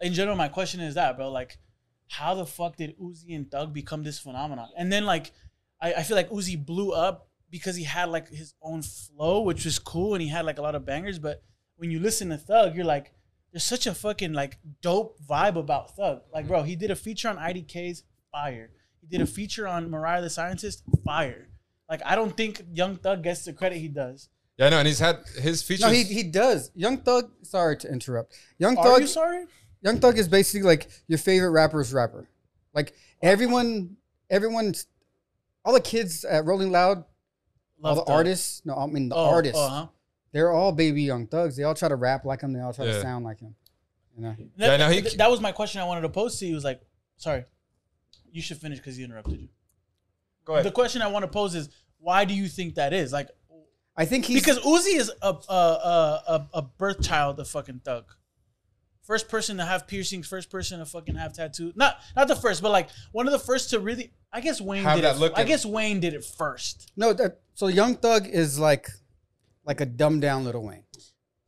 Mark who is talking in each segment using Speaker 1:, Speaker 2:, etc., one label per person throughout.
Speaker 1: in general, my question is that, bro. Like, how the fuck did Uzi and Thug become this phenomenon? And then like, I, I feel like Uzi blew up because he had like his own flow, which was cool, and he had like a lot of bangers. But when you listen to Thug, you're like, there's such a fucking like dope vibe about Thug. Like, bro, he did a feature on IDK's fire. He did a feature on Mariah the Scientist fire. Like, I don't think Young Thug gets the credit he does.
Speaker 2: Yeah, I know, and he's had his features.
Speaker 3: No, he, he does. Young Thug. Sorry to interrupt. Young
Speaker 1: Are
Speaker 3: Thug.
Speaker 1: you sorry?
Speaker 3: Young Thug is basically like your favorite rapper's rapper. Like everyone, everyone, all the kids at Rolling Loud, all the
Speaker 1: Thug.
Speaker 3: artists. No, I mean the
Speaker 1: Oh,
Speaker 3: artists.
Speaker 1: uh-huh.
Speaker 3: They're all baby Young Thugs. They all try to rap like him. They all try
Speaker 2: Yeah.
Speaker 3: to sound like him. You know.
Speaker 1: That,
Speaker 2: Yeah, no, he-
Speaker 1: th- that was my question I wanted to pose to you. Was like, sorry, you should finish because he interrupted you.
Speaker 2: Go
Speaker 1: The question I want to pose is, why do you think that is? Like,
Speaker 3: I think he's
Speaker 1: because Uzi is a a, a a a birth child of fucking thug. First person to have piercings, first person to fucking have tattoos. Not not the first, but like one of the first to really. I guess Wayne
Speaker 2: Have
Speaker 1: did
Speaker 2: that
Speaker 1: it.
Speaker 2: look
Speaker 1: I
Speaker 2: in-
Speaker 1: guess Wayne did it first.
Speaker 3: no. That, so Young Thug is like, like a dumbed down Little Wayne.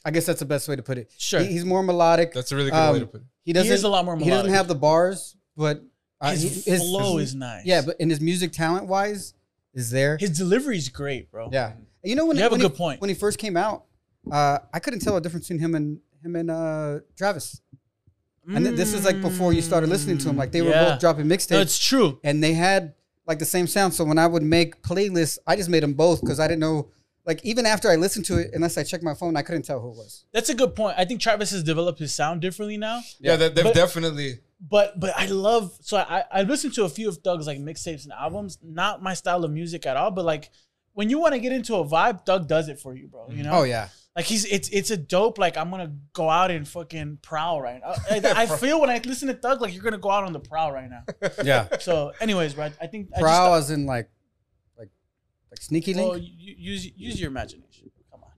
Speaker 3: I guess that's the best way to put it.
Speaker 1: Sure.
Speaker 3: He- he's more melodic.
Speaker 2: That's a really good way to put it.
Speaker 3: He
Speaker 1: is
Speaker 3: doesn't.
Speaker 1: a lot more
Speaker 3: He doesn't
Speaker 1: melodic.
Speaker 3: have the bars, but uh,
Speaker 1: His,
Speaker 3: he- his-
Speaker 1: flow
Speaker 3: his-
Speaker 1: is nice.
Speaker 3: Yeah, but in his music talent wise, is there?
Speaker 1: his delivery is great, bro.
Speaker 3: yeah, And you know when
Speaker 1: You have a
Speaker 3: when
Speaker 1: good
Speaker 3: he,
Speaker 1: point.
Speaker 3: When he first came out, uh, I couldn't tell a difference between him and him and uh, Travis. And th- this is like before you started listening to him. Like they were
Speaker 1: Yeah.
Speaker 3: both dropping
Speaker 1: No,
Speaker 3: mixtapes,
Speaker 1: it's true.
Speaker 3: and they had like the same sound. So when I would make playlists, I just made them both because I didn't know. Like even after I listened to it, unless I checked my phone, I couldn't tell who it was.
Speaker 1: That's a good point. I think Travis has developed his sound differently now.
Speaker 2: Yeah, they- they've
Speaker 1: But-
Speaker 2: definitely.
Speaker 1: but but I love so I I listened to a few of Thug's like mixtapes and albums. Not my style of music at all, but like when you want to get into a vibe, Thug does it for you, bro. You know,
Speaker 3: Oh yeah,
Speaker 1: like he's it's it's a dope. Like I'm gonna go out and fucking prowl right now. I, I- I feel when I listen to Thug, like you're gonna go out on the prowl right now.
Speaker 3: yeah.
Speaker 1: So, anyways, bro, I, I think I
Speaker 3: Prowl as in like, like, like sneaky
Speaker 1: Just,
Speaker 3: link.
Speaker 1: well, you, use use your imagination. Come on,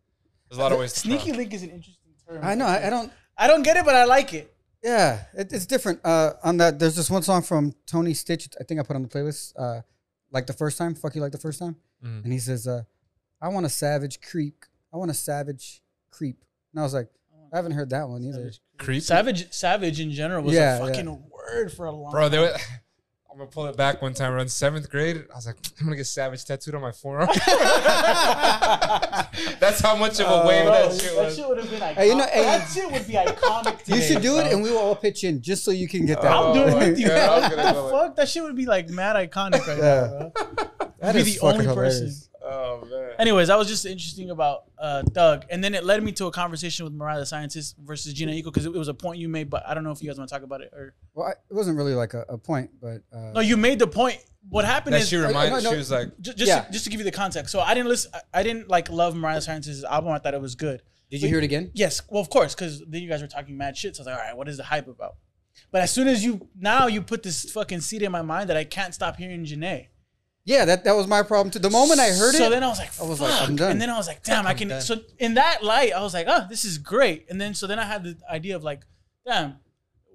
Speaker 2: There's a lot of ways. To
Speaker 1: sneaky
Speaker 2: sneaky.
Speaker 1: link is an interesting term.
Speaker 3: I know. I, I don't.
Speaker 1: I don't get it, but I like it.
Speaker 3: Yeah, it, it's different. Uh, on that, there's this one song from Tony Stitch. I think I put on the playlist. Uh, like the first time, fuck you, like the first time.
Speaker 1: Mm-hmm.
Speaker 2: Mhm.
Speaker 3: And he says, uh, "I want a savage creep. I want a savage creep." And I was like, I haven't heard that one either.
Speaker 2: Creep.
Speaker 1: Savage, savage in general was
Speaker 3: Yeah,
Speaker 1: a
Speaker 3: yeah.
Speaker 1: fucking word for a long.
Speaker 2: Bro, they were, I'm gonna pull it back one time. Around seventh grade, I was like, I'm gonna get savage tattooed on my forearm. That's how much of a wave
Speaker 1: Oh, Bro,
Speaker 2: that shit
Speaker 1: that
Speaker 2: was.
Speaker 1: shit would have been iconic.
Speaker 3: Hey, you know, hey-
Speaker 1: that shit would be iconic. Today,
Speaker 3: You should do
Speaker 1: bro.
Speaker 3: it, and we will all pitch in just so you can get that.
Speaker 1: I'll do it
Speaker 2: Oh,
Speaker 1: with you.
Speaker 2: yeah, I was
Speaker 1: what
Speaker 2: gonna
Speaker 1: the
Speaker 2: go with-
Speaker 1: fuck? That shit would be like mad iconic right
Speaker 3: Yeah.
Speaker 1: now, bro.
Speaker 3: That
Speaker 1: You'd
Speaker 3: is
Speaker 1: be the
Speaker 3: fucking
Speaker 1: only
Speaker 3: hilarious.
Speaker 1: person.
Speaker 2: Oh man.
Speaker 1: Anyways, that was just interesting about uh, Thug, and then it led me to a conversation with Mariah the Scientist versus Gina Eco because it, it was a point you made, but I don't know if you guys want to talk about it or
Speaker 3: Well, I, it wasn't really like a, a point, but uh,
Speaker 1: no. You made the point. What happened
Speaker 2: That
Speaker 1: is
Speaker 2: she
Speaker 3: no,
Speaker 2: reminded.
Speaker 3: no.
Speaker 2: She was like,
Speaker 1: ju- just
Speaker 3: Yeah.
Speaker 1: to, just to give you the context. So I didn't listen. I, I didn't like love Mariah the Scientist's album. I thought it was good.
Speaker 3: did you hear it again?
Speaker 1: Yes, well, of course, because then you guys were talking mad shit. So I was like, all right, what is the hype about? But as soon as you now you put this fucking seed in my mind that I can't stop hearing Janae.
Speaker 3: Yeah, that that was my problem too. The moment I heard
Speaker 1: so
Speaker 3: it,
Speaker 1: then I was like,
Speaker 3: I was
Speaker 1: fuck.
Speaker 3: like, I'm done.
Speaker 1: And then I was like, damn, i can. So in that light, I was like, oh, this is great. And then so then I had the idea of like, damn,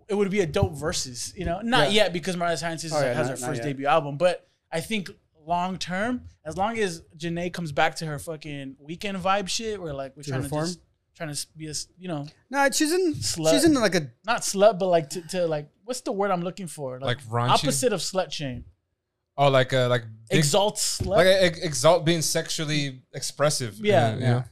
Speaker 1: it would be a dope versus, you know, not
Speaker 3: Yeah.
Speaker 1: yet because Mariah Sciences
Speaker 3: Oh, yeah,
Speaker 1: has
Speaker 3: not-
Speaker 1: her
Speaker 3: not
Speaker 1: first
Speaker 3: yet.
Speaker 1: debut album, but I think long term, as long as Janae comes back to her fucking weekend vibe shit, where like we're
Speaker 3: To
Speaker 1: trying
Speaker 3: reform?
Speaker 1: to just trying to be a s- you know
Speaker 3: nah, she's in,
Speaker 1: Slut.
Speaker 3: she's in like a
Speaker 1: not slut, but like to, to like what's the word I'm looking for?
Speaker 2: Like raunchy?
Speaker 1: Opposite of slut shame.
Speaker 2: oh, like a like big,
Speaker 1: Exalt slut.
Speaker 2: like a, ex- exalt being sexually expressive.
Speaker 1: Yeah.
Speaker 2: you know?
Speaker 3: yeah,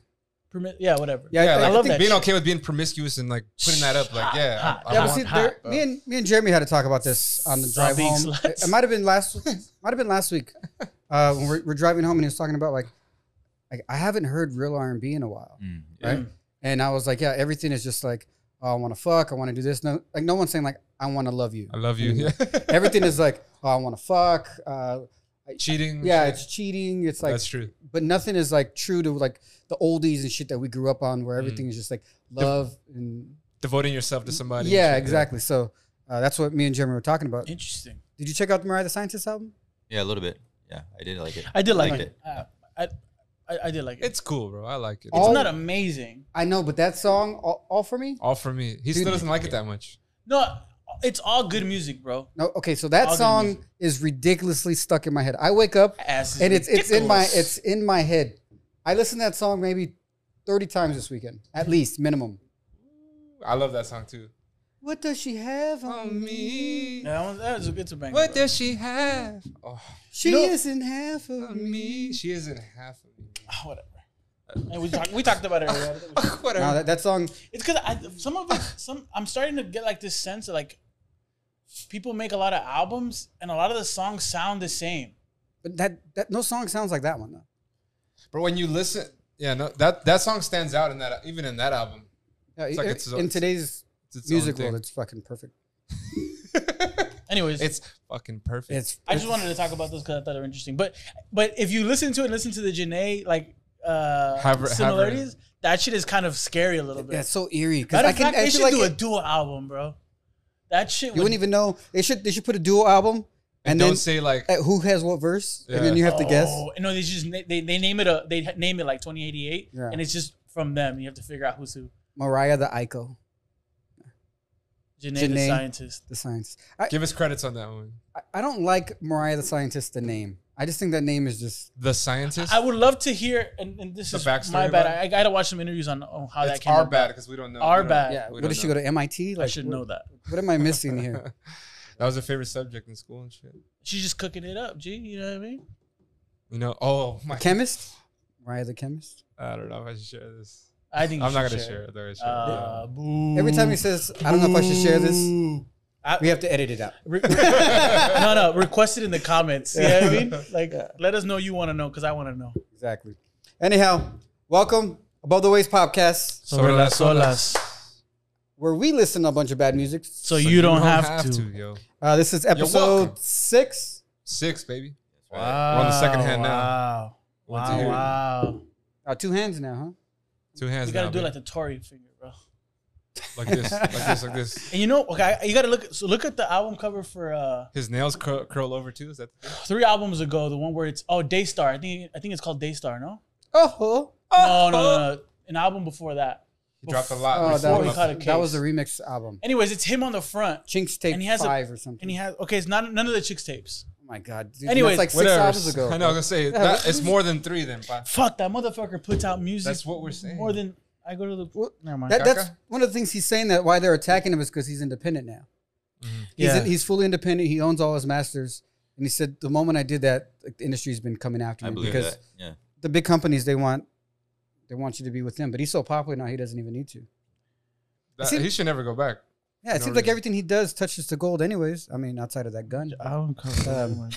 Speaker 1: permit, yeah, whatever.
Speaker 3: yeah.
Speaker 2: Yeah,
Speaker 3: I,
Speaker 2: like,
Speaker 1: love that
Speaker 2: being
Speaker 1: shit.
Speaker 2: okay with being promiscuous and like putting that up, like yeah,
Speaker 1: Hot,
Speaker 2: I-
Speaker 1: hot.
Speaker 2: I
Speaker 3: Yeah,
Speaker 2: want-
Speaker 3: but see,
Speaker 1: hot,
Speaker 3: there,
Speaker 1: bro.
Speaker 3: me and me and Jeremy had to talk about this on the drive
Speaker 1: being
Speaker 3: home.
Speaker 1: sluts.
Speaker 3: It, it might have been last, might have been last week, uh, when we're, we're driving home, and he was talking about like, like I haven't heard real R and B in a while,
Speaker 2: Mm,
Speaker 3: right? And I was like, yeah, everything is just like, oh, I want to fuck, I want to do this. No, like no one's saying like, I want to love you.
Speaker 2: I love you. Yeah.
Speaker 3: everything is like, oh, I want to fuck. Uh,
Speaker 2: Cheating. and
Speaker 3: yeah,
Speaker 2: shit.
Speaker 3: it's cheating. It's like,
Speaker 2: Mm, that's true.
Speaker 3: but nothing is like true to like the oldies and shit that we grew up on,
Speaker 2: Mm.
Speaker 3: where everything is just like love and
Speaker 2: Devoting yourself to somebody. and
Speaker 3: yeah,
Speaker 2: shit,
Speaker 3: exactly. So. Uh, that's what me and Jeremy were talking about.
Speaker 1: Interesting.
Speaker 3: Did you check out the Mariah the Scientist album?
Speaker 4: Yeah, a little bit. Yeah, I did like it.
Speaker 1: I did like
Speaker 4: Liked
Speaker 1: it. I, I I did like it. It's,
Speaker 2: It's cool, bro. I like it.
Speaker 3: All-
Speaker 1: not amazing.
Speaker 3: I know, but that song, All, All For Me?
Speaker 2: all for me. He still doesn't like it that much.
Speaker 1: No, it's all good music, bro.
Speaker 3: No, okay, so that
Speaker 1: All good
Speaker 3: song
Speaker 1: music.
Speaker 3: is ridiculously stuck in my head. I wake up
Speaker 1: Ass is
Speaker 3: and it's it's in my
Speaker 1: ridiculous.
Speaker 3: it's in my head. I listened to that song maybe 30 times this weekend, at least minimum.
Speaker 2: I love that song too.
Speaker 3: What does she have
Speaker 2: on me.
Speaker 1: Yeah, that one's, that was a, it's a banger.
Speaker 2: What
Speaker 1: bro.
Speaker 2: does she have oh,
Speaker 3: She
Speaker 1: No.
Speaker 3: isn't half of
Speaker 2: on me? She isn't half of me.
Speaker 1: Ah, whatever. Hey, we, talk, we talked about it earlier.
Speaker 2: Whatever.
Speaker 3: No, that, that song.
Speaker 1: It's because I some of it some I'm starting to get like this sense of like people make a lot of albums and a lot of the songs sound the same.
Speaker 3: But that, that no song sounds like that one though.
Speaker 2: but when you listen, yeah, no, that that song stands out in that even in that album.
Speaker 3: Yeah,
Speaker 2: It's like
Speaker 3: i-
Speaker 2: it's-
Speaker 3: in today's
Speaker 2: It's its own
Speaker 3: music
Speaker 2: thing.
Speaker 3: world, it's fucking perfect.
Speaker 1: Anyways,
Speaker 2: It's fucking perfect.
Speaker 3: It's
Speaker 1: I just wanted to talk about this because I thought they were interesting. But but if you listen to it, and listen to the Janae like uh,
Speaker 2: Haver-
Speaker 1: similarities, that shit is kind of scary a little bit.
Speaker 3: yeah, it's so eerie. Cause
Speaker 1: Matter
Speaker 3: I
Speaker 1: of
Speaker 3: can,
Speaker 1: fact,
Speaker 3: I
Speaker 1: they should
Speaker 3: feel like
Speaker 1: do a
Speaker 3: it-
Speaker 1: dual album, bro. That shit.
Speaker 3: you wouldn't even know. They should they should put a dual album
Speaker 2: and
Speaker 3: and,
Speaker 2: don't
Speaker 3: then
Speaker 2: say like
Speaker 3: uh, who has what verse, and then
Speaker 2: Yeah.
Speaker 3: you have to guess.
Speaker 1: Oh, No, they just na- they, they name it a they ha- name it like 2088,
Speaker 3: Yeah.
Speaker 1: and it's just from them. You have to figure out who's who.
Speaker 3: Mariah the Ico,
Speaker 1: Janae, the
Speaker 3: Janae.
Speaker 1: scientist.
Speaker 3: the science. I,
Speaker 2: give us credits on that one.
Speaker 3: I- I don't like Mariah the scientist. The name. I just think that name is just
Speaker 2: The scientist.
Speaker 1: I would love to hear, and, and this
Speaker 2: The
Speaker 1: is
Speaker 2: backstory
Speaker 1: my
Speaker 2: about
Speaker 1: bad. I, I gotta watch some interviews on, on how that
Speaker 2: it's
Speaker 1: came
Speaker 2: our
Speaker 1: about.
Speaker 2: bad because we don't know.
Speaker 1: Our
Speaker 2: we don't-
Speaker 1: bad.
Speaker 3: yeah.
Speaker 2: we
Speaker 3: What
Speaker 2: don't
Speaker 3: did she go to MIT?
Speaker 1: I
Speaker 3: Like,
Speaker 1: should
Speaker 3: what,
Speaker 1: know that.
Speaker 3: What am I missing here?
Speaker 2: That was her favorite subject in school and shit.
Speaker 1: She's just cooking it up, G. You know what I mean?
Speaker 2: You know, oh my.
Speaker 3: chemist. Mariah the chemist.
Speaker 2: I don't know if I should share this.
Speaker 1: I think you
Speaker 2: I'm not
Speaker 1: should
Speaker 2: gonna share it. though.
Speaker 1: it. Uh, boo.
Speaker 3: Every time he says, I don't know if I should share this,
Speaker 1: Boo. I-
Speaker 3: we have to edit it out.
Speaker 1: Re- re- no, no. Request it in the comments. You know what I mean? Like,
Speaker 3: Yeah.
Speaker 1: let us know you want to know because I want to know.
Speaker 3: Exactly. Anyhow, welcome Above the Waist podcast,
Speaker 2: Sobre las olas.
Speaker 3: where we listen to a bunch of bad music.
Speaker 1: So, you, don't, have, to.
Speaker 2: yo.
Speaker 3: Uh, this is
Speaker 2: welcome.
Speaker 3: episode six.
Speaker 2: Six, baby.
Speaker 1: Wow.
Speaker 2: We're on the second hand now.
Speaker 1: wow.
Speaker 2: One,
Speaker 1: Wow.
Speaker 2: two.
Speaker 1: Wow.
Speaker 3: Uh, two hands now,
Speaker 2: Two hands.
Speaker 1: You gotta
Speaker 2: now,
Speaker 1: do
Speaker 2: baby.
Speaker 1: like the Tory finger, bro.
Speaker 2: like this, like this, like this.
Speaker 1: And you know, okay, you gotta look. So look at the album cover for uh
Speaker 2: His nails curl, curl over too. Is that? The thing?
Speaker 1: three albums ago. The one where it's oh Daystar. I think I think it's called Daystar. No.
Speaker 3: huh? Oh,
Speaker 1: No, no, no, no. An album before that.
Speaker 2: He dropped a lot.
Speaker 3: oh
Speaker 2: before
Speaker 3: that,
Speaker 1: we
Speaker 2: my-
Speaker 1: caught a
Speaker 3: was, that was
Speaker 1: case.
Speaker 3: the remix album.
Speaker 1: Anyways, it's him on the front,
Speaker 3: Chinks Tape
Speaker 1: And he has a-
Speaker 3: 5 or something.
Speaker 1: and he has okay. It's not none of the chicks tapes.
Speaker 3: oh my God. Dude,
Speaker 1: Anyways,
Speaker 3: that's like six
Speaker 2: Whatever.
Speaker 3: albums ago.
Speaker 2: I know. I was gonna say that, it's more than three. Then five.
Speaker 1: Fuck that motherfucker puts out music.
Speaker 2: That's what we're saying.
Speaker 1: More than I go to the.
Speaker 3: Well,
Speaker 1: Mm. never mind.
Speaker 3: That, that's
Speaker 2: Kaka?
Speaker 3: one of the things he's saying that why they're attacking him is because he's independent now. He's,
Speaker 1: Mm-hmm. Yeah.
Speaker 3: he's fully independent. He owns all his masters. And he said, the moment I did that, like, the industry's been coming after
Speaker 4: I
Speaker 3: me
Speaker 4: believe
Speaker 3: because
Speaker 4: that. Yeah.
Speaker 3: the big companies they want they want you to be with them. But he's so popular now he doesn't even need to.
Speaker 2: That-
Speaker 3: See-
Speaker 2: he should never go back.
Speaker 3: Yeah, it
Speaker 2: No
Speaker 3: seems like
Speaker 2: reason.
Speaker 3: everything he does touches to gold, anyways. I mean, outside of that gun,
Speaker 1: album cover.
Speaker 3: Um,
Speaker 1: Um,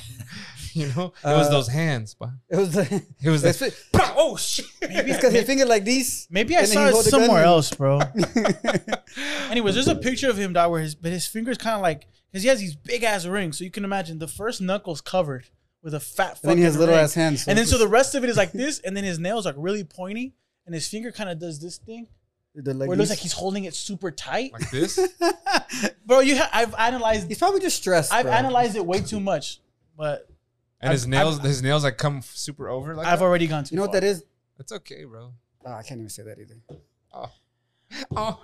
Speaker 2: You know, it was
Speaker 3: Uh,
Speaker 2: those hands, but
Speaker 3: it was the,
Speaker 2: it was
Speaker 3: it's
Speaker 2: the. Oh shit!
Speaker 3: because he finger like these.
Speaker 1: Maybe I
Speaker 3: And then
Speaker 1: saw
Speaker 3: he
Speaker 1: it
Speaker 3: hold the gun
Speaker 1: somewhere
Speaker 3: and-
Speaker 1: else, bro. Anyways, there's a picture of him dog where his but his fingers kind of like because he has these big ass rings, so you can imagine the first knuckle's covered with a fat.
Speaker 3: And then he has
Speaker 1: fucking
Speaker 3: little
Speaker 1: ring.
Speaker 3: ass hands.
Speaker 1: and then so the rest of it is like this, and then his nails are really pointy, and his finger kind of does this thing
Speaker 3: the
Speaker 1: where it looks like he's holding it super tight.
Speaker 2: Like this?
Speaker 1: Bro, you ha- I've analyzed
Speaker 3: he's probably just stressed.
Speaker 1: I've
Speaker 3: bro.
Speaker 1: analyzed it way too much, but
Speaker 2: And his
Speaker 1: I've-
Speaker 2: nails, his nails like come super over. Like
Speaker 1: I've
Speaker 2: that?
Speaker 1: already gone too.
Speaker 3: You know what that is?
Speaker 2: That's okay, bro.
Speaker 3: Oh, I can't even say that either.
Speaker 2: Oh,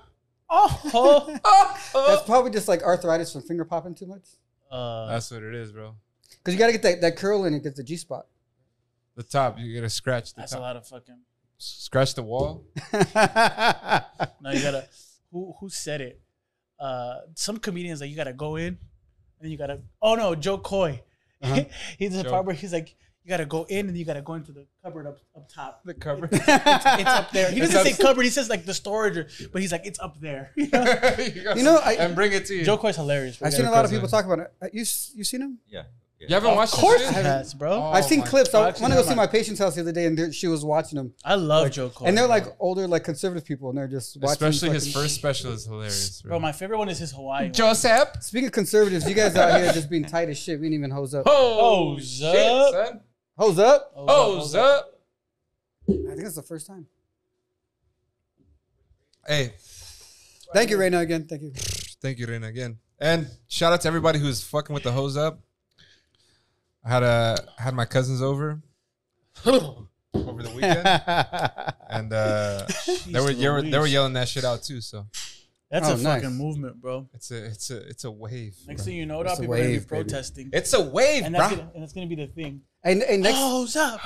Speaker 1: Oh,
Speaker 3: That's probably just like arthritis from finger popping too much.
Speaker 1: uh,
Speaker 2: that's what it is, bro.
Speaker 3: Because you got to get that, that curl in it gets the G spot.
Speaker 2: The top, you gotta scratch the
Speaker 1: that's a
Speaker 2: top.
Speaker 1: lot of fucking.
Speaker 2: Scratch the wall.
Speaker 1: No, you gotta. Who who said it? Uh, some comedians like you gotta go in, and then you gotta. Oh no, Joe Coy.
Speaker 3: Uh-huh.
Speaker 1: he's a
Speaker 2: Joe.
Speaker 1: part where he's like, you gotta go in, and you gotta go into the cupboard up up top.
Speaker 2: The cover.
Speaker 1: It's up there. He
Speaker 2: It's
Speaker 1: doesn't say
Speaker 2: up-
Speaker 1: cupboard. He says like the storage, or- but he's like it's up there. You know?
Speaker 2: you
Speaker 3: know, I-
Speaker 2: and bring it to you.
Speaker 1: Joe Coy's hilarious. bro.
Speaker 3: I've
Speaker 1: You
Speaker 3: seen a
Speaker 1: gotta-
Speaker 3: lot of people talk about it. Uh, You you seen him?
Speaker 4: Yeah.
Speaker 2: You haven't watched
Speaker 1: Of course,
Speaker 2: this
Speaker 1: he
Speaker 2: shit?
Speaker 1: has, bro.
Speaker 2: Oh.
Speaker 3: I've seen
Speaker 2: my
Speaker 3: clips. I
Speaker 1: God.
Speaker 3: want to go see my patient's house the other day, and there, she was watching him.
Speaker 1: I love Joe Coy,
Speaker 3: and they're
Speaker 1: bro.
Speaker 3: like older, like conservative people, and they're just watching
Speaker 2: Especially his
Speaker 3: fucking-
Speaker 2: first special is hilarious, bro.
Speaker 1: bro. Oh My favorite one is his Hawaii. one.
Speaker 2: Joseph.
Speaker 3: Speaking of conservatives, you guys out here just being tight as shit. We didn't even hose up.
Speaker 2: Oh,
Speaker 1: Hoes
Speaker 2: shit,
Speaker 1: up.
Speaker 2: son.
Speaker 3: Hose up?
Speaker 1: Oh,
Speaker 2: Hoes up.
Speaker 3: I think that's the first time.
Speaker 2: Hey,
Speaker 3: Thank you, Reyna, again. Thank you.
Speaker 2: Thank you, Rena, again. And shout out to everybody who's fucking with the hose up. I had uh had my cousins over over the weekend, and uh, they were they were they were
Speaker 1: Louise.
Speaker 2: yelling that shit out too. So
Speaker 1: That's
Speaker 3: Oh,
Speaker 1: a
Speaker 3: nice.
Speaker 1: fucking movement, bro.
Speaker 2: it's a it's a it's a wave.
Speaker 1: Next
Speaker 2: bro.
Speaker 1: thing you know,
Speaker 3: It's
Speaker 1: that
Speaker 3: a
Speaker 1: people are gonna be
Speaker 3: wave, baby.
Speaker 1: protesting,
Speaker 2: it's a wave,
Speaker 1: and
Speaker 2: bro.
Speaker 1: that's gonna, and that's gonna be the thing.
Speaker 3: And, and next,
Speaker 1: Hose up,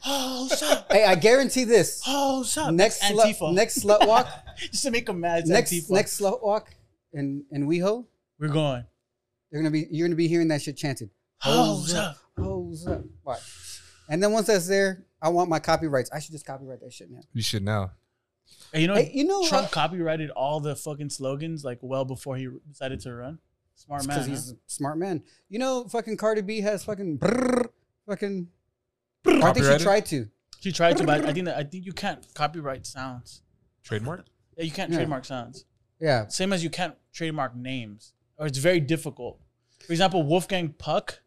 Speaker 1: hose up,
Speaker 3: hey, I guarantee this.
Speaker 1: hose up.
Speaker 3: Next
Speaker 1: Antifa.
Speaker 3: slut, next slut walk,
Speaker 1: just to make them mad. it's
Speaker 3: next
Speaker 1: Antifa.
Speaker 3: next slut walk in in WeHo,
Speaker 1: We're going.
Speaker 3: they're gonna be you're gonna be hearing that shit chanted.
Speaker 1: Hose up.
Speaker 3: Hose up. Watch. And then once that's there, I want my copyrights. I should just copyright that shit now.
Speaker 2: You should know.
Speaker 1: Hey, you know,
Speaker 3: Hey, you know
Speaker 1: Trump
Speaker 3: what?
Speaker 1: copyrighted all the fucking slogans like well before he decided to run. Smart man.
Speaker 3: Because
Speaker 1: huh?
Speaker 3: he's a smart man. You know, fucking Cardi B has fucking brrr, fucking. I think she
Speaker 2: Copyrighted?
Speaker 3: tried to.
Speaker 1: She tried to, but I think that I think you can't copyright sounds.
Speaker 2: Trademark?
Speaker 1: Yeah, you can't
Speaker 3: Yeah.
Speaker 1: trademark sounds.
Speaker 3: Yeah.
Speaker 1: Same as you can't trademark names, or it's very difficult. For example, Wolfgang Puck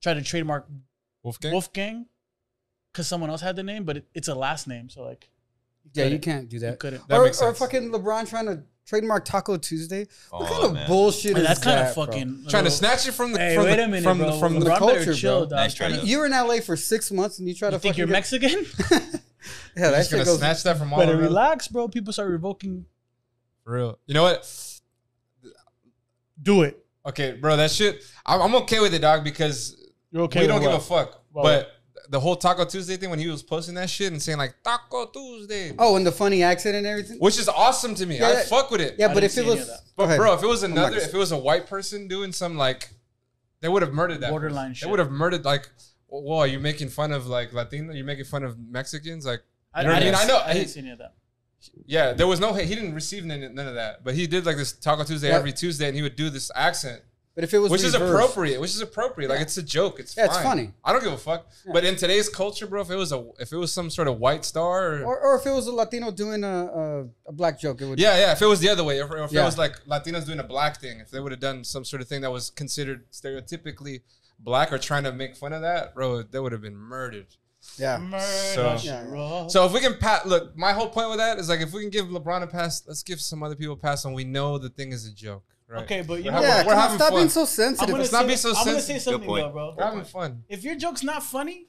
Speaker 1: tried to trademark
Speaker 2: Wolfgang?
Speaker 1: Wolfgang because someone else had the name, but it, it's a last name, so like,
Speaker 3: Yeah, you
Speaker 1: couldn't.
Speaker 3: can't do
Speaker 1: you
Speaker 3: that.
Speaker 1: couldn't.
Speaker 2: That
Speaker 3: or,
Speaker 2: makes
Speaker 3: or
Speaker 2: sense.
Speaker 3: fucking LeBron trying to trademark Taco Tuesday. What
Speaker 4: Oh,
Speaker 3: kind of
Speaker 4: man.
Speaker 3: bullshit
Speaker 1: And
Speaker 3: is
Speaker 1: that's kind
Speaker 3: that,
Speaker 1: of fucking
Speaker 2: Trying to snatch it from the
Speaker 1: Hey,
Speaker 2: from
Speaker 1: wait
Speaker 2: the,
Speaker 1: a minute,
Speaker 2: from,
Speaker 1: bro.
Speaker 2: from
Speaker 1: LeBron
Speaker 2: the
Speaker 1: better
Speaker 2: culture,
Speaker 1: chill, dog.
Speaker 2: bro.
Speaker 4: Nice try,
Speaker 1: You
Speaker 4: though.
Speaker 3: Bro. You were in LA for six months and you try to
Speaker 1: think
Speaker 3: fucking
Speaker 1: you're
Speaker 3: get-
Speaker 1: Mexican?
Speaker 3: Yeah, that
Speaker 2: Just
Speaker 3: shit
Speaker 2: gonna
Speaker 3: goes.
Speaker 2: snatch that from all
Speaker 1: Better
Speaker 2: of them.
Speaker 1: relax, bro. People start revoking.
Speaker 2: For real. You know what?
Speaker 1: Do it.
Speaker 2: Okay, bro, that shit. I'm, I'm okay with it, dog, because
Speaker 1: You're okay.
Speaker 2: we don't
Speaker 1: with
Speaker 2: give
Speaker 1: what?
Speaker 2: a fuck.
Speaker 1: Well,
Speaker 2: but the whole Taco Tuesday thing when he was posting that shit and saying like Taco Tuesday,
Speaker 3: Oh, and the funny accent and everything.
Speaker 2: which is awesome to me.
Speaker 3: Yeah,
Speaker 2: I
Speaker 3: yeah.
Speaker 2: fuck with it.
Speaker 3: Yeah,
Speaker 1: I
Speaker 3: but
Speaker 1: didn't
Speaker 3: if
Speaker 1: see
Speaker 3: it
Speaker 1: any
Speaker 3: was,
Speaker 1: of that.
Speaker 3: Go
Speaker 2: But
Speaker 3: ahead.
Speaker 2: bro, if it was another,
Speaker 3: gonna
Speaker 2: if it was a white person doing some like, they would have murdered that.
Speaker 1: Borderline
Speaker 2: person.
Speaker 1: shit.
Speaker 2: They would have murdered like, whoa, you're making fun of like Latino, you're making fun of Mexicans, like.
Speaker 1: I,
Speaker 2: You know
Speaker 1: I
Speaker 2: what I mean?
Speaker 1: didn't,
Speaker 2: I know.
Speaker 1: I didn't
Speaker 2: he-
Speaker 1: see any of that.
Speaker 2: yeah, there was no. He didn't receive none, none of that, but he did like this Taco Tuesday
Speaker 3: Yeah.
Speaker 2: every Tuesday, and he would do this accent,
Speaker 3: but if it was
Speaker 2: which is
Speaker 3: reversed-
Speaker 2: appropriate. Which is appropriate. Like it's a joke. It's
Speaker 3: Yeah, it's
Speaker 2: fine.
Speaker 3: funny.
Speaker 2: I don't give a fuck. But in today's culture, bro, if it was a, if it was some sort of white star, or,
Speaker 3: or, or if it was a Latino doing a, a, a black joke, it would.
Speaker 2: Yeah, yeah. If it was the other way, if, if
Speaker 3: Yeah.
Speaker 2: it was like Latinos doing a black thing, if they would have done some sort of thing that was considered stereotypically black or trying to make fun of that, bro, they would have been murdered.
Speaker 3: yeah.
Speaker 1: Murder,
Speaker 2: So-
Speaker 1: she
Speaker 3: Yeah.
Speaker 1: wrote.
Speaker 2: So if we can pat, look, my whole point with that is like if we can give LeBron a pass, let's give some other people a pass, and we know the thing is a joke, right?
Speaker 1: Okay, but you
Speaker 2: We're
Speaker 1: know
Speaker 2: having-
Speaker 3: Yeah,
Speaker 2: we're
Speaker 3: come on,
Speaker 2: having
Speaker 3: stop
Speaker 2: fun.
Speaker 3: being so
Speaker 1: I'm
Speaker 3: sensitive.
Speaker 1: gonna
Speaker 2: It's not
Speaker 1: say-
Speaker 2: be so
Speaker 1: I'm gonna say
Speaker 2: sensitive.
Speaker 1: something
Speaker 4: point.
Speaker 1: though, bro.
Speaker 2: We're having fun.
Speaker 1: If your joke's not funny,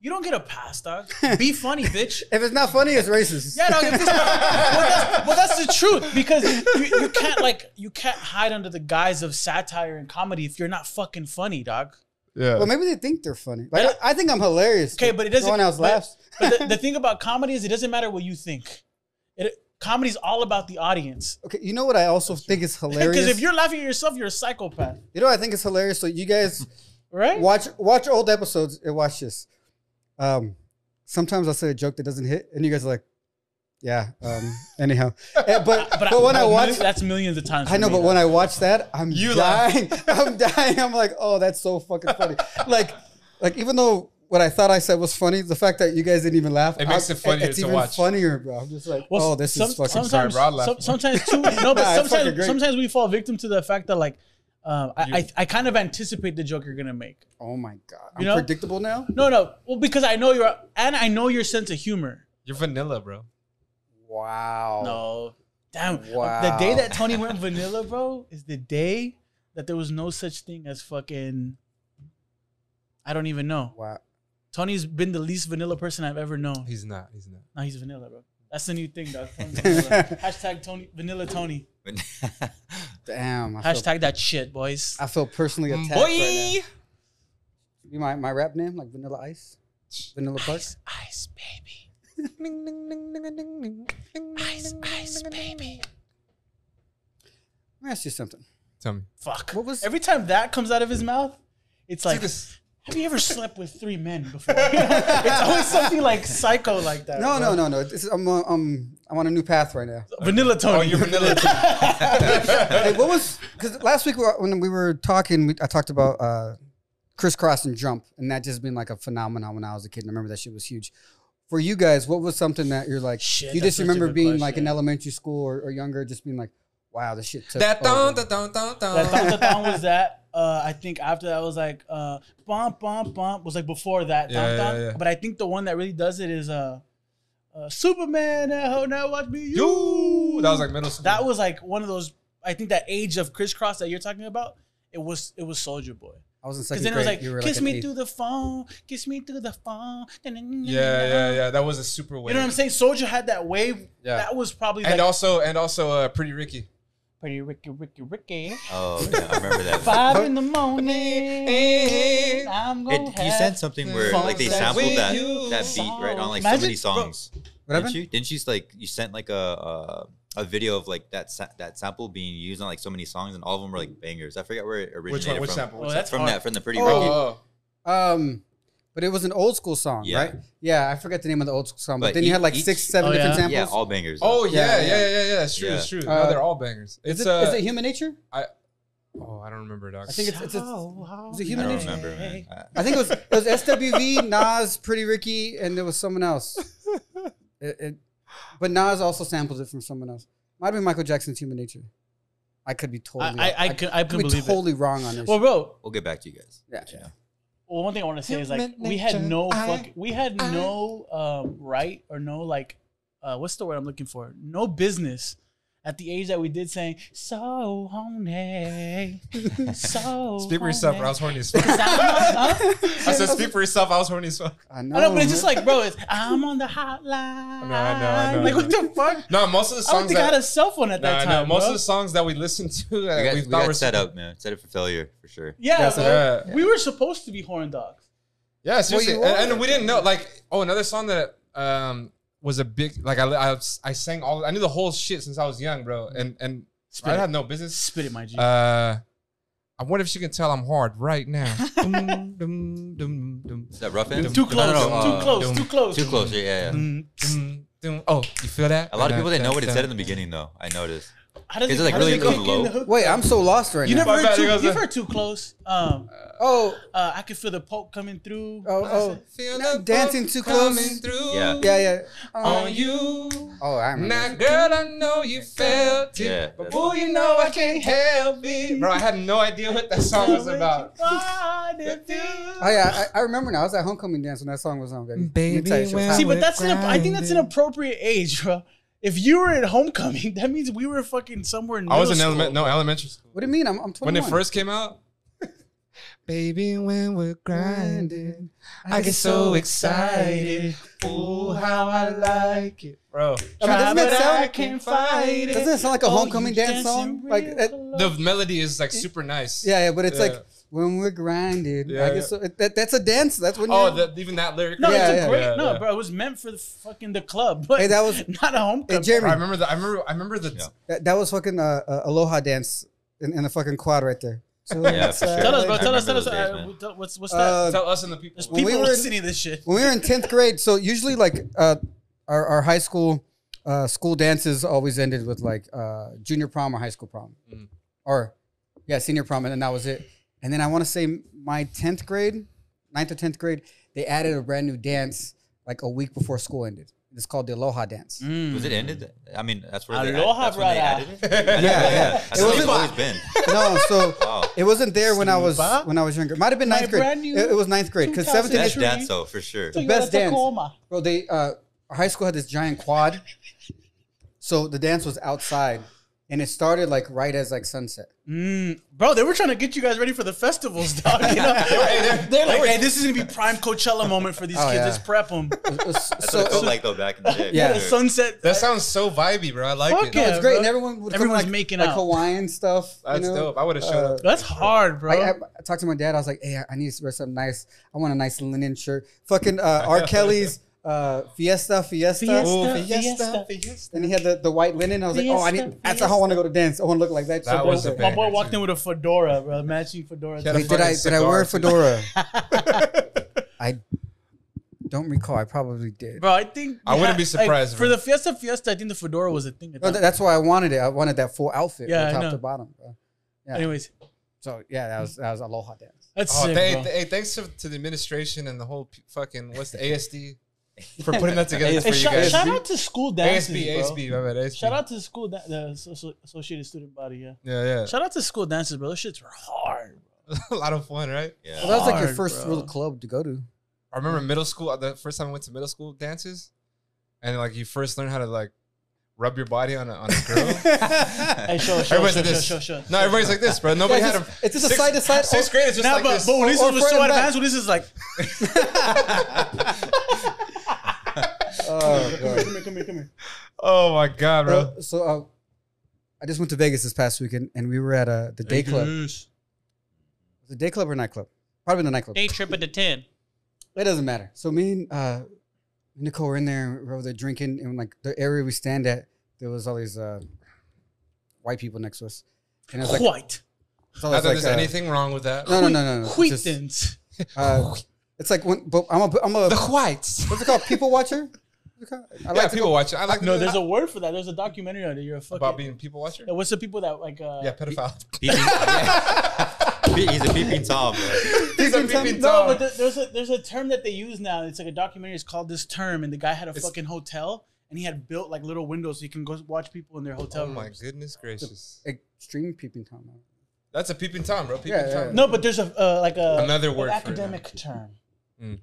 Speaker 1: you don't get a pass, dog. Be funny, bitch.
Speaker 3: if it's not funny, it's racist.
Speaker 1: Yeah, dog. If it's not, well, that's, well, that's the truth because you, you can't like you can't hide under the guise of satire and comedy if you're not fucking funny, dog.
Speaker 2: Yeah.
Speaker 3: Well, maybe they think they're funny. Like
Speaker 1: Yeah.
Speaker 3: I I think I'm hilarious.
Speaker 1: Okay, but it doesn't.
Speaker 3: No one else
Speaker 1: but-
Speaker 3: laughs.
Speaker 1: But the, the thing about comedy is it doesn't matter what you think. It comedy's all about the audience.
Speaker 3: Okay, you know what I also think is hilarious.
Speaker 1: Because if you're laughing at yourself, you're a psychopath,
Speaker 3: you know, what I think it's hilarious. So you guys
Speaker 1: right?
Speaker 3: watch watch old episodes and watch this. Um, sometimes I'll say a joke that doesn't hit, and you guys are like, "Yeah." Um, anyhow, Eh, but but, when I
Speaker 1: mil-
Speaker 3: watch,
Speaker 1: that's millions of times.
Speaker 3: I
Speaker 1: for
Speaker 3: know,
Speaker 1: me,
Speaker 3: but
Speaker 1: dog.
Speaker 3: when I watch that, I'm
Speaker 2: You laugh.
Speaker 3: dying. I'm dying. I'm like, "Oh, that's so fucking funny." like, like even though what I thought I said was funny, the fact that you guys didn't even laugh,
Speaker 2: It makes
Speaker 3: I-
Speaker 2: it funnier
Speaker 3: It's
Speaker 2: to
Speaker 3: even
Speaker 2: watch.
Speaker 3: funnier, bro. I'm just like,
Speaker 1: Well,
Speaker 3: "Oh, this
Speaker 1: some-
Speaker 3: is fucking."
Speaker 1: sometimes,
Speaker 2: Sorry, bro, I laugh.
Speaker 1: some- sometimes too. No,
Speaker 3: Nah,
Speaker 1: but
Speaker 3: it's fucking
Speaker 1: sometimes,
Speaker 3: great.
Speaker 1: sometimes we fall victim to the fact that like, um, I,
Speaker 2: You-
Speaker 1: I I kind of anticipate the joke you're gonna make.
Speaker 3: oh my god, I'm
Speaker 1: You know?
Speaker 3: predictable now.
Speaker 1: No, no, well because I know your and I know your sense of humor.
Speaker 2: You're vanilla, bro.
Speaker 3: Wow.
Speaker 1: No, damn.
Speaker 3: Wow.
Speaker 1: The day that Tony went vanilla, bro, is the day that there was no such thing as fucking. I don't even know.
Speaker 3: Wow.
Speaker 1: Tony's been the least vanilla person I've ever known.
Speaker 2: He's not. He's not.
Speaker 1: Now he's vanilla, bro. That's the new thing, dog. Tony's vanilla. Hashtag Tony Vanilla Tony.
Speaker 3: Damn. I feel-
Speaker 1: Hashtag that shit, boys.
Speaker 3: I feel personally attacked
Speaker 2: Boy.
Speaker 3: right now. You my, my rap name, like Vanilla Ice? Vanilla Park?
Speaker 1: Ice, ice, baby.
Speaker 2: Ice, ice, baby.
Speaker 3: Let me ask you something.
Speaker 2: Tell me.
Speaker 1: Fuck.
Speaker 3: What was-
Speaker 1: Every time that comes out of his mouth, it's like,
Speaker 2: Take this.
Speaker 1: have you ever slept with three men before? it's always something like psycho like that.
Speaker 3: No,
Speaker 1: bro.
Speaker 3: no, no, no. This is, I'm, uh, um, I'm on a new path right now.
Speaker 1: Vanilla Tony.
Speaker 2: Oh, you're vanilla.
Speaker 3: hey, what was, because last week we were- when we were talking, we, I talked about uh, crisscross and jump, and that just being like a phenomenon when I was a kid. And I remember that shit was huge. For you guys, what was something that you're like,
Speaker 1: Shit,
Speaker 3: you
Speaker 1: that's
Speaker 3: just
Speaker 1: such a
Speaker 3: remember
Speaker 1: good
Speaker 3: being like
Speaker 1: question.
Speaker 3: in elementary school or, or younger, just being like, wow, this shit took
Speaker 2: That dun,
Speaker 3: over.
Speaker 2: dun, dun, dun,
Speaker 1: That
Speaker 2: dun.
Speaker 1: thong, the thong was that. Uh, I think after that was like uh, bump bump bump was like before that.
Speaker 2: Yeah,
Speaker 1: thong,
Speaker 2: yeah,
Speaker 1: thong.
Speaker 2: yeah.
Speaker 1: But I think the one that really does it is uh, uh Superman. eh, ho, now watch me.
Speaker 2: You. That was like middle school.
Speaker 1: that was like one of those. I think that age of crisscross that you're talking about. It was it was Soldier Boy.
Speaker 3: I was in
Speaker 1: Because
Speaker 3: second
Speaker 1: then it
Speaker 3: grade.
Speaker 1: was like,
Speaker 3: you were
Speaker 1: kiss
Speaker 3: like an
Speaker 1: me
Speaker 3: eighth.
Speaker 1: through the phone, kiss me through the phone.
Speaker 2: Yeah, yeah, yeah. That was a super wave.
Speaker 1: You know what I'm saying? Soldier had that wave.
Speaker 2: Yeah.
Speaker 1: That was probably
Speaker 2: And
Speaker 1: like
Speaker 2: also, and also, uh, Pretty Ricky.
Speaker 1: pretty Ricky, Ricky, Ricky.
Speaker 4: oh, yeah, I remember that.
Speaker 1: Five in the morning. I'm
Speaker 4: It,
Speaker 1: gonna
Speaker 4: you
Speaker 1: have-
Speaker 4: said something where like they
Speaker 1: Fun
Speaker 4: sampled
Speaker 2: with
Speaker 4: that
Speaker 2: you.
Speaker 4: that beat right on like so
Speaker 1: Imagine-
Speaker 4: many songs.
Speaker 3: What happened?
Speaker 4: Didn't you? Didn't you like you sent like a uh, a video of like that sa- that sample being used on like so many songs, and all of them were like bangers. I forget where it
Speaker 2: Which one?
Speaker 4: originated
Speaker 2: Which
Speaker 4: from.
Speaker 2: sample?
Speaker 1: Oh, that's
Speaker 4: From
Speaker 1: hard.
Speaker 4: that, from the Pretty
Speaker 3: Oh.
Speaker 4: Ricky.
Speaker 2: Oh,
Speaker 3: Um, but it was an old school song,
Speaker 4: Yeah.
Speaker 3: right? Yeah, I forget the name of the old school song, but,
Speaker 4: But
Speaker 3: then you
Speaker 4: e-
Speaker 3: had like
Speaker 4: each-
Speaker 3: six, seven
Speaker 1: Oh,
Speaker 3: different
Speaker 1: yeah.
Speaker 3: samples.
Speaker 4: Yeah, all bangers. though.
Speaker 2: oh yeah,
Speaker 3: Yeah,
Speaker 2: yeah, yeah, yeah, yeah. That's true.
Speaker 4: Yeah.
Speaker 2: That's true.
Speaker 3: Uh,
Speaker 2: no, they're all bangers.
Speaker 3: is,
Speaker 2: It's
Speaker 3: it,
Speaker 2: uh,
Speaker 3: is it Human Nature?
Speaker 2: oh, I don't remember, doc.
Speaker 3: I think it's it's, it's
Speaker 1: Is
Speaker 3: it
Speaker 4: I
Speaker 3: human
Speaker 4: don't
Speaker 3: nature?
Speaker 4: remember, man. Uh,
Speaker 3: I think it was it was SWV, Nas, Pretty Ricky, and there was someone else. It, it, but Nas also sampled it from someone else. Might have been Michael Jackson's Human Nature. I could be totally.
Speaker 1: I, I, I, can, I
Speaker 3: could
Speaker 1: couldn't
Speaker 3: be
Speaker 1: believe
Speaker 3: totally wrong on
Speaker 1: it.
Speaker 3: this.
Speaker 1: Well, bro,
Speaker 4: we'll get back to you guys.
Speaker 3: yeah.
Speaker 4: Yeah.
Speaker 1: well, one thing I want to say is like
Speaker 2: Human
Speaker 1: we had
Speaker 2: nature.
Speaker 1: no
Speaker 2: I-
Speaker 1: fuck, we had
Speaker 2: I-
Speaker 1: no um, right or no like, uh, what's the word I'm looking for? No business at the age that we did saying so horny, so.
Speaker 2: Speak for yourself.
Speaker 1: horny."
Speaker 2: Bro. I was horny as fuck.
Speaker 1: Huh?
Speaker 2: I said, speak for yourself. I was horny as fuck.
Speaker 3: I know.
Speaker 1: I know, but it's
Speaker 3: man.
Speaker 1: just like, bro, it's I'm on the hotline.
Speaker 2: know, I know.
Speaker 1: Like, what the fuck?
Speaker 2: No, most of the
Speaker 1: I don't
Speaker 2: songs
Speaker 1: think I
Speaker 2: that
Speaker 1: had a cell phone at
Speaker 2: Nah,
Speaker 1: that
Speaker 2: nah,
Speaker 1: time.
Speaker 2: most
Speaker 1: bro.
Speaker 2: of the songs that we listened to, uh,
Speaker 4: We got,
Speaker 2: we
Speaker 4: we
Speaker 2: thought
Speaker 4: got
Speaker 2: were
Speaker 4: set up, man. Set up for failure for sure.
Speaker 1: yeah,
Speaker 3: Yes,
Speaker 1: bro.
Speaker 2: yeah.
Speaker 1: we were supposed to be horn dogs.
Speaker 2: Yeah, seriously,
Speaker 3: you
Speaker 2: and,
Speaker 3: are.
Speaker 2: and we didn't know. Like, oh, another song that um was a big like I I, I sang all I knew the whole shit since I was young, bro, and and
Speaker 1: Spit
Speaker 2: I
Speaker 1: it.
Speaker 2: had no business.
Speaker 1: Spit it, my G.
Speaker 2: Uh, I wonder if she can tell I'm hard right now. Dum, dum, dum, dum,
Speaker 4: Is that rough end?
Speaker 1: too
Speaker 4: No,
Speaker 1: close.
Speaker 4: no, no, uh,
Speaker 1: too close.
Speaker 2: dum,
Speaker 1: Too close. Mm.
Speaker 4: Too close. Yeah, yeah. yeah.
Speaker 2: dum, dum, dum. Oh, you feel that?
Speaker 4: A lot of people didn't know what it said in the beginning, though. I noticed.
Speaker 1: How does
Speaker 4: Is
Speaker 1: it
Speaker 4: it, like,
Speaker 1: how does
Speaker 4: really
Speaker 1: it kick
Speaker 4: low?
Speaker 1: in the hook?
Speaker 3: Wait, I'm so lost right
Speaker 1: You
Speaker 3: now.
Speaker 1: never
Speaker 2: My
Speaker 1: heard
Speaker 2: bad,
Speaker 1: too.
Speaker 2: it goes
Speaker 1: You've
Speaker 2: there.
Speaker 1: heard too close. Um,
Speaker 3: oh,
Speaker 1: uh, I can feel the poke coming through.
Speaker 3: oh, oh.
Speaker 2: Feel
Speaker 3: Now
Speaker 2: the
Speaker 3: dancing
Speaker 2: bump
Speaker 3: too
Speaker 2: coming
Speaker 3: close.
Speaker 2: through
Speaker 4: Yeah.
Speaker 3: Yeah, yeah.
Speaker 2: on
Speaker 3: Oh,
Speaker 2: you.
Speaker 3: oh I remember.
Speaker 2: Now, girl, I know you felt it,
Speaker 4: Yeah,
Speaker 2: but
Speaker 4: that's-
Speaker 2: boy, you know I can't help it. Bro, I had no idea what that song was about.
Speaker 3: Oh yeah, I, I remember now. I was at homecoming dance when that song was on. Baby, Let me
Speaker 2: Baby,
Speaker 3: tell you something.
Speaker 2: when-
Speaker 1: See,
Speaker 2: I
Speaker 1: but
Speaker 2: would
Speaker 1: that's an, I think that's an
Speaker 2: grind it.
Speaker 1: appropriate age, bro. If you were at homecoming, that means we were fucking somewhere. In
Speaker 2: I was in
Speaker 1: middle
Speaker 2: element,
Speaker 1: school.
Speaker 2: no elementary school
Speaker 3: what do you mean? I'm, I'm 21.
Speaker 2: when it first came out. Baby, when we're
Speaker 3: grinding,
Speaker 2: I get so excited. Oh, how I like it, bro.
Speaker 3: I mean, doesn't
Speaker 1: Try,
Speaker 3: that
Speaker 1: but
Speaker 3: sound-
Speaker 1: I can't fight it.
Speaker 3: Doesn't it sound like a
Speaker 1: Oh, you
Speaker 3: homecoming dance
Speaker 1: dancing
Speaker 3: song?
Speaker 1: real
Speaker 3: Like, that-
Speaker 1: close.
Speaker 2: The melody is like super nice.
Speaker 3: yeah, yeah, but it's
Speaker 2: Yeah.
Speaker 3: like when we're grinded.
Speaker 2: Yeah,
Speaker 3: I guess so, that, that's a dance. That's when.
Speaker 2: Oh,
Speaker 3: you're-
Speaker 2: the, even that lyric.
Speaker 1: No,
Speaker 3: Yeah,
Speaker 1: it's a
Speaker 3: yeah.
Speaker 1: great
Speaker 2: Yeah,
Speaker 1: no,
Speaker 2: yeah.
Speaker 1: bro. It was meant for the fucking the club, but
Speaker 3: Hey, that was-
Speaker 1: not a
Speaker 3: Hey,
Speaker 1: homecoming.
Speaker 3: Jeremy,
Speaker 2: I remember the. I remember. I remember the.
Speaker 4: Yeah.
Speaker 3: that, that was fucking uh, uh, Aloha dance in, in the fucking quad right there. So uh,
Speaker 4: Yeah, for
Speaker 3: excited.
Speaker 4: sure.
Speaker 1: Tell us, bro.
Speaker 4: I
Speaker 1: Tell us, tell
Speaker 4: remember
Speaker 1: us.
Speaker 4: those days,
Speaker 1: uh,
Speaker 4: man.
Speaker 1: what- tell- What's what's that?
Speaker 3: Uh,
Speaker 2: Tell us and the people.
Speaker 1: There's
Speaker 3: when we
Speaker 1: people
Speaker 3: were in-
Speaker 1: listening to this shit.
Speaker 3: when we were in tenth grade, so usually like uh, our our high school uh, school dances always ended with like uh, junior prom or high school prom,
Speaker 2: Mm.
Speaker 3: or yeah, senior prom, and then that was it. And then I want to say my tenth grade, 9th or tenth grade, they added a brand new dance like a week before school ended. It's called the Aloha dance.
Speaker 1: Mm.
Speaker 4: Was it ended? I mean, that's where they,
Speaker 1: Aloha,
Speaker 4: that's when
Speaker 1: brother.
Speaker 4: they added it. I didn't
Speaker 3: Yeah,
Speaker 4: know
Speaker 3: yeah.
Speaker 4: that.
Speaker 3: It
Speaker 4: I thought
Speaker 3: wasn't-
Speaker 4: it's always been.
Speaker 3: No, so
Speaker 4: Wow.
Speaker 3: it wasn't there when I was
Speaker 1: Slipa?
Speaker 3: when I was younger. It might have been
Speaker 1: My
Speaker 3: ninth grade.
Speaker 1: brand new
Speaker 3: It, it was ninth grade because seventh and
Speaker 4: That's
Speaker 3: eighth.
Speaker 1: Century.
Speaker 4: dance though, for sure.
Speaker 1: Toyota
Speaker 3: best dance.
Speaker 1: Tacoma.
Speaker 3: Bro, they uh, our high school had this giant quad, so the dance was outside, and it started like right as like sunset.
Speaker 1: Mm, bro, they were trying to get you guys ready for the festivals, dog. You know? they're, like, hey, this is gonna be prime Coachella moment for these
Speaker 3: Oh,
Speaker 1: kids.
Speaker 3: yeah.
Speaker 1: Let's prep them.
Speaker 3: It was-
Speaker 4: That's
Speaker 3: so
Speaker 4: what it felt like though back in the day.
Speaker 3: Yeah.
Speaker 1: The sunset.
Speaker 2: That sounds so vibey, bro. I like
Speaker 1: Fuck
Speaker 2: it.
Speaker 1: yeah.
Speaker 3: it's great,
Speaker 1: bro.
Speaker 3: and everyone would come in,
Speaker 1: Everyone's
Speaker 3: like,
Speaker 1: making
Speaker 3: like
Speaker 1: out.
Speaker 3: Hawaiian stuff. you
Speaker 2: That's
Speaker 3: know?
Speaker 2: dope. I would have showed
Speaker 3: Uh,
Speaker 2: up.
Speaker 1: That's hard, bro.
Speaker 3: I, I, I talked to my dad. I was like, "Hey, I need to wear something nice. I want a nice linen shirt. Fucking uh, R. Kelly's uh, Fiesta, Fiesta,
Speaker 1: Fiesta,
Speaker 2: Ooh,
Speaker 1: Fiesta.
Speaker 3: and he had the, the white linen. I was like, "Oh, I
Speaker 1: Fiesta,
Speaker 3: need. That's how I want to go to dance. I want to look like that."
Speaker 2: That
Speaker 3: shit
Speaker 2: was
Speaker 3: right
Speaker 2: a
Speaker 3: there.
Speaker 1: My
Speaker 2: banger,
Speaker 1: boy walked
Speaker 2: too.
Speaker 1: in with a fedora, bro. Matching fedora.
Speaker 2: Yeah,
Speaker 1: too.
Speaker 3: Wait, did I did I wear a
Speaker 2: cigar,
Speaker 3: fedora? I don't recall. I probably did.
Speaker 1: Bro, I think
Speaker 2: I wouldn't be
Speaker 1: like,
Speaker 2: surprised,
Speaker 1: for
Speaker 2: bro.
Speaker 1: the Fiesta Fiesta. I think the fedora was a thing. At
Speaker 3: No,
Speaker 1: that
Speaker 3: th- that's why I wanted it. I wanted that full outfit,
Speaker 1: Yeah, I
Speaker 3: from top
Speaker 1: know.
Speaker 3: to bottom. Bro. yeah.
Speaker 1: Anyways,
Speaker 3: So yeah, that was that was Aloha dance.
Speaker 1: that's
Speaker 2: Oh,
Speaker 1: sick,
Speaker 2: th-
Speaker 1: bro.
Speaker 2: hey, thanks to, to the administration and the whole p- fucking what's the ASD for putting that together for
Speaker 1: Hey,
Speaker 2: you
Speaker 1: shout,
Speaker 2: guys.
Speaker 1: shout out to school dances,
Speaker 2: ASB,
Speaker 1: bro.
Speaker 2: ASB, my bad, ASB.
Speaker 1: Shout out to the school, da- the asso- Associated Student Body. Yeah.
Speaker 2: Yeah,
Speaker 1: Shout out to school dances, bro. Those shits were hard.
Speaker 2: yeah, a lot of fun, right?
Speaker 4: Yeah.
Speaker 3: Well, that was like your
Speaker 1: Hard,
Speaker 3: first
Speaker 1: bro.
Speaker 3: real club to go to.
Speaker 2: I remember
Speaker 1: Mm.
Speaker 2: middle school. uh, The first time I went to middle school dances, and like you first learn how to like rub your body on a, on a girl.
Speaker 1: Hey, show, show,
Speaker 2: Everybody's
Speaker 1: show, show,
Speaker 2: like this.
Speaker 1: show, show.
Speaker 2: No, everybody's like this, bro. Nobody
Speaker 3: Yeah, it's
Speaker 2: had a
Speaker 3: just- it's just a side to side-
Speaker 2: Sixth grade is just
Speaker 1: Nah,
Speaker 2: like
Speaker 1: but,
Speaker 2: this.
Speaker 1: but when this
Speaker 3: Or- or
Speaker 1: was
Speaker 3: front
Speaker 1: so
Speaker 3: and back.
Speaker 1: advanced, when this is like,
Speaker 3: Oh, God.
Speaker 1: come here, come here, come here.
Speaker 2: oh my god, bro.
Speaker 3: Bro, so uh, I just went to Vegas this past weekend, and we were at a the
Speaker 1: Mm-hmm.
Speaker 3: day club. Was it day club or nightclub? Probably the nightclub.
Speaker 1: Day trip at the 10.
Speaker 3: It doesn't matter. So me and uh, Nicole were in there, and we were over there drinking, and like the area we stand at, the- there was all these uh, white people next to us, and it was like,
Speaker 1: White.
Speaker 3: it's all
Speaker 2: Not that
Speaker 3: this, like
Speaker 2: there's
Speaker 3: uh,
Speaker 2: anything wrong with that.
Speaker 3: No, no, no, no, no. it's just,
Speaker 1: Wheatons.
Speaker 3: uh, it's like when, but I'm a, I'm a
Speaker 2: The whites.
Speaker 3: what's it called? People watcher. What's it called? I
Speaker 2: yeah,
Speaker 3: like to
Speaker 2: people watch it. I like
Speaker 1: No, there's a word for that. There's a documentary on it. You're a fucking.
Speaker 2: about being people watcher.
Speaker 1: Yeah, What's the people that like? Uh,
Speaker 2: Yeah, pedophile.
Speaker 4: Peeping, Pe- he's a peeping tom. Bro.
Speaker 2: He's a
Speaker 3: Peeping Tom.
Speaker 2: peeping
Speaker 1: No, but
Speaker 2: Tom.
Speaker 1: there- there's a there's a term that they use now. It's like a documentary. It's called this term, and the guy had a fucking hotel, and he had built like little windows so you can go watch people in their hotel
Speaker 2: Oh my
Speaker 1: rooms.
Speaker 2: goodness gracious.
Speaker 3: extreme peeping tom. though.
Speaker 2: That's a peeping tom, bro. Peeping
Speaker 3: Yeah, yeah.
Speaker 2: tom.
Speaker 1: No, but there's a uh, like a
Speaker 2: Another
Speaker 1: an
Speaker 2: word for it.
Speaker 1: academic term.
Speaker 2: Mm.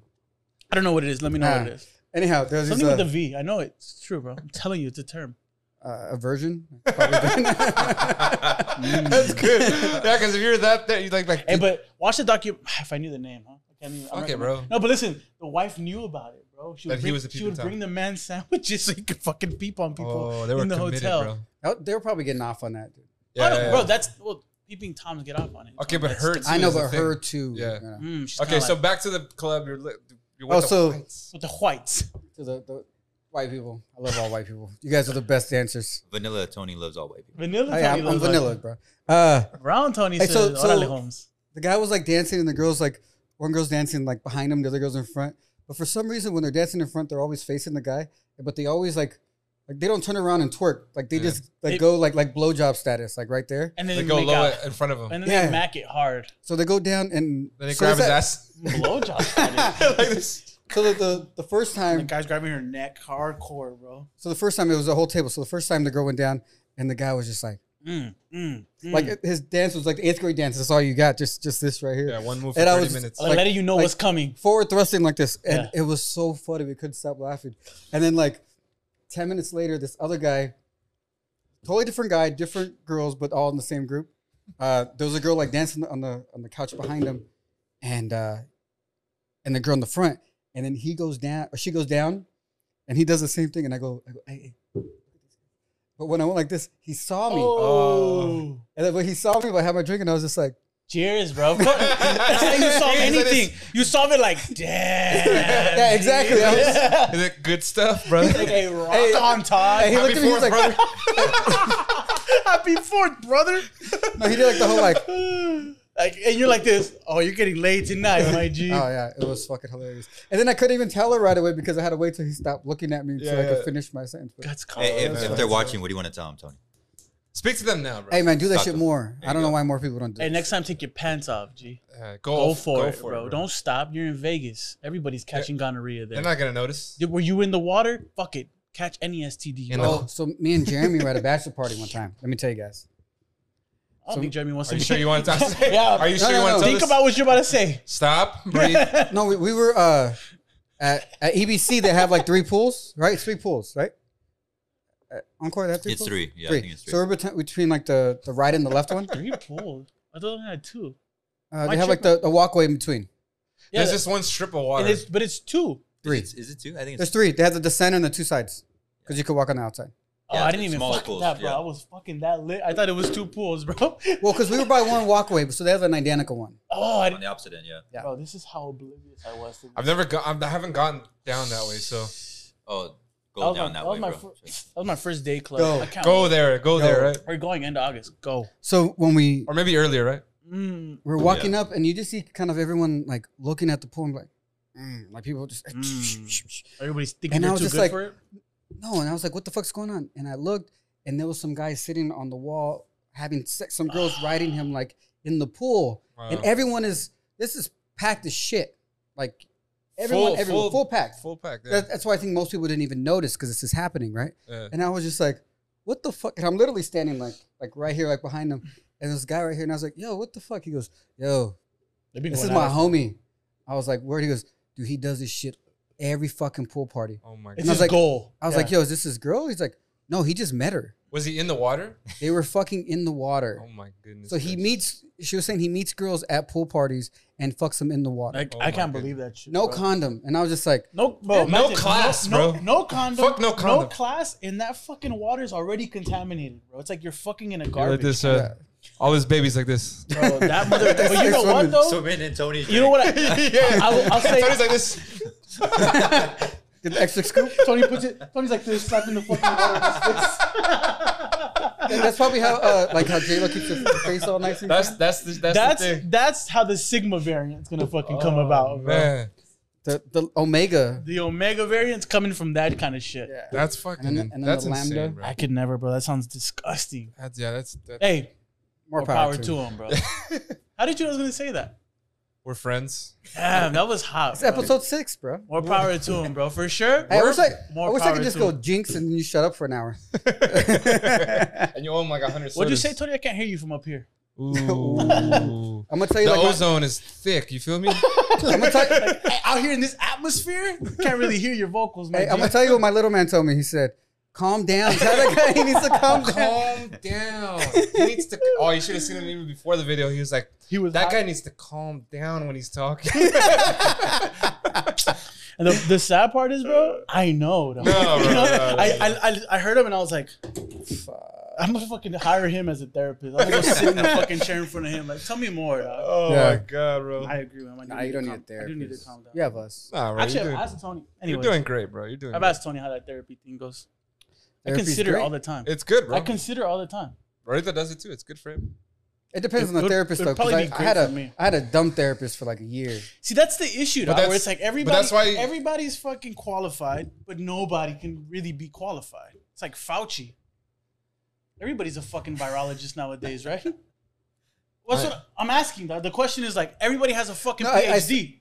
Speaker 1: I don't know what it is. Let me know what
Speaker 3: Ah,
Speaker 1: it is.
Speaker 3: Anyhow, there's uh,
Speaker 1: Something
Speaker 3: a,
Speaker 1: with a V. I know it. it's true, bro. I'm telling you, it's a term.
Speaker 3: uh, a version. Probably been-
Speaker 2: That's good. Yeah, because if you're that, that you like like.
Speaker 1: Hey, but watch the docu. If I knew the name, huh? I can't even- I'm not
Speaker 2: Okay,
Speaker 1: gonna-
Speaker 2: bro.
Speaker 1: No, but listen, the wife knew about it, bro. She
Speaker 2: That
Speaker 1: would,
Speaker 2: he
Speaker 1: bring,
Speaker 2: was a
Speaker 1: she
Speaker 2: peeping
Speaker 1: would
Speaker 2: Tom.
Speaker 1: bring the man sandwiches so he could fucking peep on people
Speaker 2: oh, they were
Speaker 1: in the
Speaker 2: committed,
Speaker 1: hotel.
Speaker 2: bro.
Speaker 3: Oh, they were probably getting off on that. Dude.
Speaker 2: Yeah,
Speaker 1: oh, no,
Speaker 2: yeah,
Speaker 1: bro,
Speaker 2: yeah.
Speaker 1: that's well, peeping Tom's get off on it.
Speaker 2: Okay, but
Speaker 1: That's-
Speaker 2: her.
Speaker 3: I
Speaker 2: too
Speaker 3: know,
Speaker 2: is the
Speaker 3: but
Speaker 2: thing.
Speaker 3: her too.
Speaker 2: Yeah.
Speaker 3: you know.
Speaker 1: Mm, she's
Speaker 2: Okay,
Speaker 1: kinda
Speaker 2: so
Speaker 1: like-
Speaker 2: back to the club. You're, li- you're
Speaker 3: Oh,
Speaker 2: with the
Speaker 3: so-
Speaker 2: whites.
Speaker 1: with the whites.
Speaker 3: to the, the white people. I love all white people. You guys are the best dancers.
Speaker 4: Vanilla Tony loves all white people.
Speaker 1: Vanilla
Speaker 3: I,
Speaker 1: Tony.
Speaker 3: am Oh, I'm
Speaker 1: looks like
Speaker 3: vanilla, bro. Uh,
Speaker 1: it. Brown Tony
Speaker 3: Hey,
Speaker 1: says,
Speaker 3: so- so-
Speaker 1: "Órale, Holmes."
Speaker 3: the guy was like dancing, and the girls like one girl's dancing like behind him, the other girl's in front. But for some reason, when they're dancing in front, they're always facing the guy. But they always like like they don't turn around and twerk. Like they
Speaker 2: Yeah.
Speaker 3: just like
Speaker 1: It-
Speaker 3: go like like blowjob status, like right there.
Speaker 1: And then
Speaker 2: They
Speaker 1: they,
Speaker 2: go
Speaker 1: make
Speaker 2: low
Speaker 1: out.
Speaker 2: in front of him.
Speaker 1: and then
Speaker 3: Yeah.
Speaker 1: they mac it hard.
Speaker 3: So they go down and
Speaker 2: Then they
Speaker 3: so
Speaker 2: grab
Speaker 3: is
Speaker 2: his
Speaker 3: that-
Speaker 2: ass.
Speaker 1: Blowjob.
Speaker 2: like this.
Speaker 3: So the, the the first
Speaker 1: the
Speaker 3: time,
Speaker 1: guy's grabbing her neck hardcore, bro.
Speaker 3: so the first time it was a whole table. So the first time the girl went down, and the guy was just like.
Speaker 1: Mm, mm, mm.
Speaker 3: Like his dance was like the eighth grade dance. That's all you got. Just just this right here.
Speaker 2: Yeah, one move for
Speaker 3: And I
Speaker 2: 30
Speaker 3: was-
Speaker 2: minutes.
Speaker 1: like,
Speaker 3: like-
Speaker 1: letting you know
Speaker 3: like-
Speaker 1: what's coming.
Speaker 3: forward thrusting like this, and
Speaker 1: Yeah.
Speaker 3: it was so funny. We couldn't stop laughing. And then like ten minutes later, this other guy, totally different guy, different girls, but all in the same group. Uh, there was a girl like dancing on the on the couch behind him, and uh, and the girl in the front. And then he goes down, or she goes down, and he does the same thing. And I go, I go hey, hey. But when I went like this, he saw me.
Speaker 1: Oh.
Speaker 3: And then when he saw me, but I had my drink, and I was just like,
Speaker 1: Cheers, bro. That's how you solve
Speaker 2: Cheers, that is-
Speaker 1: anything. You solve it like, damn.
Speaker 3: Yeah, exactly. I was-
Speaker 1: Yeah.
Speaker 2: Is it good stuff, brother?
Speaker 1: Like a rock
Speaker 3: Hey,
Speaker 1: on, Todd.
Speaker 3: hey, he looked
Speaker 2: Happy
Speaker 3: at me, he
Speaker 2: fourth,
Speaker 3: was like,
Speaker 2: brother.
Speaker 1: Happy fourth, brother.
Speaker 3: no, he did like the whole like,
Speaker 1: like, and you're like this. Oh, you're getting laid tonight, my G.
Speaker 3: Oh yeah, it was fucking hilarious. And then I couldn't even tell her right away because I had to wait till he stopped looking at me so
Speaker 2: Yeah,
Speaker 3: I
Speaker 2: yeah.
Speaker 3: could finish my sentence. But,
Speaker 1: Oh, That's cold.
Speaker 4: Hey, if,
Speaker 2: that's
Speaker 4: if
Speaker 2: right.
Speaker 4: they're watching, what do you want to tell them, Tony?
Speaker 2: Speak to them now, bro.
Speaker 3: hey man, do that
Speaker 4: Stop
Speaker 3: shit
Speaker 4: them.
Speaker 3: more.
Speaker 4: There
Speaker 3: I don't
Speaker 4: you
Speaker 3: know
Speaker 4: go.
Speaker 3: why more people don't do.
Speaker 1: Hey,
Speaker 3: it.
Speaker 1: next time take your pants off, G.
Speaker 2: Yeah, go,
Speaker 1: Go
Speaker 2: off-
Speaker 1: for
Speaker 2: go
Speaker 1: it, bro. Don't stop. You're in Vegas. Everybody's catching gonorrhea there.
Speaker 2: They're not gonna notice.
Speaker 1: Did- Were you in the water? Fuck it. Catch any STD.
Speaker 2: You
Speaker 1: bro.
Speaker 2: know.
Speaker 3: Oh, so me and Jeremy were at a bachelor party one time. Let me tell you guys.
Speaker 1: I don't think Jeremy wants
Speaker 2: Are
Speaker 1: to.
Speaker 2: you sure you want to talk?
Speaker 1: Yeah.
Speaker 2: Are you sure
Speaker 3: No,
Speaker 2: you
Speaker 3: no,
Speaker 2: want
Speaker 3: no.
Speaker 2: to tell
Speaker 1: Think
Speaker 2: this?
Speaker 1: about what you're about to say.
Speaker 2: Stop. Breathe.
Speaker 3: No, we, we were uh, at, at EBC. They have like three pools, right? Three pools, right? At Encore, they have three.
Speaker 4: It's
Speaker 3: pools?
Speaker 4: three. Yeah, I think it's three.
Speaker 3: So we're between, between like the the right and the left one.
Speaker 1: Three pools. I thought I had two.
Speaker 3: Uh,
Speaker 1: My
Speaker 3: they have like the, the walkway in between.
Speaker 1: Yeah,
Speaker 2: There's just one strip of water.
Speaker 1: and it's, but it's two.
Speaker 3: Three.
Speaker 4: Is it, is it two? I think
Speaker 3: There's
Speaker 4: it's
Speaker 3: three. They have the descent and the two sides because you could walk on the outside.
Speaker 1: Oh,
Speaker 4: Yeah,
Speaker 1: I didn't even
Speaker 4: smaller
Speaker 1: fuck with
Speaker 4: pools,
Speaker 1: that, bro.
Speaker 4: yeah.
Speaker 1: I was fucking that lit. I thought it was two pools, bro.
Speaker 3: Well, because we were by one walkway, so they have an identical one.
Speaker 1: Oh, I
Speaker 4: on
Speaker 1: didn't.
Speaker 4: the opposite end. Yeah.
Speaker 3: yeah.
Speaker 1: Bro, this is how oblivious I was. To this.
Speaker 2: I've never go- I'm- I haven't gotten down that way, so
Speaker 4: Oh,
Speaker 1: that
Speaker 4: go
Speaker 1: was
Speaker 4: down
Speaker 1: my,
Speaker 4: that
Speaker 1: that was
Speaker 4: way,
Speaker 1: my
Speaker 4: bro.
Speaker 1: fir- that was my first day club.
Speaker 3: Go.
Speaker 1: I can't
Speaker 2: go
Speaker 1: wait.
Speaker 2: there, go there,
Speaker 3: Yo.
Speaker 2: right?
Speaker 1: We're going end of August. Go.
Speaker 3: So when we
Speaker 2: Or maybe earlier, right?
Speaker 1: Mm.
Speaker 3: we're
Speaker 2: Oh,
Speaker 3: walking up, and you just see kind of everyone like looking at the pool, and like, mm, like people just
Speaker 1: Mm. Everybody's thinking
Speaker 3: And I
Speaker 1: you're
Speaker 3: was
Speaker 1: too
Speaker 3: just
Speaker 1: good
Speaker 3: like-
Speaker 1: for it.
Speaker 3: no, and I was like, what the fuck's going on? And I looked, and there was some guy sitting on the wall having sex. Some girls riding him like in the pool, and
Speaker 2: Wow.
Speaker 3: everyone is this is packed as shit, like everyone,
Speaker 2: Full-
Speaker 3: everyone,
Speaker 2: full-
Speaker 3: full, pack.
Speaker 2: Full pack. Yeah.
Speaker 3: That, that's why I think most people didn't even notice because this is happening, right?
Speaker 2: yeah.
Speaker 3: And I was just like, what the fuck? And I'm literally standing like like right here, like behind him. And this guy right here, and I was like, yo, what the fuck? He goes, yo,
Speaker 1: They've been
Speaker 3: this is
Speaker 1: going
Speaker 3: my
Speaker 1: at it.
Speaker 3: homie. I was like, where? He goes, dude, he does this shit every fucking pool party.
Speaker 2: Oh my
Speaker 1: It's
Speaker 3: And
Speaker 2: god.
Speaker 3: I was
Speaker 1: his
Speaker 3: like-
Speaker 1: goal.
Speaker 3: I was
Speaker 1: Yeah.
Speaker 3: like, yo, is this his girl? He's like, no, he just met her.
Speaker 2: Was he in the water?
Speaker 3: They were fucking in the water.
Speaker 2: Oh my goodness.
Speaker 3: So he
Speaker 2: gracious.
Speaker 3: meets, she was saying he meets girls at pool parties and fucks them in the water.
Speaker 1: Like,
Speaker 2: Oh
Speaker 1: I
Speaker 2: my
Speaker 1: can't
Speaker 2: goodness.
Speaker 1: believe that shit.
Speaker 3: no
Speaker 1: bro.
Speaker 3: condom. And I was just like,
Speaker 1: No, bro,
Speaker 2: Yeah, no
Speaker 1: imagine,
Speaker 2: class,
Speaker 1: no,
Speaker 2: bro.
Speaker 1: No, no condom.
Speaker 2: Fuck no condom.
Speaker 1: class, and that fucking water is already contaminated, bro. It's like you're fucking in a
Speaker 2: Yeah,
Speaker 1: garbage.
Speaker 2: like this, uh, all his babies like this.
Speaker 1: bro, that mother. but you know what though?
Speaker 4: So, man, and Tony.
Speaker 1: you know what? I,
Speaker 2: yeah.
Speaker 1: I will- I'll say-
Speaker 2: Tony's like this.
Speaker 3: Did the extra scoop?
Speaker 1: Tony puts it. Tony's like this, slapping the fucking water.
Speaker 3: And that's probably how, uh, like, how J Lo keeps her face all nice and
Speaker 5: That's
Speaker 3: clean.
Speaker 5: that's the, that's,
Speaker 1: That's
Speaker 5: the
Speaker 1: that's,
Speaker 5: thing.
Speaker 1: how the sigma variant's gonna fucking come
Speaker 5: Oh,
Speaker 1: about. Bro.
Speaker 2: Man,
Speaker 3: the the omega.
Speaker 1: The omega variant's coming from that kind of shit.
Speaker 3: Yeah.
Speaker 2: that's fucking.
Speaker 3: And then- and then
Speaker 2: that's
Speaker 3: the
Speaker 2: insane,
Speaker 3: lambda.
Speaker 2: bro.
Speaker 1: I could never, bro. That sounds disgusting.
Speaker 2: That's, yeah, that's, that's
Speaker 1: Hey,
Speaker 3: More
Speaker 1: more power, to him, bro. How did you know I was gonna say that?
Speaker 2: we're friends.
Speaker 1: Damn, that was hot.
Speaker 3: It's
Speaker 1: bro.
Speaker 3: episode six, bro.
Speaker 1: More power to him, bro, for sure.
Speaker 3: Hey, I wish I,
Speaker 1: More
Speaker 3: I wish I
Speaker 1: power
Speaker 3: could just
Speaker 1: to
Speaker 3: go
Speaker 1: him.
Speaker 3: jinx and then you shut up for an hour.
Speaker 2: and you owe him like a hundred.
Speaker 1: What'd you say,
Speaker 2: sodas.
Speaker 1: Tony? I can't hear you from up here.
Speaker 2: Ooh.
Speaker 3: I'm gonna tell you
Speaker 2: the
Speaker 3: like uh, my-
Speaker 2: ozone is thick. You feel me?
Speaker 3: I'm gonna tell you,
Speaker 1: Hey, out here in this atmosphere, can't really hear your vocals, man.
Speaker 3: hey, I'm gonna tell you what my little man told me. He said, "Calm down, tell that guy he needs to calm down."
Speaker 2: calm down. He needs to. Oh, you should have seen him even before the video. He was like,
Speaker 1: He was
Speaker 2: that
Speaker 1: hot.
Speaker 2: guy needs to calm down when he's talking.
Speaker 1: Oh And the, the sad part is, bro, I know. Though.
Speaker 2: No,
Speaker 1: You
Speaker 2: bro,
Speaker 1: know,
Speaker 2: no, no,
Speaker 1: I,
Speaker 2: no.
Speaker 1: I, I, I heard him and I was like, I'm gonna fucking hire him as a therapist. I'm gonna go sit in the fucking chair in front of him. Like, tell me more. Dog.
Speaker 2: oh
Speaker 3: Yeah.
Speaker 2: my god, bro.
Speaker 1: I agree with him. I do
Speaker 3: Nah, you don't need a
Speaker 1: calm- I do need to
Speaker 3: therapist.
Speaker 1: calm down.
Speaker 3: You have us.
Speaker 2: Nah, bro,
Speaker 1: Actually,
Speaker 2: you're,
Speaker 1: I've
Speaker 2: doing,
Speaker 1: asked Tony.
Speaker 2: you're
Speaker 1: Anyway,
Speaker 2: doing great, bro. You're doing.
Speaker 1: I've
Speaker 2: great.
Speaker 1: asked Tony how that therapy thing goes. I
Speaker 3: Therapy's
Speaker 1: consider it
Speaker 3: great.
Speaker 1: all the time.
Speaker 2: It's good, bro.
Speaker 1: I consider it all the time.
Speaker 2: Rita does it too. It's good for him.
Speaker 3: It
Speaker 1: It
Speaker 3: depends on the
Speaker 1: would-
Speaker 3: therapist
Speaker 1: it'd
Speaker 3: though. 'cause
Speaker 1: probably
Speaker 3: I,
Speaker 1: be
Speaker 3: I
Speaker 1: great
Speaker 3: had a I
Speaker 1: for me.
Speaker 3: had a dumb therapist for like a year.
Speaker 1: See, that's the issue, dog, where
Speaker 2: that's-
Speaker 1: it's like
Speaker 2: but
Speaker 1: everybody,
Speaker 2: that's why-
Speaker 1: everybody's fucking qualified, but nobody can really be qualified. It's like Fauci. Everybody's a fucking virologist nowadays, right? What's what I'm asking? Dog. The question is like everybody has a fucking
Speaker 3: No, I- I
Speaker 1: PhD.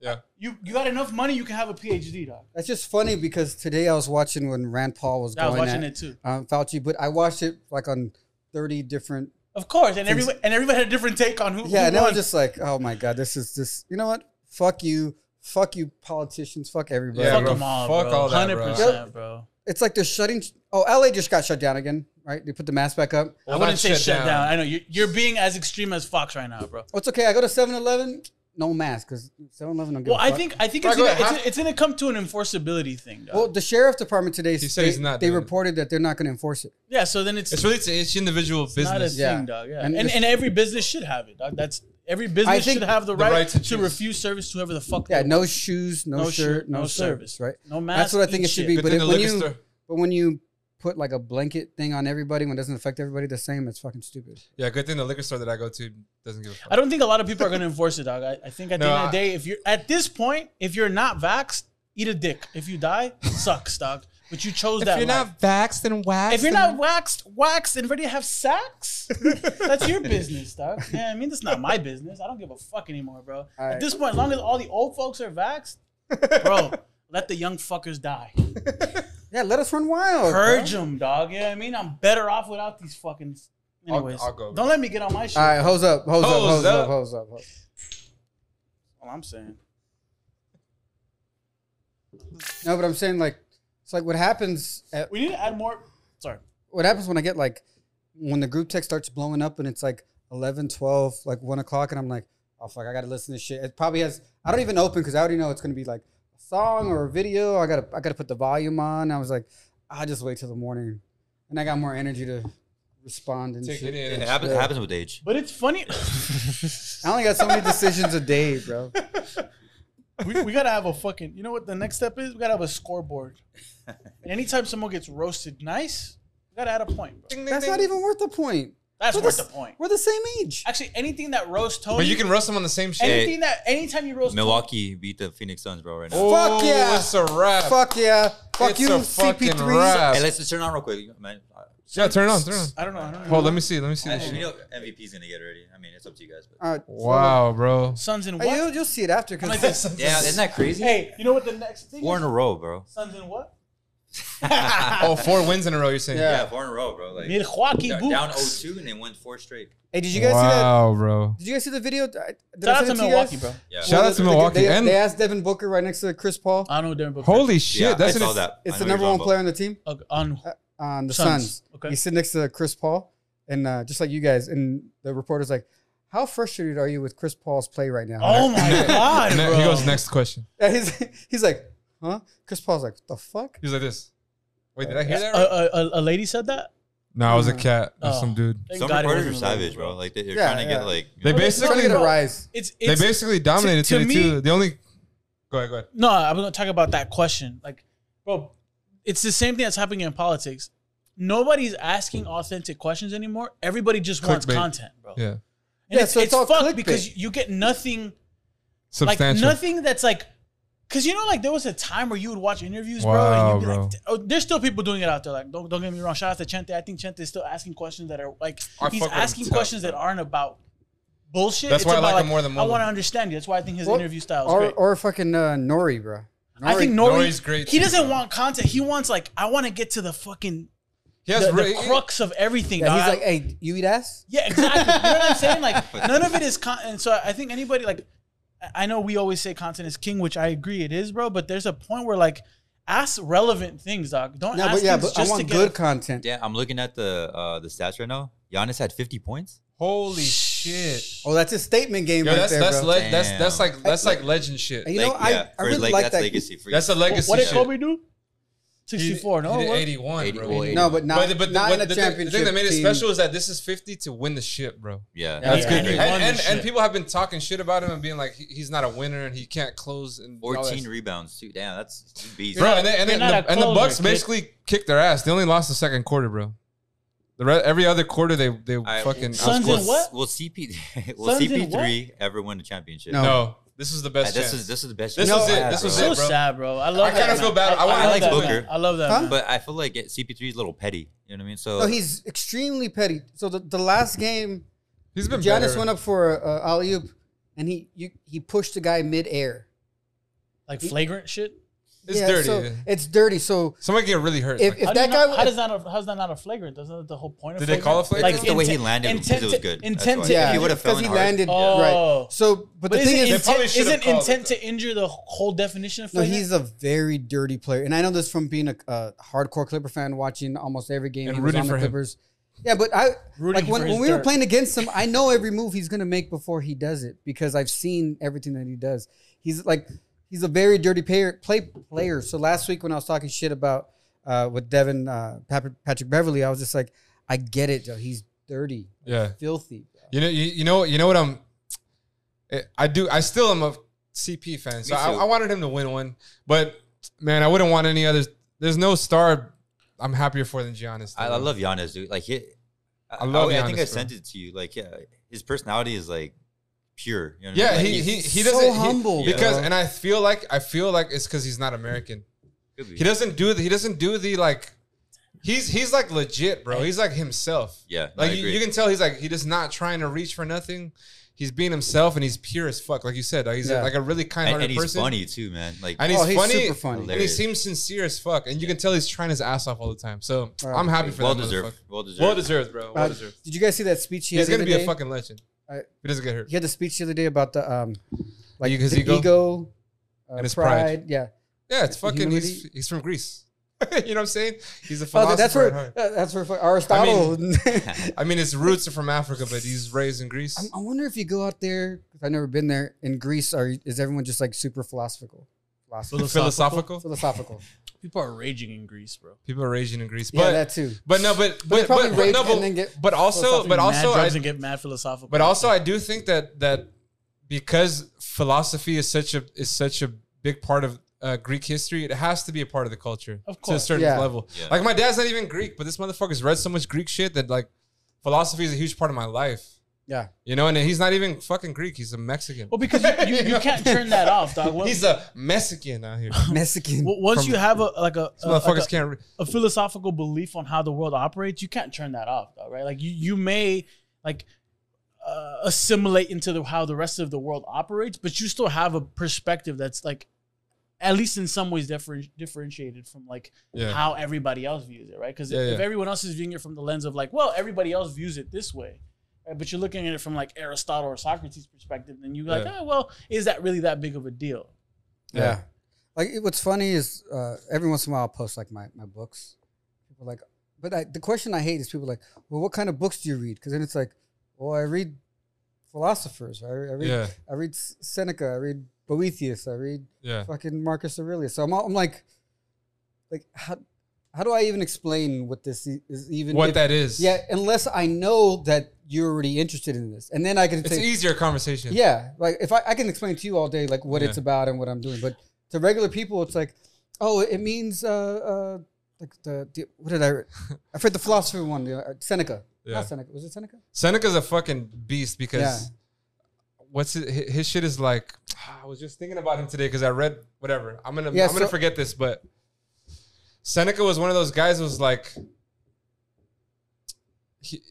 Speaker 2: Yeah.
Speaker 1: you you got enough money, you can have a PhD, dog.
Speaker 3: That's just funny because today I was watching when Rand Paul was
Speaker 1: I
Speaker 3: going
Speaker 1: was watching
Speaker 3: at
Speaker 1: it too.
Speaker 3: um, Fauci, but I watched it like on thirty different.
Speaker 1: Of course, and everyone and everyone had a different take on who. who
Speaker 3: Yeah, and I
Speaker 1: won.
Speaker 3: was just like, oh my god, this is this. You know what? Fuck you, fuck you, politicians, fuck everybody.
Speaker 2: Yeah,
Speaker 1: fuck
Speaker 2: bro.
Speaker 1: them all,
Speaker 2: Fuck
Speaker 1: bro.
Speaker 2: all that, bro.
Speaker 1: 100%, bro.
Speaker 3: It's like they're shutting. Oh, LA just got shut down again, right? They put the mask back up.
Speaker 1: I wouldn't say shut down. I know you're, you're being as extreme as Fox right now, bro.
Speaker 3: Oh, it's okay. I go to 7 Eleven, no mask because 7 Eleven don't give
Speaker 1: Well,
Speaker 3: a
Speaker 1: I
Speaker 3: fuck.
Speaker 1: think I think
Speaker 2: Bro,
Speaker 1: it's gonna,
Speaker 2: go ahead.
Speaker 1: it's, it's gonna come to an enforceability thing. Though.
Speaker 3: Well, the sheriff department today,
Speaker 2: He said
Speaker 3: they,
Speaker 2: he's not
Speaker 3: they
Speaker 2: doing it.
Speaker 3: reported that they're not going to enforce it.
Speaker 1: yeah, so then it's,
Speaker 2: It's really it's each individual
Speaker 1: not a
Speaker 2: business.
Speaker 1: thing,
Speaker 3: Yeah.
Speaker 1: dog. Yeah, and
Speaker 3: And
Speaker 1: and,
Speaker 3: this-
Speaker 1: every business should have it. Dog. That's every business
Speaker 3: think
Speaker 1: should have the,
Speaker 2: the
Speaker 1: right,
Speaker 2: right
Speaker 1: to,
Speaker 2: to choose.
Speaker 1: refuse service to whoever the fuck.
Speaker 3: Yeah,
Speaker 1: they
Speaker 3: no
Speaker 1: want.
Speaker 3: shoes, no, shirt, no, service, right?
Speaker 1: No mask.
Speaker 3: That's what I think
Speaker 1: eat
Speaker 3: it should
Speaker 1: shit.
Speaker 3: be.
Speaker 2: But
Speaker 3: But
Speaker 2: then
Speaker 3: if,
Speaker 2: the
Speaker 3: when
Speaker 2: liquor
Speaker 3: you
Speaker 2: store-
Speaker 3: but when you put like a blanket thing on everybody when it doesn't affect everybody the same, it's fucking stupid.
Speaker 2: yeah, good thing the liquor store that I go to doesn't give a fuck.
Speaker 1: I don't think a lot of people are gonna enforce it, dog. I, I think at the
Speaker 2: No,
Speaker 1: end of the
Speaker 2: I-
Speaker 1: day, if you're at this point, if you're not vaxxed, eat a dick. If you die, sucks, dog. But you chose that. life.
Speaker 2: vaxxed and waxed,
Speaker 1: If you're not waxed, waxed and ready to have sex, that's your business, dog. Yeah, I mean that's not my business. I don't give a fuck anymore, bro. At
Speaker 3: Alright.
Speaker 1: this point, as long as all the old folks are vaxxed, bro, let the young fuckers die.
Speaker 3: Yeah, let us run wild. bro.
Speaker 1: Purge them, dog. Yeah, I mean I'm better off without these fucking.
Speaker 2: I'll-
Speaker 1: Anyways,
Speaker 2: I'll go, bro.
Speaker 1: don't let me get on my shit.
Speaker 3: All right, hose up, hose, up,
Speaker 2: Hose
Speaker 3: hose up,
Speaker 2: up.
Speaker 3: hose up, hose
Speaker 1: All I'm saying.
Speaker 3: up. No, but I'm saying like it's like what happens at
Speaker 1: We need to add more. Sorry.
Speaker 3: what happens when I get like when the group text starts blowing up and it's like 11, 12, like 1 o'clock, and I'm like, oh fuck, I gotta listen to this shit. It probably has, I don't even open because I already know it's gonna be like a song or a video. I gotta, I gotta put the volume on. I was like, I'll just wait till the morning. And I got more energy to respond and
Speaker 2: Take
Speaker 3: shit.
Speaker 2: it in.
Speaker 4: It happens, it
Speaker 3: Yeah.
Speaker 4: happens with age.
Speaker 1: But it's funny.
Speaker 3: I only got so many decisions a day, bro.
Speaker 1: we, we gotta have a fucking. You know what the next step is? We gotta have a scoreboard. And anytime someone gets roasted nice, we gotta add a point. Bro.
Speaker 2: Ding, ding,
Speaker 3: That's
Speaker 2: ding.
Speaker 3: not even worth the point.
Speaker 1: That's
Speaker 3: We're
Speaker 1: worth
Speaker 3: the
Speaker 1: the
Speaker 3: s-
Speaker 1: point.
Speaker 3: We're the same age.
Speaker 1: Actually, anything that roasts Tony,
Speaker 2: But you can roast them on the same shit.
Speaker 1: anything that anytime you roast
Speaker 4: Milwaukee beat the Phoenix Suns, bro, right now.
Speaker 2: Oh,
Speaker 3: Fuck yeah.
Speaker 2: It's a wrap.
Speaker 3: Fuck yeah. Fuck
Speaker 2: It's
Speaker 3: you,
Speaker 2: a fucking
Speaker 3: CP3.
Speaker 2: wrap.
Speaker 4: Hey, let's just turn on real quick, man.
Speaker 2: yeah, turn it on, turn it on.
Speaker 1: I don't know. I don't know.
Speaker 2: Hold, let me see, let me see this
Speaker 4: Actually, we
Speaker 2: shit.
Speaker 4: know MVP's gonna get already. I mean, it's up to you guys, but
Speaker 3: Uh,
Speaker 2: Wow, bro.
Speaker 1: Suns and
Speaker 3: Hey,
Speaker 1: what?
Speaker 3: you'll, you'll see it after
Speaker 1: I'm like
Speaker 3: because
Speaker 1: this.
Speaker 4: yeah, isn't that crazy?
Speaker 1: Hey, you know what the next thing?
Speaker 4: four
Speaker 1: is?
Speaker 4: in a row, bro.
Speaker 1: Suns and what?
Speaker 2: Oh, four wins in a row. You're saying?
Speaker 3: Yeah.
Speaker 4: Yeah, four in a row, bro. Like
Speaker 1: Milwaukee
Speaker 4: they're
Speaker 1: Bucks.
Speaker 4: down 0-2 and they won four straight.
Speaker 3: hey, did you guys see that?
Speaker 2: wow, bro.
Speaker 3: Did you guys see the video? uh, Did I- did I
Speaker 1: Shout out
Speaker 3: send
Speaker 1: to
Speaker 3: it you
Speaker 1: Milwaukee,
Speaker 3: guys?
Speaker 1: bro.
Speaker 4: Yeah,
Speaker 2: Shout out to
Speaker 3: They-
Speaker 2: Milwaukee.
Speaker 3: They,
Speaker 2: and
Speaker 3: they asked Devin Booker right next to Chris Paul.
Speaker 1: I don't know Devin Booker.
Speaker 2: holy shit,
Speaker 4: yeah,
Speaker 2: that's
Speaker 4: I
Speaker 2: an
Speaker 4: saw that.
Speaker 3: it's
Speaker 4: I
Speaker 3: the
Speaker 4: know
Speaker 3: number
Speaker 4: you're
Speaker 3: one
Speaker 4: talking
Speaker 3: player on the team,
Speaker 1: Uh, on
Speaker 3: on the
Speaker 1: Suns.
Speaker 3: Suns.
Speaker 1: Okay.
Speaker 3: He's sitting next to Chris Paul, and uh, just like you guys, and the reporter's like, "How frustrated are you with Chris Paul's play right now?"
Speaker 1: oh my god,
Speaker 2: Ne-
Speaker 1: bro.
Speaker 2: he goes next question.
Speaker 3: And he's he's like, "Huh?" Chris Paul's like, "The fuck?"
Speaker 2: He's like this. Wait, did I hear
Speaker 1: A,
Speaker 2: that? Right?
Speaker 1: a- a- a lady said that.
Speaker 2: No, it was a cat. It was
Speaker 1: Oh.
Speaker 2: some dude.
Speaker 1: Thank
Speaker 4: Some
Speaker 1: God it
Speaker 4: reporters are
Speaker 1: wasn't a lady,
Speaker 4: savage, bro. Like they- they're
Speaker 3: Yeah,
Speaker 4: trying to
Speaker 3: yeah.
Speaker 4: get like.
Speaker 2: They
Speaker 1: Well, it's
Speaker 3: He's trying to
Speaker 2: basically
Speaker 3: get a
Speaker 1: bro.
Speaker 3: rise.
Speaker 1: It's
Speaker 2: they
Speaker 1: it's
Speaker 2: basically dominated
Speaker 1: to
Speaker 2: today
Speaker 1: me-
Speaker 2: too. The only Go ahead, go ahead.
Speaker 1: No, I'm gonna talk about that question. Like, bro, it's the same thing that's happening in politics. Nobody's asking authentic questions anymore. Everybody just wants
Speaker 2: Clickbait.
Speaker 1: content, bro.
Speaker 2: Yeah,
Speaker 1: And
Speaker 3: Yeah,
Speaker 1: it's,
Speaker 3: so it's
Speaker 1: it's,
Speaker 3: all
Speaker 1: fucked
Speaker 3: clickbait.
Speaker 1: because you get nothing like
Speaker 2: substantial.
Speaker 1: nothing that's like because you know like there was a time where you would watch interviews bro
Speaker 2: Wow,
Speaker 1: and you'd be
Speaker 2: bro.
Speaker 1: like oh, there's still people doing it out there like don't, don't get me wrong shout out to chente i think chente is still asking questions that are like
Speaker 2: I
Speaker 1: he's
Speaker 2: fuck with him
Speaker 1: asking
Speaker 2: tough,
Speaker 1: questions
Speaker 2: bro.
Speaker 1: that aren't about bullshit
Speaker 2: That's
Speaker 1: It's
Speaker 2: why I
Speaker 1: about,
Speaker 2: like him more than
Speaker 1: i
Speaker 2: Mullen.
Speaker 1: want to understand you that's why i think his
Speaker 3: Or-
Speaker 1: interview style is
Speaker 3: Or,
Speaker 1: great
Speaker 3: or fucking uh, Nori, bro.
Speaker 1: i think
Speaker 2: Nori-
Speaker 1: Nori,
Speaker 2: Nori's great
Speaker 1: he
Speaker 2: too,
Speaker 1: doesn't
Speaker 2: bro.
Speaker 1: want content he wants like i want to get to the fucking
Speaker 2: He
Speaker 1: the,
Speaker 2: has
Speaker 1: the
Speaker 2: re-
Speaker 1: crux of everything
Speaker 3: Yeah,
Speaker 1: dog.
Speaker 3: he's
Speaker 1: I-
Speaker 3: like, hey, you eat ass?
Speaker 1: Yeah, exactly. you know what I'm saying? Like none of it is con- and so I think anybody like I- I know we always say content is king, which I agree it is, bro, but there's a point where like ask relevant things, dog. Don't
Speaker 3: No,
Speaker 1: ask
Speaker 3: but yeah,
Speaker 1: things
Speaker 3: but I
Speaker 1: just to
Speaker 3: want
Speaker 1: get
Speaker 3: good content.
Speaker 4: Yeah, I'm looking at the uh, the stats right now. Giannis had 50 points.
Speaker 2: Holy shit!
Speaker 3: Oh, that's a statement game
Speaker 2: Yo,
Speaker 3: right
Speaker 2: that's
Speaker 3: there,
Speaker 2: that's
Speaker 3: bro.
Speaker 2: le- that's
Speaker 4: Damn.
Speaker 2: that's like that's like legend shit.
Speaker 3: Hey, You know, I- I
Speaker 4: for his
Speaker 3: really like
Speaker 4: that's
Speaker 3: that-
Speaker 4: legacy. For
Speaker 2: That's a legacy.
Speaker 1: what did
Speaker 2: shit.
Speaker 1: Kobe do?
Speaker 2: He did-
Speaker 1: 64, no?
Speaker 2: he did
Speaker 1: What?
Speaker 2: 81,
Speaker 4: 80,
Speaker 2: bro.
Speaker 4: well, 80.
Speaker 3: No, but not,
Speaker 2: the- the-
Speaker 3: not in
Speaker 2: the
Speaker 3: a
Speaker 2: thing-
Speaker 3: championship.
Speaker 2: The thing that made it
Speaker 3: team.
Speaker 2: special is that this is 50 to win the shit, bro.
Speaker 4: yeah,
Speaker 3: That's
Speaker 1: Yeah,
Speaker 3: good.
Speaker 1: and he
Speaker 2: And
Speaker 1: won
Speaker 2: and,
Speaker 1: the
Speaker 2: and,
Speaker 1: shit.
Speaker 2: people have been talking shit about him and being like, he, he's not a winner and he can't close. And all that
Speaker 4: 14
Speaker 2: shit.
Speaker 4: rebounds too. Damn, that's two beasts.
Speaker 2: bro. And, then, and,
Speaker 1: You're
Speaker 2: then
Speaker 1: not
Speaker 2: the,
Speaker 1: a
Speaker 2: and the
Speaker 1: closer,
Speaker 2: Bucks
Speaker 1: kid.
Speaker 2: basically kicked their ass. They only lost the second quarter, bro. The re- every other quarter they they
Speaker 4: I-
Speaker 2: fucking
Speaker 1: Suns
Speaker 2: outscored.
Speaker 1: and what?
Speaker 4: Will CP will
Speaker 1: Suns in
Speaker 4: CP3 ever win the championship?
Speaker 3: No.
Speaker 2: No, this is the
Speaker 4: Uh,
Speaker 2: best.
Speaker 4: this
Speaker 2: chance.
Speaker 4: is this is the best.
Speaker 2: This
Speaker 4: chance
Speaker 3: was
Speaker 4: I've
Speaker 3: it.
Speaker 4: had,
Speaker 2: This
Speaker 4: bro.
Speaker 2: was
Speaker 1: so
Speaker 2: it, bro.
Speaker 1: sad, bro. I love
Speaker 2: I kinda
Speaker 1: that.
Speaker 2: feel bad. I wanna
Speaker 1: love
Speaker 4: like
Speaker 1: that
Speaker 4: Booker.
Speaker 1: man. I love that.
Speaker 3: Huh?
Speaker 1: man.
Speaker 4: But I feel like it, CP3 is a little petty. You know what I mean? So
Speaker 3: No, he's extremely petty. So the, the last game,
Speaker 2: He's been
Speaker 3: Giannis
Speaker 2: better.
Speaker 3: went up for a, a alley oop, and he you, he pushed the guy mid air.
Speaker 1: Like flagrant shit.
Speaker 2: It's dirty.
Speaker 3: So it's dirty. So
Speaker 2: Somebody get really hurt.
Speaker 3: if,
Speaker 2: like-
Speaker 3: if
Speaker 1: How, do
Speaker 3: that
Speaker 1: you
Speaker 3: guy,
Speaker 1: not, how does that how's that not a flagrant? Doesn't that the whole point of
Speaker 2: Did they call it flagrant?
Speaker 4: It's the way he
Speaker 1: intent-
Speaker 4: landed him, 'cause it
Speaker 1: intent
Speaker 4: was
Speaker 1: to-
Speaker 4: good. That's
Speaker 1: Intent
Speaker 4: why.
Speaker 1: to
Speaker 3: yeah,
Speaker 4: If he would've
Speaker 3: because
Speaker 4: fell
Speaker 3: he
Speaker 4: in hard.
Speaker 3: landed
Speaker 1: Oh.
Speaker 3: right. So,
Speaker 1: But
Speaker 3: but, the thing
Speaker 1: isn't,
Speaker 3: is,
Speaker 2: They probably
Speaker 1: intent,
Speaker 2: should've
Speaker 1: isn't
Speaker 2: called it,
Speaker 1: intent to injure the whole definition of
Speaker 3: no,
Speaker 1: flagrant?
Speaker 3: he's a very dirty player, and I know this from being a, a hardcore Clipper fan, watching almost every game
Speaker 2: And
Speaker 3: he was
Speaker 2: rooting
Speaker 3: on the
Speaker 2: for him.
Speaker 3: Clippers. Yeah, but I
Speaker 1: Rooting
Speaker 3: like when,
Speaker 1: for his
Speaker 3: when we were
Speaker 1: dirt.
Speaker 3: playing against him, I know every move he's gonna make before he does it because I've seen everything that he does. He's like he's a very dirty player, play player. So last week when I was talking shit about uh, with Devin uh, Pat- Patrick Beverly, I was just like, I get it, though. He's dirty,
Speaker 2: yeah.
Speaker 3: filthy.
Speaker 2: You know, you, you know, you know what I'm. I- I do. I still am a CP fan, so
Speaker 4: Me
Speaker 2: I,
Speaker 4: too.
Speaker 2: I wanted him to win one. But man, I wouldn't want any others. There's no star I'm happier for than Giannis.
Speaker 4: I, I love Giannis, dude. Like he, I, I
Speaker 2: love
Speaker 4: love. I, think I
Speaker 2: Giannis, bro.
Speaker 4: sent it to you. Like yeah, his personality is like pure. You know what
Speaker 2: Yeah,
Speaker 4: I mean? Like,
Speaker 2: he
Speaker 4: he's-
Speaker 2: he, he
Speaker 3: so
Speaker 2: doesn't he-
Speaker 3: humble,
Speaker 2: because,
Speaker 3: bro.
Speaker 2: and I feel like I feel like it's because he's not American.
Speaker 4: could be.
Speaker 2: He doesn't do the, he doesn't do the like. He's he's like legit, bro. He's like himself.
Speaker 4: Yeah, no, I
Speaker 2: like you,
Speaker 4: agree.
Speaker 2: you can tell he's like he just not trying to reach for nothing. He's being himself and he's pure as fuck, like you said. Like he's
Speaker 3: Yeah.
Speaker 2: like a really kind
Speaker 4: and,
Speaker 2: hearted
Speaker 4: and he's
Speaker 2: person.
Speaker 4: funny too, man. Like
Speaker 2: and he's,
Speaker 3: Oh, he's
Speaker 2: funny,
Speaker 3: super funny.
Speaker 2: and he seems sincere as fuck, and you can tell he's trying his ass off all the time. So
Speaker 3: Right.
Speaker 2: I'm happy for
Speaker 4: well
Speaker 2: that.
Speaker 4: deserved.
Speaker 2: motherfucker.
Speaker 4: Well deserved.
Speaker 2: Well deserved, bro. Well
Speaker 3: Uh,
Speaker 2: deserved.
Speaker 3: Did you guys see that speech he
Speaker 2: He's
Speaker 3: had? the
Speaker 2: gonna be
Speaker 3: other
Speaker 2: a
Speaker 3: day?
Speaker 2: fucking legend.
Speaker 3: I-
Speaker 2: if he doesn't get hurt.
Speaker 3: He had the speech the other day about the um, like
Speaker 2: his
Speaker 3: his
Speaker 2: ego?
Speaker 3: ego, uh,
Speaker 2: And his pride.
Speaker 3: pride. Yeah.
Speaker 2: Yeah, it's fucking. He's,
Speaker 3: Humility.
Speaker 2: he's from Greece. you know what I'm saying? He's a
Speaker 3: Oh,
Speaker 2: philosopher.
Speaker 3: that's
Speaker 2: at
Speaker 3: where
Speaker 2: heart.
Speaker 3: uh, that's where fuck- Aristotle. I,
Speaker 2: I mean, his roots are from Africa, but he's raised in Greece.
Speaker 3: I wonder if you go out there because I've never been there in Greece. Are is everyone just like super philosophical? Philosophical.
Speaker 2: philosophical.
Speaker 3: philosophical.
Speaker 1: People are raging in Greece, bro.
Speaker 2: People are raging in Greece,
Speaker 3: yeah,
Speaker 2: but
Speaker 3: that too.
Speaker 2: but no, but
Speaker 3: But they
Speaker 2: but
Speaker 3: probably
Speaker 2: but,
Speaker 3: rage
Speaker 2: no, but,
Speaker 3: and then get
Speaker 2: but also
Speaker 3: philosophical.
Speaker 2: but also
Speaker 1: mad drugs
Speaker 2: I,
Speaker 1: and get mad philosophical.
Speaker 2: but also I do think that that because philosophy is such a is such a big part of uh, Greek history, it has to be a part of the culture
Speaker 1: Of
Speaker 2: to a
Speaker 1: course.
Speaker 2: certain
Speaker 3: Yeah.
Speaker 2: level.
Speaker 4: Yeah.
Speaker 2: Like my dad's not even Greek, but this motherfucker's read so much Greek shit that like philosophy is a huge part of my life.
Speaker 3: Yeah.
Speaker 2: You know, and he's not even fucking Greek; he's a Mexican.
Speaker 1: well, because you, you, you can't turn that off, dog. Once,
Speaker 2: he's a Mexican out here. These
Speaker 3: Mexican.
Speaker 1: w- once
Speaker 2: from-
Speaker 1: you have a like a a,
Speaker 2: motherfuckers
Speaker 1: like a,
Speaker 2: can't. Re-
Speaker 1: a philosophical belief on how the world operates, you can't turn that off, dog. Right? Like you you may like uh, assimilate into the, how the rest of the world operates, but you still have a perspective that's like at least in some ways differ- differentiated from like
Speaker 2: yeah.
Speaker 1: how everybody else views it, right? Because
Speaker 2: Yeah,
Speaker 1: if
Speaker 2: yeah.
Speaker 1: everyone else is viewing it from the lens of like, well, everybody else views it this way, right? but you're looking at it from like Aristotle or Socrates' perspective, then you're like,
Speaker 2: Yeah.
Speaker 1: oh, well, is that really that big of a deal?
Speaker 3: yeah. Like it- what's funny is uh, every once in a while I'll post like my my books. People like, but I, the question I hate is people like, well, what kind of books do you read? Because then it's like, well, I read philosophers. I, I read
Speaker 2: yeah,
Speaker 3: I read S- Seneca. I read Boethius. I read
Speaker 2: yeah.
Speaker 3: fucking Marcus Aurelius. So I'm, all, I'm like, like how how do I even explain what this e- is even?
Speaker 2: what
Speaker 3: if-
Speaker 2: that is.
Speaker 3: Yeah, unless I know that you're already interested in this, and then I can
Speaker 2: It's
Speaker 3: say,
Speaker 2: easier conversation.
Speaker 3: yeah, like if I, I can explain to you all day like what it's about and what I'm doing, but to regular people, it's like, oh, it means uh, uh like the, the what did I read? I read the philosopher one, the, uh, Seneca.
Speaker 2: Yeah.
Speaker 3: Not Seneca. Was it Seneca?
Speaker 2: Seneca's a fucking beast because
Speaker 3: Yeah.
Speaker 2: what's his, hi- his shit is like. I was just thinking about him today because I read whatever. I'm gonna
Speaker 3: Yeah,
Speaker 2: I'm gonna
Speaker 3: so-
Speaker 2: forget this, but Seneca was one of those guys who was like he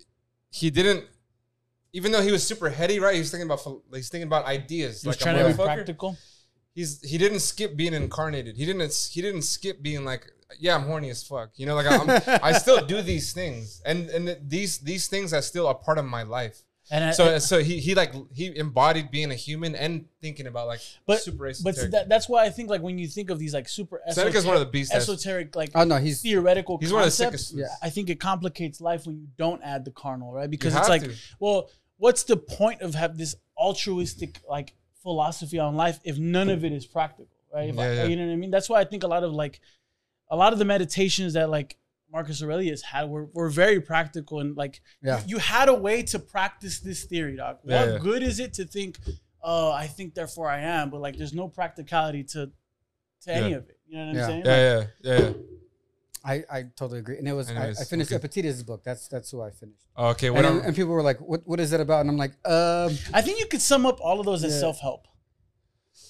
Speaker 2: he didn't even though he was super heady, right? He was thinking about phil- he's thinking about ideas
Speaker 1: He was
Speaker 2: like
Speaker 1: trying
Speaker 2: a
Speaker 1: to be
Speaker 2: motherfucker.
Speaker 1: practical.
Speaker 2: He's he didn't skip being incarnated. He didn't he didn't skip being like yeah, I'm horny as fuck. You know, like I'm, I still do these things, and and these these things are still a part of my life
Speaker 1: And I,
Speaker 2: so so he he like he embodied being a human and thinking about like
Speaker 1: but
Speaker 2: super
Speaker 1: but
Speaker 2: esoteric.
Speaker 1: see, that, that's why I think like when you think of these like super
Speaker 2: Seneca's
Speaker 1: esoteric,
Speaker 2: one of the beasts. that's-
Speaker 1: esoteric like
Speaker 3: Oh no, he's
Speaker 1: theoretical
Speaker 2: He's one of the
Speaker 1: concepts.
Speaker 2: sickest.
Speaker 3: Yeah.
Speaker 1: I think it complicates life when you don't add the carnal, right? Because
Speaker 2: have
Speaker 1: it's like,
Speaker 2: to.
Speaker 1: well, what's the point of have this altruistic like philosophy on life if none of it is practical, right? If I-
Speaker 2: Yeah, yeah.
Speaker 1: You know what I mean? That's why I think a lot of like, a lot of the meditations that like Marcus Aurelius had were, were very practical and like,
Speaker 3: Yeah.
Speaker 1: you had a way to practice this theory, doc. What
Speaker 2: Yeah, yeah.
Speaker 1: good is it to think, oh, I think therefore I am, but like, there's no practicality to to any
Speaker 2: Yeah.
Speaker 1: of it. You know what
Speaker 3: Yeah.
Speaker 1: I'm saying? Like,
Speaker 2: Yeah, yeah, yeah.
Speaker 3: I, I totally agree. And it was
Speaker 2: Anyways,
Speaker 3: I, I finished
Speaker 2: okay.
Speaker 3: Epictetus' book. That's that's who I finished.
Speaker 2: Okay,
Speaker 3: And,
Speaker 2: what
Speaker 3: then-
Speaker 2: I'm-
Speaker 3: and people were like, what what is that about? And I'm like, um,
Speaker 1: I think you could sum up all of those as
Speaker 3: Yeah.
Speaker 1: self help.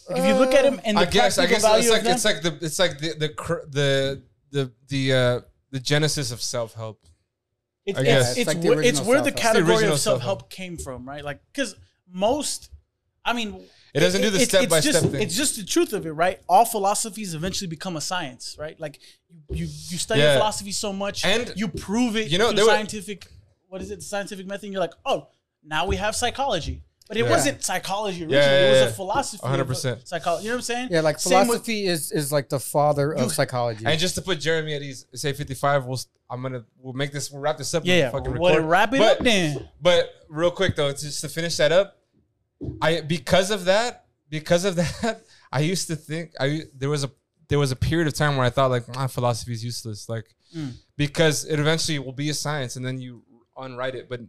Speaker 1: Like if you look at them and the
Speaker 2: Uh, I guess I
Speaker 1: practical
Speaker 2: guess
Speaker 1: value
Speaker 2: it's like
Speaker 1: of them,
Speaker 2: it's like the it's like the the cr- the the the uh, the genesis of self help.
Speaker 1: it's,
Speaker 2: I
Speaker 1: it's,
Speaker 2: guess.
Speaker 1: it's,
Speaker 3: It's like the
Speaker 1: where, it's
Speaker 3: original
Speaker 1: where the
Speaker 3: self-help.
Speaker 1: category
Speaker 2: original
Speaker 1: of self help
Speaker 2: self-help.
Speaker 1: came from, right? Like because most, I mean,
Speaker 2: It doesn't do the
Speaker 1: it's- it's
Speaker 2: step-by-step
Speaker 1: just-
Speaker 2: thing.
Speaker 1: It's just the truth of it, right? All philosophies eventually become a science, right? Like you you, you study
Speaker 2: Yeah.
Speaker 1: philosophy so much
Speaker 2: And,
Speaker 1: you prove it.
Speaker 2: you know,
Speaker 1: through
Speaker 2: there were-
Speaker 1: scientific. what is it? The scientific method. And you're like, oh, now we have psychology. But it
Speaker 2: Yeah.
Speaker 1: wasn't psychology originally.
Speaker 2: yeah,
Speaker 1: it
Speaker 2: yeah.
Speaker 1: was a philosophy.
Speaker 2: 100%.
Speaker 1: Psychology. You know what I'm saying?
Speaker 3: yeah, like
Speaker 1: Same with-
Speaker 3: philosophy is is like the father of psychology.
Speaker 2: And just to put Jeremy at ease, say 55. We'll s- I'm gonna we'll make this we'll wrap this up. and
Speaker 1: Yeah,
Speaker 2: fucking
Speaker 1: well,
Speaker 2: record.
Speaker 1: wrap it
Speaker 2: But-
Speaker 1: up then.
Speaker 2: But real quick though, just to finish that up, I because of that, because of that, I used to think I there was a there was a period of time where I thought like my philosophy is useless, like
Speaker 1: Mm.
Speaker 2: because it eventually will be a science and then you unwrite it, but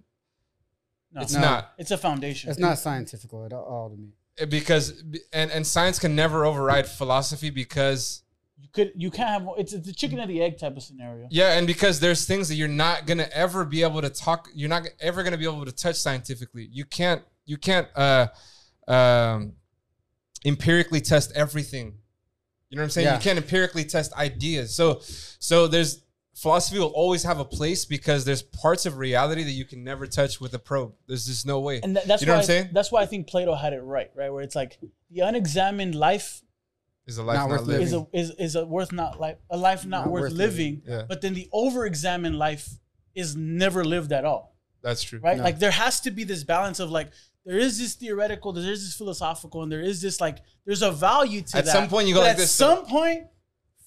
Speaker 1: No,
Speaker 2: it's
Speaker 3: No.
Speaker 2: not
Speaker 1: it's a foundation.
Speaker 3: it's not scientific at all to me.
Speaker 2: because and and science can never override philosophy because
Speaker 1: You could you can't have it's it's a chicken and the egg type of scenario.
Speaker 2: yeah, and because there's things that you're not gonna ever be able to talk, you're not ever gonna be able to touch scientifically. You can't you can't uh um empirically test everything. You know what I'm saying?
Speaker 3: Yeah.
Speaker 2: You can't empirically test ideas. So so there's philosophy will always have a place because there's parts of reality that you can never touch with a probe. There's just no way.
Speaker 1: And tha- that's
Speaker 2: you know
Speaker 1: why
Speaker 2: what I'm saying?
Speaker 1: that's why I think Plato had it right, right? Where it's like the unexamined life
Speaker 2: Is a life
Speaker 3: Not
Speaker 2: not,
Speaker 3: worth
Speaker 2: lived?
Speaker 1: is a is, is a worth not life a life not, worth, living,
Speaker 2: yeah.
Speaker 1: but then the over examined life is never lived at all.
Speaker 2: That's true.
Speaker 1: right?
Speaker 3: No.
Speaker 1: Like there has to be this balance of like there is this theoretical, there is this philosophical, and there is this like there's a value to
Speaker 2: At
Speaker 1: that.
Speaker 2: some point, you go
Speaker 1: But
Speaker 2: like
Speaker 1: at
Speaker 2: this,
Speaker 1: some point,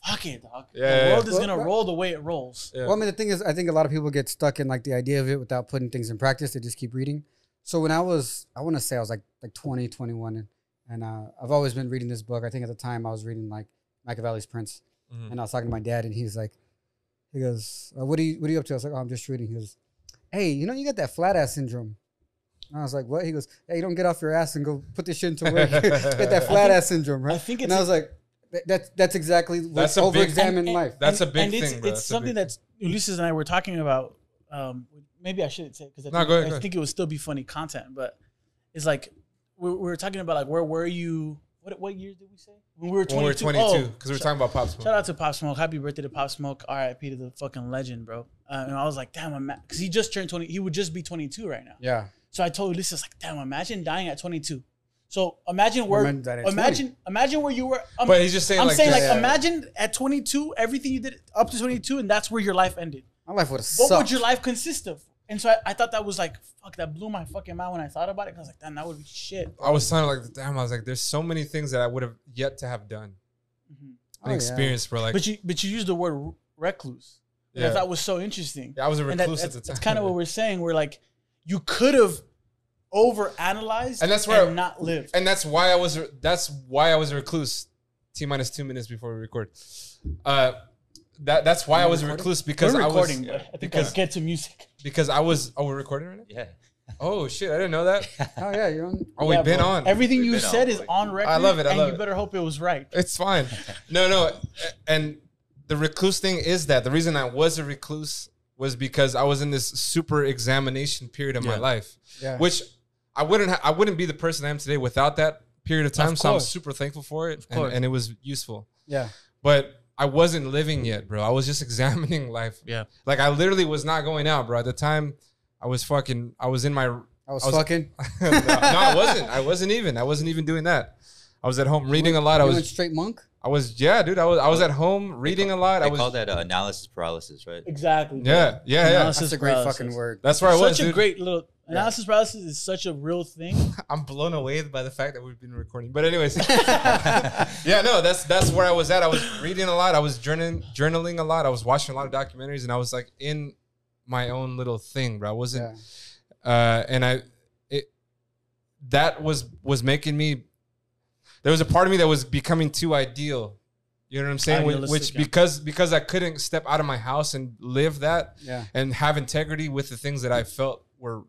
Speaker 1: fuck it, dog.
Speaker 2: Yeah,
Speaker 1: the
Speaker 2: yeah,
Speaker 1: world
Speaker 2: yeah.
Speaker 1: is gonna
Speaker 3: Well,
Speaker 1: roll the way it rolls.
Speaker 2: Yeah.
Speaker 3: Well, I mean, the thing is, I think a lot of people get stuck in like the idea of it without putting things in practice. They just keep reading. So when I was, I want to say I was like like 20, 21, and, and uh, I've always been reading this book. I think at the time I was reading like Machiavelli's Prince,
Speaker 2: Mhm.
Speaker 3: and I was talking to my dad, and he's like, he goes, uh, "What are you What are you up to?" I was like, "Oh, I'm just reading." He goes, "Hey, you know you got that flat ass syndrome." And I was like, "What?" He goes, "Hey, you don't get off your ass and go put this shit into work. you got that flat ass syndrome, right?"
Speaker 1: I think
Speaker 3: and
Speaker 1: it's-
Speaker 3: I was like, "That- "That's that's exactly what
Speaker 2: That's a big-
Speaker 3: over-examined life."
Speaker 2: That's a big
Speaker 1: and it's,
Speaker 2: thing, bro.
Speaker 1: It's
Speaker 2: That's a big
Speaker 1: something
Speaker 2: thing.
Speaker 1: that's Ulysses and I were talking about. Um, maybe I shouldn't say because I,
Speaker 2: No,
Speaker 1: think-
Speaker 2: go ahead,
Speaker 1: I
Speaker 2: go ahead.
Speaker 1: think it would still be funny content, but it's like we, we were talking about like where were you? What what year did we say? When we were
Speaker 2: When we were
Speaker 1: 22.
Speaker 2: 22,
Speaker 1: Oh,
Speaker 2: because we were talking about pop smoke.
Speaker 1: Shout out to Pop Smoke. Happy birthday to Pop Smoke. RIP to the fucking legend, bro. Uh, and I was like, damn, I'm because he just turned 20. He would just be 22 right now.
Speaker 3: yeah.
Speaker 1: So I told Ulysses, like, damn, imagine dying at 22. So imagine where,
Speaker 3: Imagine dying at
Speaker 1: imagine, imagine where you were. Um,
Speaker 2: But he's just saying
Speaker 1: I'm
Speaker 2: like
Speaker 1: saying,
Speaker 2: this-
Speaker 1: like,
Speaker 3: yeah, yeah.
Speaker 1: imagine at 22, everything you did up to 22, and that's where your life ended.
Speaker 3: My life would have
Speaker 1: What
Speaker 3: sucked.
Speaker 1: would your life consist of? And so I, I thought that was like, fuck, that blew my fucking mind when I thought about it. 'cause I was like, damn, that would be shit.
Speaker 2: I was kind of like, damn, I was like, there's so many things that I would have yet to have done.
Speaker 3: Oh,
Speaker 2: An
Speaker 3: yeah.
Speaker 2: experience where like,
Speaker 1: But you, but you used the word r- recluse, which
Speaker 2: Yeah.
Speaker 1: I thought was so interesting.
Speaker 2: yeah, I was a
Speaker 1: and that,
Speaker 2: recluse
Speaker 1: that's,
Speaker 2: at the time.
Speaker 1: that's kind of what we're saying. We're like, you could have overanalyzed
Speaker 2: And that's where-
Speaker 1: not lived.
Speaker 2: and that's why I was, that's why I was a recluse. T minus two minutes before we record. Uh, that that's why I was a
Speaker 3: recording?
Speaker 2: recluse because
Speaker 1: We're
Speaker 2: I was
Speaker 1: recording. but I think
Speaker 2: because
Speaker 1: let's get to music.
Speaker 2: because I was oh we're recording right now.
Speaker 5: Yeah.
Speaker 2: Oh shit, I didn't know that.
Speaker 3: Oh yeah, you're on.
Speaker 2: Oh,
Speaker 1: Yeah,
Speaker 2: we've been
Speaker 1: bro.
Speaker 2: on.
Speaker 1: Everything
Speaker 4: We've
Speaker 1: you
Speaker 4: been
Speaker 1: said
Speaker 4: on.
Speaker 1: is on record.
Speaker 2: love it, I
Speaker 1: and
Speaker 2: love
Speaker 1: you
Speaker 2: it.
Speaker 1: better hope it was right.
Speaker 2: It's fine. No, no. And the recluse thing is that the reason I was a recluse was because I was in this super examination period of my
Speaker 5: Yeah.
Speaker 2: life,
Speaker 3: Yeah.
Speaker 2: which I wouldn't ha- I wouldn't be the person I am today without that period of time. so I'm
Speaker 3: course.
Speaker 2: super thankful for it, and,
Speaker 1: course.
Speaker 2: and it was useful.
Speaker 3: Yeah.
Speaker 2: But I wasn't living yet, bro. I was just examining life.
Speaker 1: Yeah.
Speaker 2: Like I literally was not going out, bro. At the time, I was fucking. I was in my. no,
Speaker 3: I was,
Speaker 2: I was-
Speaker 3: fucking.
Speaker 2: no, I wasn't. I wasn't even. I wasn't even doing that. I was at home reading a lot. I
Speaker 3: You
Speaker 2: was
Speaker 3: went straight monk.
Speaker 2: I was yeah, dude. I was I was at home reading a lot. I
Speaker 4: They
Speaker 2: was
Speaker 4: call that uh, analysis paralysis, right?
Speaker 1: Exactly. bro.
Speaker 2: yeah, yeah, yeah.
Speaker 1: Analysis
Speaker 3: That's a great
Speaker 1: paralysis.
Speaker 3: fucking word.
Speaker 2: That's where I was.
Speaker 1: Such a
Speaker 2: dude.
Speaker 1: great little analysis paralysis is such a real thing.
Speaker 2: I'm blown away by the fact that we've been recording. But anyways, yeah, no, that's that's where I was at. I was reading a lot. I was journaling, journaling a lot. I was watching a lot of documentaries, and I was like in my own little thing, bro. I wasn't
Speaker 3: Yeah.
Speaker 2: uh, and I it that was was making me there was a part of me that was becoming too ideal. You know what I'm saying? Which,
Speaker 1: Idealistic,
Speaker 2: which
Speaker 1: yeah.
Speaker 2: because because I couldn't step out of my house and live that
Speaker 3: Yeah.
Speaker 2: and have integrity with the things that I felt were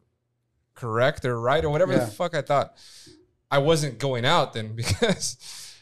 Speaker 2: correct or right or whatever
Speaker 3: Yeah.
Speaker 2: the fuck I thought. I wasn't going out then because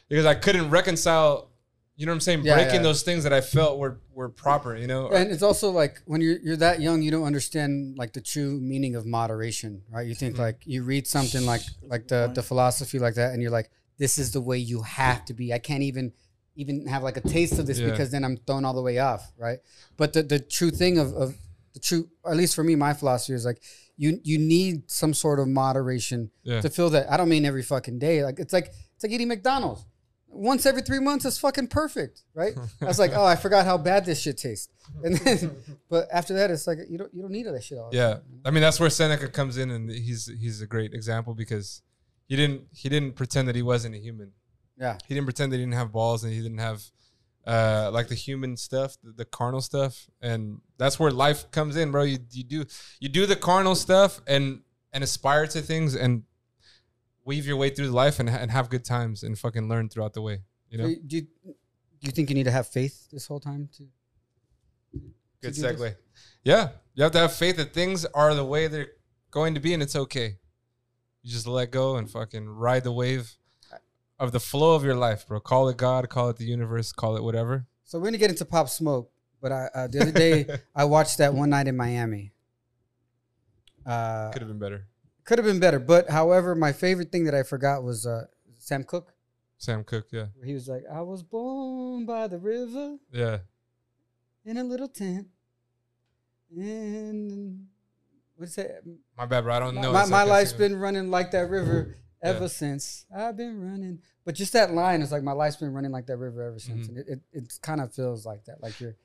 Speaker 2: because I couldn't reconcile you know what I'm saying?
Speaker 3: Yeah,
Speaker 2: Breaking
Speaker 3: yeah.
Speaker 2: those things that I felt were were proper, you know?
Speaker 3: And it's also like when you're you're that young, you don't understand like the true meaning of moderation, right? You
Speaker 2: Mm-hmm.
Speaker 3: think like you read something like like the the philosophy like that, and you're like, this is the way you have to be. I can't even even have like a taste of this
Speaker 2: Yeah.
Speaker 3: because then I'm thrown all the way off, right? But the the true thing of of the true, at least for me, my philosophy is like you you need some sort of moderation
Speaker 2: Yeah.
Speaker 3: to feel that. I don't mean every fucking day. Like it's like it's like eating McDonald's. Once every three months is fucking perfect, right? I was like, oh, I forgot how bad this shit tastes, and then, but after that, it's like you don't you don't need all that shit. All the
Speaker 2: Yeah, I mean that's where Seneca comes in, and he's he's a great example because he didn't he didn't pretend that he wasn't a human.
Speaker 3: Yeah.
Speaker 2: he didn't pretend that he didn't have balls and he didn't have uh like the human stuff, the, the carnal stuff, and that's where life comes in, bro. You you do you do the carnal stuff and and aspire to things and weave your way through life and ha- and have good times and fucking learn throughout the way. You
Speaker 3: time.
Speaker 2: know,
Speaker 3: Do you, do you think you need to have faith this whole time too?
Speaker 2: good
Speaker 3: do this?
Speaker 2: segue. Yeah, you have to have faith that things are the way they're going to be, and it's okay. You just let go and fucking ride the wave of the flow of your life, bro. Call it God, call it the universe, call it whatever.
Speaker 3: So we're gonna get into Pop Smoke, but I, uh, the other day I watched that one night in Miami. Uh,
Speaker 2: Could have been better.
Speaker 3: could have been better, but however, my favorite thing that I forgot was uh, Sam Cooke.
Speaker 2: Sam Cook, yeah,
Speaker 3: where He was like, "I was born by the river
Speaker 2: yeah.
Speaker 3: in a little tent," and what's that?
Speaker 2: My bad, bro. I don't know.
Speaker 3: my,
Speaker 2: Oh, It's
Speaker 3: my
Speaker 2: like I
Speaker 3: life's
Speaker 2: sing-
Speaker 3: been running like that river ever
Speaker 2: Yeah.
Speaker 3: since I've been running. But just that line is like my life's been running like that river ever since,
Speaker 2: Mhm.
Speaker 3: and it, it, it kind of feels like that. Like you're,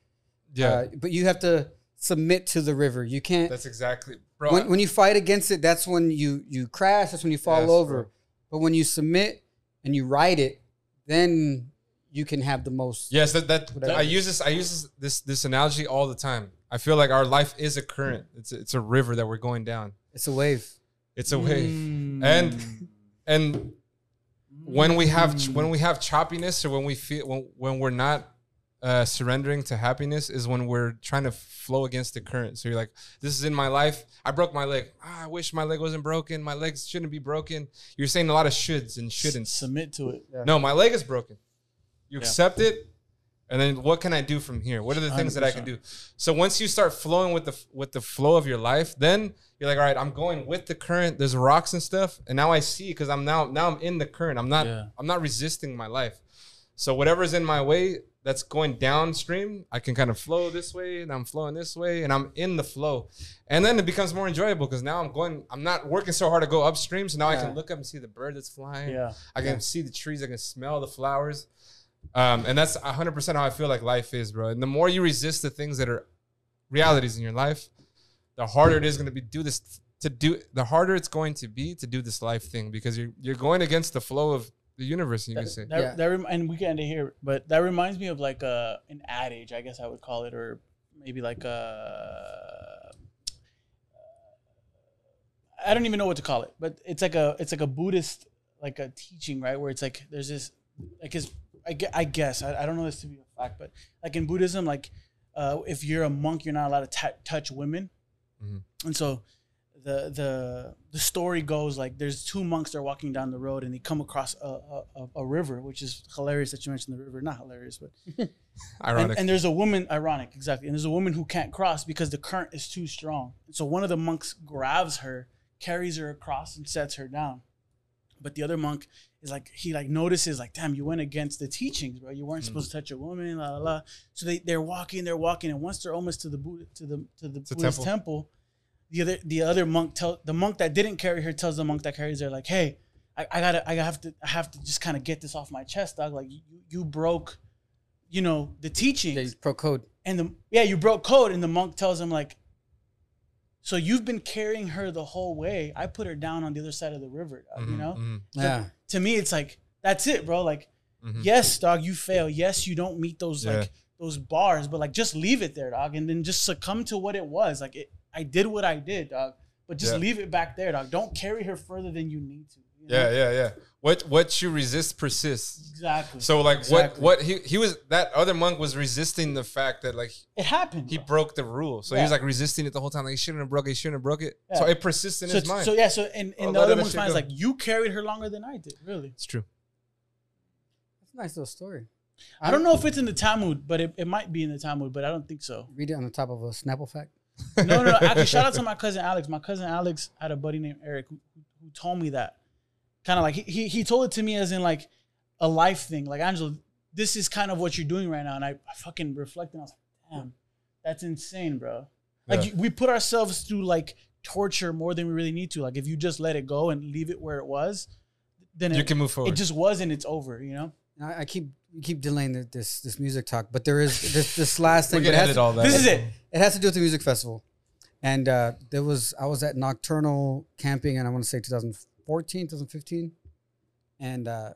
Speaker 2: yeah.
Speaker 3: uh, but you have to submit to the river. You can't.
Speaker 2: that's exactly, bro.
Speaker 3: when, when you fight against it, that's when you you crash. That's when you fall
Speaker 2: Yes,
Speaker 3: over.
Speaker 2: bro.
Speaker 3: But when you submit and you ride it, then you can have the most.
Speaker 2: yes, that, that
Speaker 3: Whatever.
Speaker 2: I use this. I use this, this this analogy all the time. I feel like our life is a current. It's a, it's a river that we're going down.
Speaker 3: It's a wave.
Speaker 2: It's
Speaker 3: Mm.
Speaker 2: a wave, and and when we have when we have choppiness or when we feel when, when we're not uh, surrendering to happiness is when we're trying to flow against the current. So you're like, this is in my life. I broke my leg. Ah, I wish my leg wasn't broken. My legs shouldn't be broken. You're saying a lot of shoulds and shouldn'ts.
Speaker 1: submit to it.
Speaker 2: No, my leg is broken. You
Speaker 1: Yeah.
Speaker 2: accept it, and then what can I do from here? What are the things that I can do? So once you start flowing with the f- with the flow of your life, then you're like, all right, I'm going with the current. There's rocks and stuff, and now I see because I'm now now I'm in the current. I'm not
Speaker 1: Yeah.
Speaker 2: I'm not resisting my life. So whatever's in my way that's going downstream, I can kind of flow this way, and I'm flowing this way, and I'm in the flow, and then it becomes more enjoyable because now I'm going. I'm not working so hard to go upstream, so now I
Speaker 3: Yeah.
Speaker 2: can look up and see the bird that's flying.
Speaker 1: Yeah.
Speaker 2: I can see the trees. I can smell the flowers. Um, and that's 100% how I feel like life is, bro. And the more you resist the things that are realities in your life, the harder it is going to be do this to do the harder it's going to be to do this life thing because you're you're going against the flow of the universe. And you can say,
Speaker 1: That,
Speaker 3: Yeah.
Speaker 1: that rem- and we can end it here, but that reminds me of like uh, an adage, I guess I would call it, or maybe like uh, a. I don't even know what to call it, but it's like a it's like a Buddhist like a teaching, right? Where it's like there's this like his I, gue- I guess I, I don't know this to be a fact, but like in Buddhism, like uh, if you're a monk, you're not allowed to ta touch women,
Speaker 2: Mhm.
Speaker 1: and so the the the story goes like there's two monks that are walking down the road and they come across a a, a, a river, which is hilarious that you mentioned the river. Not hilarious, but and,
Speaker 2: Ironic.
Speaker 1: and there's a woman, ironic, exactly. And there's a woman who can't cross because the current is too strong. So one of the monks grabs her, carries her across, and sets her down. But the other monk is like, he like notices, like, damn, you went against the teachings, bro. You weren't supposed to touch a woman, la la la. So they they're walking, they're walking, and once they're almost to the Buddha, to the to the
Speaker 2: a
Speaker 1: Buddha's
Speaker 2: temple.
Speaker 1: temple, the other the other monk tell the monk that didn't carry her tells the monk that carries her, like, hey, I, I gotta I have to I have to just kind of get this off my chest, dog. Like you you broke, you know, the teachings
Speaker 3: Yeah, he's pro code.
Speaker 1: and the yeah you broke code and the monk tells him like so you've been carrying her the whole way i put her down on the other side of the river dog," you
Speaker 2: Mhm,
Speaker 1: know
Speaker 2: mhm,
Speaker 1: So
Speaker 3: Yeah.
Speaker 1: to me it's like that's it bro like
Speaker 2: mhm.
Speaker 1: yes dog you fail yes you don't meet those
Speaker 2: Yeah.
Speaker 1: like those bars but like just leave it there dog and then just succumb to what it was like it, i did what i did dog but just
Speaker 2: Yeah.
Speaker 1: leave it back there dog don't carry her further than you need to you know?
Speaker 2: Yeah, yeah, yeah. What what you resist persists.
Speaker 1: exactly
Speaker 2: So like
Speaker 3: Exactly.
Speaker 2: what what he he was that other monk was resisting the fact that like
Speaker 1: it happened
Speaker 2: he
Speaker 1: bro.
Speaker 2: broke the rule. So he was
Speaker 1: Yeah.
Speaker 2: like resisting it the whole time. Like he shouldn't have broke it, he shouldn't have broke it.
Speaker 1: Yeah.
Speaker 2: So it persists in
Speaker 1: so,
Speaker 2: his mind.
Speaker 1: so yeah so in,
Speaker 2: Oh,
Speaker 1: in the
Speaker 2: let
Speaker 1: other
Speaker 2: that
Speaker 1: one's
Speaker 2: shit
Speaker 1: mind is
Speaker 2: go.
Speaker 1: like you carried her longer than i did really
Speaker 2: it's true.
Speaker 3: That's a nice little story.
Speaker 1: I don't know if it's in the Talmud, but it, it might be in the Talmud, but I don't think so.
Speaker 3: Read it on the top of a Snapple fact.
Speaker 1: No, no, no. Actually, shout out to my cousin Alex. My cousin Alex had a buddy named Eric who, who told me that. Kind of like he, he he told it to me as in like a life thing. Like Angela, this is kind of what you're doing right now. And I, I fucking reflected. And I was like, damn, that's insane, bro. Like
Speaker 2: Yeah.
Speaker 1: you- we put ourselves through like torture more than we really need to. Like if you just let it go and leave it where it was, then
Speaker 2: You
Speaker 1: it,
Speaker 2: can move forward.
Speaker 1: it just was and it's over. You know.
Speaker 3: And I, I keep we keep delaying the, this this music talk, but there is this this last
Speaker 2: we
Speaker 3: thing.
Speaker 2: can
Speaker 3: It has,
Speaker 2: edit all that.
Speaker 1: This is it.
Speaker 3: it has to do with the music festival, and uh, there was I was at nocturnal camping, and I want to say 2014, 2015, and uh,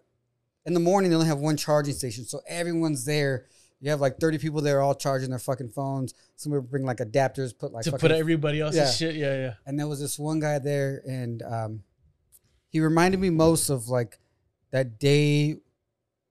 Speaker 3: in the morning they only have one charging station, so everyone's there. You have like 30 people there, all charging their fucking phones. Somebody bring like adapters, put like
Speaker 1: To
Speaker 3: fucking
Speaker 1: put everybody else's
Speaker 3: Yeah.
Speaker 1: shit. Yeah, yeah.
Speaker 3: and there was this one guy there, and um, he reminded me most of like that day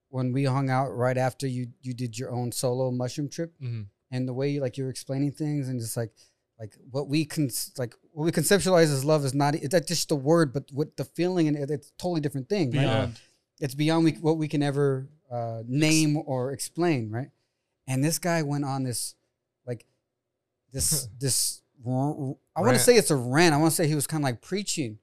Speaker 3: when we hung out right after you you did your own solo mushroom trip,
Speaker 2: Mhm.
Speaker 3: and the way you like you were explaining things, and just like like what we con like what we conceptualize as love is not it- that's just the word, but what the feeling and it, it's a totally different thing. Right?
Speaker 1: Beyond.
Speaker 3: It's beyond we, what we can ever uh, name or explain, right? And this guy went on this like this this r- r- I want
Speaker 2: Rant.
Speaker 3: to say it's a rant. I want to say he was kind of like preaching,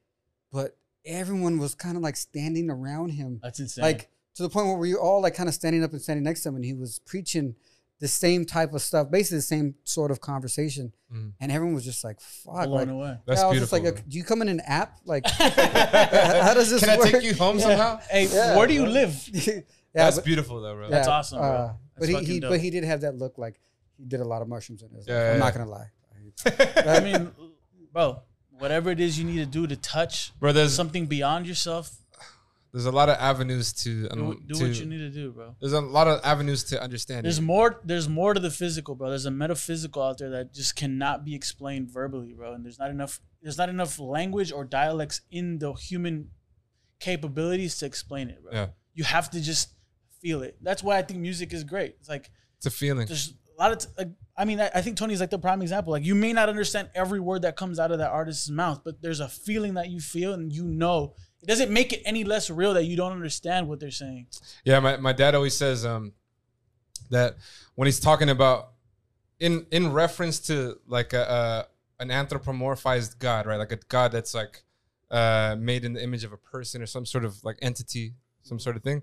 Speaker 3: but everyone was kind of like standing around him,
Speaker 1: That's insane.
Speaker 3: like to the point where we were all like kind of standing up and standing next to him, and he was preaching the same type of stuff, basically the same sort of conversation,
Speaker 2: Mhm.
Speaker 3: and everyone was just like,
Speaker 1: blown
Speaker 3: "Fuck!" Like,
Speaker 1: away.
Speaker 2: That's
Speaker 3: I was
Speaker 2: beautiful.
Speaker 3: just like, "Do you come in an app?" Like,
Speaker 2: man.
Speaker 3: how does this
Speaker 2: Can I
Speaker 3: work?
Speaker 2: take you home somehow?
Speaker 1: Hey,
Speaker 3: Yeah,
Speaker 1: where do you
Speaker 3: bro.
Speaker 1: live?
Speaker 3: yeah,
Speaker 2: That's
Speaker 3: but-
Speaker 2: beautiful though, bro.
Speaker 3: yeah,
Speaker 1: That's awesome, bro.
Speaker 3: uh,
Speaker 1: That's
Speaker 3: but
Speaker 1: fucking
Speaker 3: he, he but
Speaker 1: dope.
Speaker 3: he did have that look like he did a lot of mushrooms in his. life.
Speaker 2: Yeah,
Speaker 3: I'm
Speaker 2: yeah,
Speaker 3: not
Speaker 2: yeah.
Speaker 3: gonna lie.
Speaker 1: I mean, bro, whatever it is you need to do to touch
Speaker 2: Bro, there's
Speaker 1: something beyond yourself,
Speaker 2: there's a lot of avenues to
Speaker 1: do,
Speaker 2: um,
Speaker 1: do
Speaker 2: to-
Speaker 1: what you need to do, bro.
Speaker 2: There's a lot of avenues to understanding.
Speaker 1: There's more. There's more to the physical, bro. There's a metaphysical out there that just cannot be explained verbally, bro. And there's not enough. There's not enough language or dialects in the human capabilities to explain it, bro.
Speaker 2: Yeah.
Speaker 1: You have to just feel it. That's why I think music is great. It's like
Speaker 2: it's a feeling.
Speaker 1: there's a lot of t- like, I mean, I, I think Tony's like the prime example. Like, you may not understand every word that comes out of that artist's mouth, but there's a feeling that you feel and you know. It doesn't make it any less real that you don't understand what they're saying.
Speaker 2: Yeah, my, my dad always says um, that when he's talking about in in reference to like a, uh an anthropomorphized god, right? Like a god that's like uh, made in the image of a person or some sort of like entity, some sort of thing.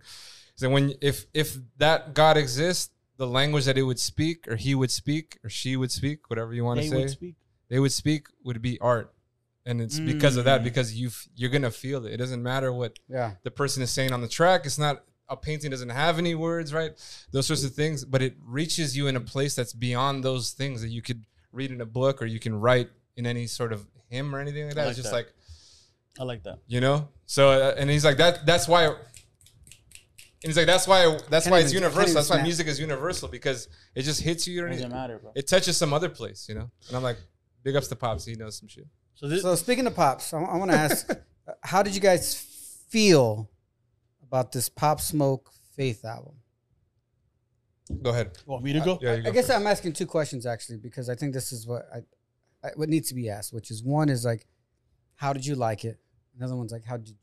Speaker 2: So when if if that god exists, the language that it would speak or he would speak or she would speak, whatever you want to
Speaker 1: They
Speaker 2: say,
Speaker 1: would speak.
Speaker 2: they would speak would be art. And it's because of that,
Speaker 1: Mm.
Speaker 2: because you f- you're gonna feel it. It doesn't matter what
Speaker 3: Yeah.
Speaker 2: the person is saying on the track. It's not a painting doesn't have any words, right? Those sorts of things, but it reaches you in a place that's beyond those things that you could read in a book or you can write in any sort of hymn or anything like that.
Speaker 1: I like
Speaker 2: it's just
Speaker 1: that.
Speaker 2: like
Speaker 1: I like that.
Speaker 2: you know. So uh, and he's like that. That's why. And he's like that's why that's
Speaker 3: Can't
Speaker 2: why
Speaker 3: even-
Speaker 2: it's
Speaker 3: can't
Speaker 2: universal.
Speaker 3: even
Speaker 2: That's why
Speaker 3: snap.
Speaker 2: music is universal because it just hits you.
Speaker 1: It
Speaker 2: and
Speaker 1: doesn't
Speaker 2: It,
Speaker 1: matter, bro.
Speaker 2: it touches some other place, you know. And I'm like, big ups to pops. He knows some shit.
Speaker 1: So this,
Speaker 3: So speaking of pops, I, want to ask, uh, how did you guys feel about this Pop Smoke Faith album?
Speaker 2: Go ahead.
Speaker 1: Want me to go?
Speaker 2: Yeah, you
Speaker 3: Oh, I
Speaker 2: go
Speaker 3: guess
Speaker 2: first.
Speaker 3: I'm asking two questions actually because I think this is what I, I what needs to be asked, which is one is like, how did you like it? Another one's like, how did you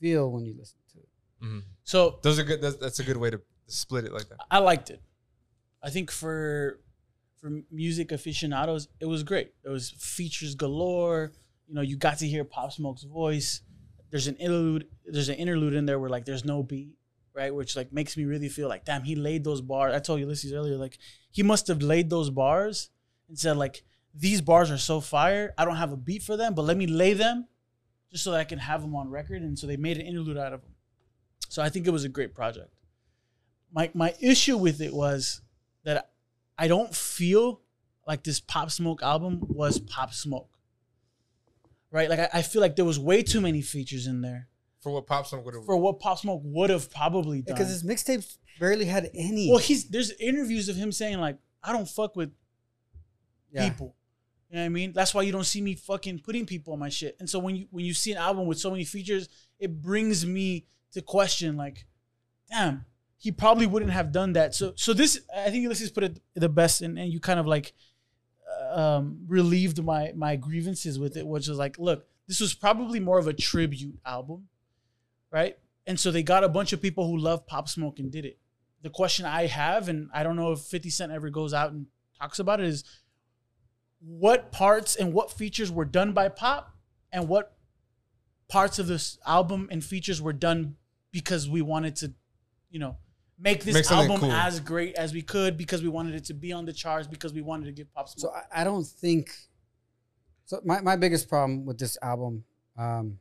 Speaker 3: feel when you listened to it?
Speaker 2: Mhm.
Speaker 1: So
Speaker 2: Those are good. That's, that's a good way to split it like that.
Speaker 1: I liked it. I think for for music aficionados, it was great. It was features galore. You know, you got to hear Pop Smoke's voice. There's an interlude. There's an interlude in there where like there's no beat, right? Which like makes me really feel like damn, he laid those bars. I told Ulysses earlier, like he must have laid those bars and said like these bars are so fire. I don't have a beat for them, but let me lay them just so that I can have them on record. And so they made an interlude out of them. So I think it was a great project my my issue with it was that I don't feel like this Pop Smoke album was Pop Smoke. Right? Like I, I feel like there was way too many features in there
Speaker 2: For what Pop Smoke would have.
Speaker 1: for what Pop Smoke would have probably done.
Speaker 3: Because his mixtapes barely had any.
Speaker 1: well, he's there's interviews of him saying like I don't fuck with
Speaker 3: yeah.
Speaker 1: people. You know what I mean? That's why you don't see me fucking putting people on my shit. And so when you when you see an album with so many features, it brings me to question like, damn, he probably wouldn't have done that. So so this I think Ulysses put it the best, and and you kind of like um, relieved my my grievances with it, which was like, look, this was probably more of a tribute album, right? And so they got a bunch of people who love Pop Smoke and did it. The question I have, and I don't know if Fifty Cent ever goes out and talks about it, is what parts and what features were done by Pop, and what parts of this album and features were done because we wanted to, you know, make this
Speaker 2: Make something
Speaker 1: album
Speaker 2: cool.
Speaker 1: as great as we could because we wanted it to be on the charts because we wanted to give Pop Smoke.
Speaker 3: So I, I don't think. So my, my biggest problem with this album, um,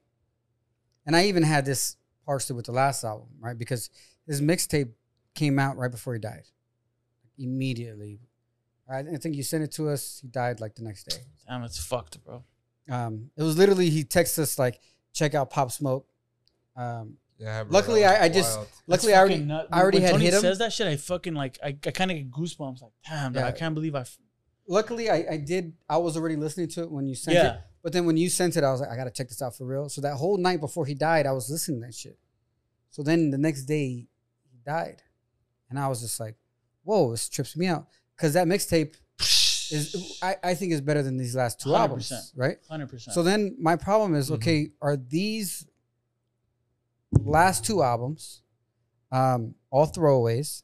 Speaker 3: and I even had this partially with the last album, right? Because his mixtape came out right before he died, immediately. I, I think you sent it to us. He died like the next day.
Speaker 1: Damn, it's fucked, bro.
Speaker 3: Um, it was literally he texts us like, "Check out Pop Smoke." Um,
Speaker 2: yeah. bro,
Speaker 3: luckily,
Speaker 2: that was
Speaker 3: I- I just-
Speaker 2: wild.
Speaker 3: luckily, I already, I already
Speaker 1: when
Speaker 3: had
Speaker 1: Tony
Speaker 3: hit him.
Speaker 1: says that shit, I fucking like, I, I kind of get goosebumps. Like, damn, dog,
Speaker 3: Yeah.
Speaker 1: I can't believe I. F-
Speaker 3: luckily I, I did i was already listening to it when you sent it
Speaker 1: Yeah.
Speaker 3: but then when you sent it i was like i gotta check this out for real so that whole night before he died i was listening to that shit so then the next day he died and i was just like whoa this trips me out because that mixtape is I, I think is better than these last two albums
Speaker 1: 100%.
Speaker 3: right
Speaker 1: Hundred Mm-hmm. percent.
Speaker 3: so then my problem is
Speaker 2: Mhm.
Speaker 3: okay are these last two albums um, all throwaways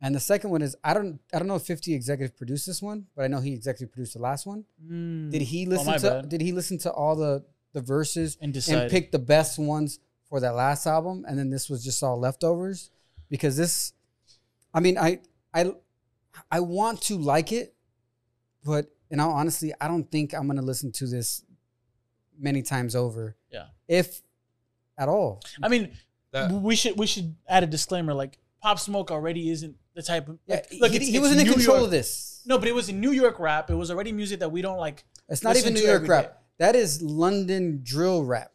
Speaker 3: and the second one is i don't i don't know if 50 executive produced this one but i know he executive produced the last one
Speaker 1: Mm.
Speaker 3: did he listen
Speaker 1: Oh, my
Speaker 3: to
Speaker 1: bad.
Speaker 3: did he listen to all the the verses
Speaker 1: and decided.
Speaker 3: and pick the best ones for that last album and then this was just all leftovers because this i mean i i i want to like it but in all honesty i don't think i'm gonna listen to this many times over
Speaker 1: Yeah.
Speaker 3: if at all
Speaker 1: I mean,
Speaker 2: That-
Speaker 1: we should we should add a disclaimer. Like, Pop Smoke already isn't the type of.
Speaker 3: yeah,
Speaker 1: Like, look,
Speaker 3: he,
Speaker 1: it's-
Speaker 3: he
Speaker 1: it's
Speaker 3: wasn't in
Speaker 1: New
Speaker 3: control
Speaker 1: York-
Speaker 3: of this
Speaker 1: No, but it was in New York rap. It was already music that we don't like.
Speaker 3: it's not
Speaker 1: Listen
Speaker 3: even new
Speaker 1: to
Speaker 3: york
Speaker 1: every
Speaker 3: rap
Speaker 1: day.
Speaker 3: that is london drill rap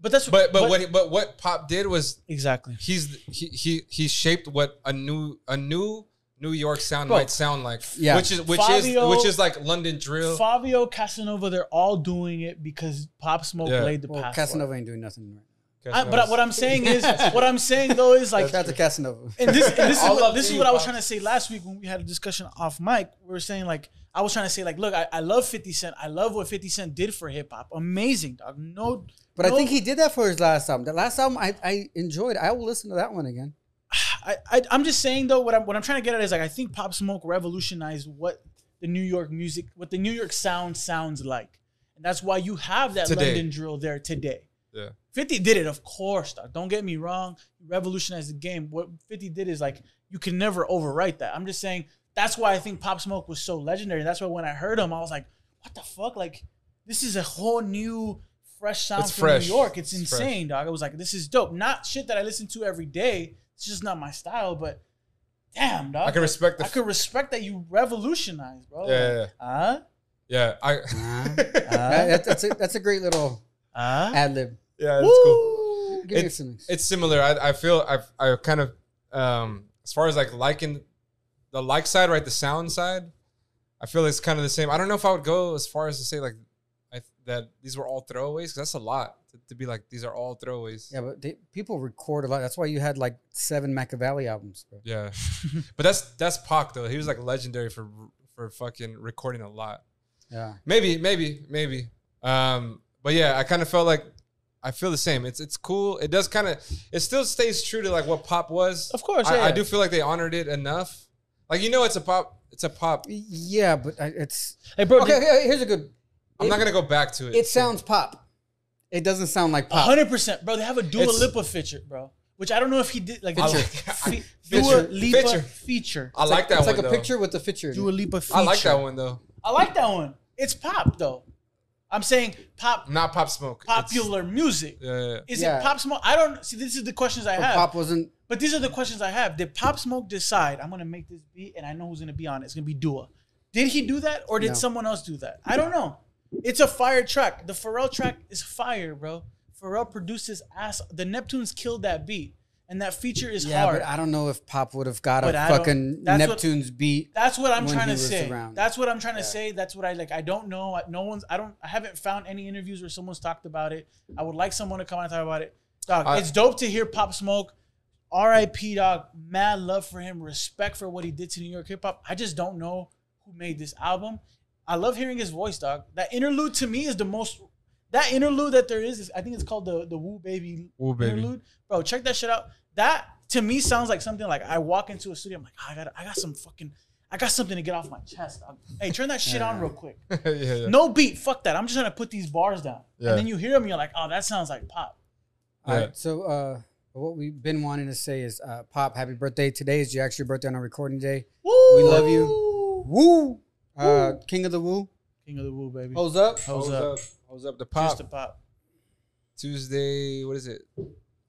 Speaker 1: But that's
Speaker 2: But but what but what Pop did was
Speaker 1: exactly.
Speaker 2: he's he he he shaped what a new a new New York sound
Speaker 1: Bro.
Speaker 2: might sound like.
Speaker 3: Yeah.
Speaker 2: Which is which
Speaker 1: Fabio-
Speaker 2: is which is like London drill.
Speaker 1: Fabio Casanova, they're all doing it because Pop Smoke
Speaker 2: Yeah.
Speaker 1: laid the
Speaker 3: well
Speaker 1: path.
Speaker 3: casanova ain't doing nothing right
Speaker 1: I, but what I'm saying is, what I'm saying though is like
Speaker 3: shout out to casanova
Speaker 1: and this, and this is
Speaker 2: All
Speaker 1: what,
Speaker 2: of
Speaker 1: this is
Speaker 2: you,
Speaker 1: what I was
Speaker 2: Pops.
Speaker 1: trying to say last week when we had a discussion off mic. We were saying like I was trying to say like, look, I, I love Fifty Cent. I love what Fifty Cent did for hip hop. Amazing, dog. No,
Speaker 3: But
Speaker 1: no-
Speaker 3: I think he did that for his last album. The last album I, I enjoyed. I will listen to that one again.
Speaker 1: I, I I'm just saying though what I'm what I'm trying to get at is like I think Pop Smoke revolutionized what the New York music, what the New York sound sounds like, and that's why you have that
Speaker 2: Today.
Speaker 1: London drill there today.
Speaker 2: Yeah.
Speaker 1: 50 did it, of course. Dog. Don't get me wrong. He revolutionized the game. What 50 did is like, you can never overwrite that. I'm just saying, that's why I think Pop Smoke was so legendary. That's why when I heard him, I was like, what the fuck? Like, this is a whole new, fresh sound
Speaker 2: It's
Speaker 1: from
Speaker 2: fresh.
Speaker 1: New York. It's,
Speaker 2: It's fresh.
Speaker 1: insane, dog. I was like, this is dope. Not shit that I listen to every day. It's just not my style, but damn, dog.
Speaker 2: I can respect the
Speaker 1: I could respect that you revolutionized, bro. uh,
Speaker 2: Yeah, yeah, yeah.
Speaker 1: Huh?
Speaker 2: yeah I
Speaker 3: That- that- that's, a, that's a great little
Speaker 1: Huh?
Speaker 3: ad lib.
Speaker 2: yeah it's cool.
Speaker 3: Give me
Speaker 2: It-
Speaker 3: some.
Speaker 2: it's similar. I, I feel I've I kind of um as far as like liking the like side, right? The sound side, I feel it's kind of the same. I don't know if I would go as far as to say like I, that these were all throwaways because that's a lot to to, to be like these are all throwaways.
Speaker 3: Yeah, but they, people record a lot. That's why you had like seven Machiavelli albums. Bro.
Speaker 2: Yeah, but that's that's Pac though. He was like legendary for for fucking recording a lot.
Speaker 3: Yeah,
Speaker 2: Maybe, maybe, maybe. Um, but yeah, I kind of felt like I feel the same. It's it's cool. It does kind of it still stays true to like what pop was.
Speaker 1: Of course,
Speaker 2: I,
Speaker 1: yeah,
Speaker 2: I
Speaker 1: yeah.
Speaker 2: do feel like they honored it enough. Like you know, it's a pop. It's a pop.
Speaker 3: yeah, but I, it's
Speaker 1: Hey, bro,
Speaker 3: okay, okay. Here's a good.
Speaker 2: I'm not gonna go back to it.
Speaker 3: It sounds pop. It doesn't sound like pop.
Speaker 1: hundred percent, bro. They have a Dua
Speaker 2: It's-
Speaker 1: Lipa feature, bro. Which I don't know if he did like
Speaker 2: I
Speaker 1: Dua-
Speaker 2: like-
Speaker 1: fe-
Speaker 2: I-
Speaker 1: Dua
Speaker 2: feature.
Speaker 1: Lipa
Speaker 2: Feature.
Speaker 1: feature.
Speaker 2: I like that
Speaker 3: it's
Speaker 2: one.
Speaker 3: like a
Speaker 2: though.
Speaker 3: picture with a feature.
Speaker 1: Dua Lipa feature.
Speaker 2: I like that one though.
Speaker 1: I like that one. It's pop though. I'm saying pop
Speaker 2: Not pop smoke. It's-
Speaker 1: popular music.
Speaker 2: Yeah, yeah, yeah.
Speaker 1: Is
Speaker 3: Mm, Yeah.
Speaker 1: it Pop Smoke? I don't see. This is the questions I
Speaker 3: But
Speaker 1: have.
Speaker 3: pop wasn't.
Speaker 1: But these are the questions I have. Did Pop Smoke decide I'm gonna make this beat and I know who's gonna be on it? It's gonna be Dua. Did he do that or did
Speaker 3: No.
Speaker 1: someone else do that? I don't know. It's a fire track. The Pharrell track is fire, bro. Pharrell produced his ass. The Neptunes killed that beat, and that feature is
Speaker 3: Yeah,
Speaker 1: hard.
Speaker 3: but I don't know if pop would have got
Speaker 1: But
Speaker 3: a
Speaker 1: I don't-
Speaker 3: fucking
Speaker 1: that's what-
Speaker 3: Neptune's beat.
Speaker 1: That's what I'm
Speaker 3: when
Speaker 1: trying
Speaker 3: he
Speaker 1: to
Speaker 3: was
Speaker 1: say.
Speaker 3: around.
Speaker 1: That's what I'm trying to say. That's what I like. I don't know. I- No one's. I don't. I haven't found any interviews where someone's talked about it. I would like someone to come out and talk about it. Dog,
Speaker 2: I-
Speaker 1: it's dope to hear Pop Smoke. R.I.P. Dog. Mad love for him. Respect for what he did to New York hip hop. I just don't know who made this album. I love hearing his voice, dog. That interlude to me is the most. That interlude that there is, is I think it's called the the Woo Baby
Speaker 2: Woo Baby.
Speaker 1: interlude. Bro, check that shit out. That to me sounds like something like I walk into a studio. I'm like, "Ah, I got I got some fucking I got something to get off my chest. dog." hey, turn that shit on real quick.
Speaker 2: yeah, yeah.
Speaker 1: No beat, fuck that. I'm just trying to put these bars down.
Speaker 2: Yeah.
Speaker 1: And then you hear them, you're like, oh, that sounds like pop.
Speaker 3: All
Speaker 2: Yeah.
Speaker 3: right. So uh, what we've been wanting to say is, uh, pop, happy birthday! Today is your actual birthday on our recording day.
Speaker 1: Woo!
Speaker 3: love you. Woo! Uh, King of the Woo.
Speaker 1: King of the Woo, baby.
Speaker 3: Hose up.
Speaker 1: Hose up.
Speaker 2: I was up the
Speaker 1: Just
Speaker 2: Oh, pop
Speaker 1: to pop.
Speaker 2: Tuesday. What is it?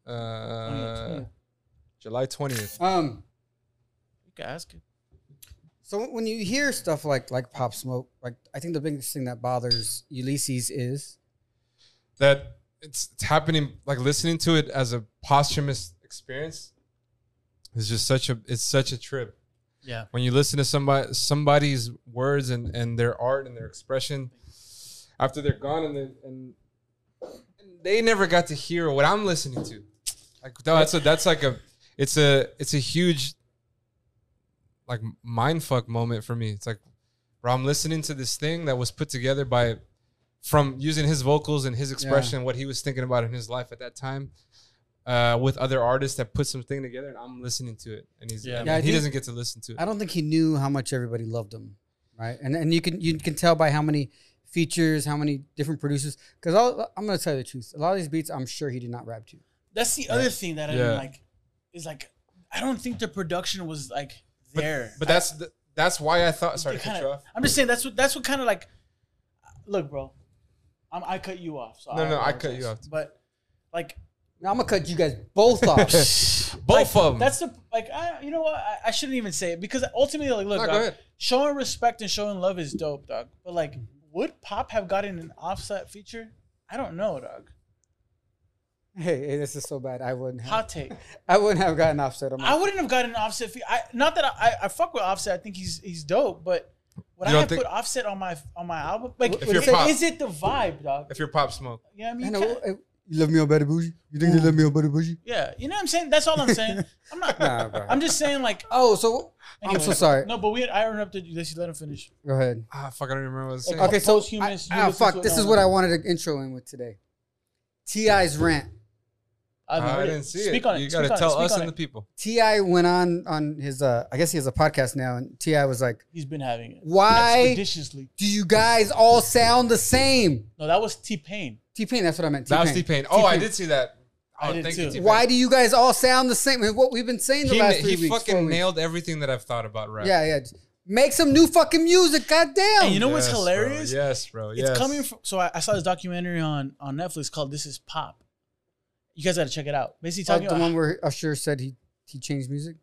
Speaker 2: Uh, July twentieth.
Speaker 3: Um.
Speaker 1: You can ask it.
Speaker 3: So when you hear stuff like like Pop Smoke, like I think the biggest thing that bothers Ulysses is
Speaker 2: That it's, it's happening. Like listening to it as a posthumous experience is just such a it's such a trip.
Speaker 1: Yeah.
Speaker 2: when you listen to somebody somebody's words and, and their art and their expression after they're gone and, they, and and they never got to hear what I'm listening to. Like no, that's a, that's like a it's a it's a huge like mind fuck moment for me. It's like bro, I'm listening to this thing that was put together by from using his vocals and his expression, what he was thinking about in his life at that time. Uh, with other artists that put something together, and I'm listening to it, and he's
Speaker 1: Yeah.
Speaker 2: and
Speaker 3: Yeah, I
Speaker 2: he
Speaker 3: think-
Speaker 2: doesn't get to listen to it.
Speaker 3: I don't think he knew how much everybody loved him, right? And and you can you can tell by how many features, how many different producers. Because I'm gonna tell you the truth, a lot of these beats, I'm sure he did not rap to.
Speaker 1: That's the other thing that I
Speaker 2: Yeah.
Speaker 1: didn't like is like I don't think the production was like
Speaker 2: But-
Speaker 1: there.
Speaker 2: But that's the, that's why I thought. Sorry to
Speaker 1: They
Speaker 2: cut
Speaker 1: kinda-
Speaker 2: you off.
Speaker 1: I'm just saying that's what that's what kind of like. Look, bro, I'm, I cut you off. So
Speaker 2: No, no, I
Speaker 1: apologize.
Speaker 2: cut you off.
Speaker 1: But like
Speaker 3: Now I'm gonna cut you guys both off.
Speaker 2: Both
Speaker 1: like,
Speaker 2: of them.
Speaker 1: That's the like. I, you know what? I, I shouldn't even say it because ultimately, like, look,
Speaker 2: No, go
Speaker 1: dog,
Speaker 2: ahead.
Speaker 1: showing respect and showing love is dope, dog. But like, would Pop have gotten an offset feature? I don't know, dog.
Speaker 3: hey, hey, this is so bad. I wouldn't have.
Speaker 1: Hot take.
Speaker 3: I wouldn't have gotten offset. I'm
Speaker 1: I
Speaker 3: like,
Speaker 1: wouldn't have gotten an offset. Fe- I not that I, I I fuck with offset. I think he's he's dope, but. Would
Speaker 2: You
Speaker 1: I
Speaker 2: don't
Speaker 1: have
Speaker 2: think-
Speaker 1: put offset on my on my album? Like,
Speaker 2: If
Speaker 1: is
Speaker 2: you're
Speaker 1: it-
Speaker 2: Pop.
Speaker 1: is it the vibe, dog?
Speaker 2: if you're pop smoke,
Speaker 1: You know what I mean?
Speaker 3: I
Speaker 1: You
Speaker 3: know,
Speaker 1: can't-
Speaker 3: eh, you love me on Better Bougie. You think you love me on Better Bougie?
Speaker 1: Yeah, you know what I'm saying. That's all I'm saying. I'm not.
Speaker 3: Nah, bro.
Speaker 1: I'm just saying like.
Speaker 3: Oh, so I'm
Speaker 1: anyway.
Speaker 3: so sorry.
Speaker 1: No, but we had, I interrupted you. Let's let him finish.
Speaker 3: Go ahead.
Speaker 2: ah, fuck, I don't even remember what I was saying.
Speaker 1: Like,
Speaker 3: Okay, so I,
Speaker 1: posthumous, you
Speaker 3: ah,
Speaker 1: listen to
Speaker 3: fuck.
Speaker 1: it
Speaker 3: This is
Speaker 1: on-
Speaker 3: what I wanted to intro in with today. Ti's rant.
Speaker 1: I've
Speaker 2: I
Speaker 1: heard
Speaker 2: didn't see it.
Speaker 1: Speak on it.
Speaker 2: You
Speaker 1: speak
Speaker 2: gotta
Speaker 1: on it,
Speaker 2: tell
Speaker 1: speak
Speaker 2: us
Speaker 1: on
Speaker 2: and
Speaker 1: it.
Speaker 2: the people.
Speaker 3: Ti went on on his. uh I guess he has a podcast now, and Ti was like,
Speaker 1: He's been having it
Speaker 3: "Why
Speaker 1: expeditiously.
Speaker 3: do you guys all sound the same?"
Speaker 1: No, that was T Pain.
Speaker 3: T Pain. That's what I meant.
Speaker 2: That was T
Speaker 3: T-Pain.
Speaker 2: Pain. Oh, I
Speaker 3: T-Pain.
Speaker 2: did see that.
Speaker 1: I
Speaker 2: Oh,
Speaker 1: did
Speaker 2: thank
Speaker 1: too.
Speaker 2: you. T-Pain.
Speaker 3: Why do you guys all sound the same? And What we've been saying the
Speaker 2: he,
Speaker 3: last
Speaker 2: he
Speaker 3: three weeks. four
Speaker 2: fucking
Speaker 3: weeks.
Speaker 2: nailed everything that I've thought about rap?
Speaker 3: Yeah, yeah. Make some new fucking music. Goddamn.
Speaker 1: And you know what's
Speaker 2: Oh, Yes, bro.
Speaker 1: hilarious?
Speaker 2: Yes, bro.
Speaker 1: It's
Speaker 2: Yes.
Speaker 1: coming from. So I, I saw this documentary on on Netflix called "This Is Pop." You guys gotta check it out. Basically,
Speaker 3: Uh,
Speaker 1: talking
Speaker 3: the
Speaker 1: about
Speaker 3: one where Usher said he he changed music.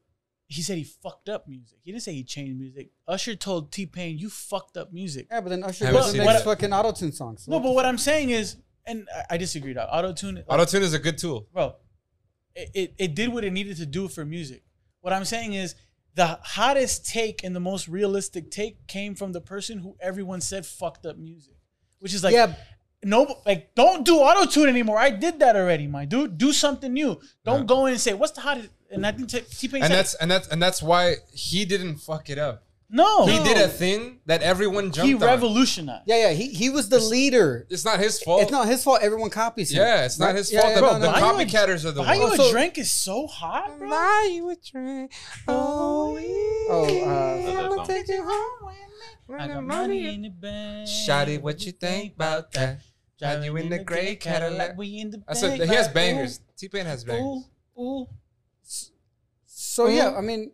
Speaker 1: he said he fucked up music. He didn't say he changed music. Usher told T Pain, "You fucked up music."
Speaker 3: Yeah, but then Usher
Speaker 2: Haven't
Speaker 3: does the
Speaker 2: seen
Speaker 3: next
Speaker 1: it.
Speaker 3: fucking auto tune song. So
Speaker 1: No, but what I'm saying is, and I- I disagree. Auto tune.
Speaker 2: Auto tune is a good tool.
Speaker 1: bro, it, it, it did what it needed to do for music. What I'm saying is the hottest take and the most realistic take came from the person who everyone said fucked up music, which is like,
Speaker 3: yeah,
Speaker 1: no, like don't do auto tune anymore. I did that already, my dude. Do something new. Don't
Speaker 2: Yeah.
Speaker 1: go in and say what's the hottest. And I think T Pain said
Speaker 2: And that's and that's and that's why he didn't fuck it up.
Speaker 1: Oh, no.
Speaker 2: He did a thing that everyone jumped
Speaker 1: He
Speaker 2: on.
Speaker 1: revolutionized.
Speaker 3: Yeah, yeah. He he was the leader.
Speaker 2: It's not his
Speaker 1: Oh.
Speaker 2: fault.
Speaker 3: It's not his fault. Everyone copies him.
Speaker 2: yeah, it's not
Speaker 3: Right?
Speaker 2: his
Speaker 3: Yeah,
Speaker 2: fault. the
Speaker 3: yeah, no,
Speaker 2: the
Speaker 3: no.
Speaker 1: Why you would-
Speaker 2: copycatters are the
Speaker 1: How
Speaker 2: ones.
Speaker 1: you a
Speaker 3: Also-
Speaker 1: drink is so hot, bro.
Speaker 5: Buy you a drink. Oh, yeah.
Speaker 3: Oh, uh,
Speaker 4: That's
Speaker 5: I'ma
Speaker 4: that song.
Speaker 5: take you home with me.
Speaker 1: I
Speaker 5: When the
Speaker 1: got
Speaker 5: money
Speaker 1: money in the bank.
Speaker 2: Shotty, what you think about that?
Speaker 1: Driving
Speaker 2: And you in the gray Cadillac.
Speaker 1: We in the
Speaker 2: I said that
Speaker 1: bank,
Speaker 2: he has
Speaker 1: like,
Speaker 2: bangers. T Pain has bangers.
Speaker 1: Ooh, ooh, ooh.
Speaker 3: So yeah, I mean,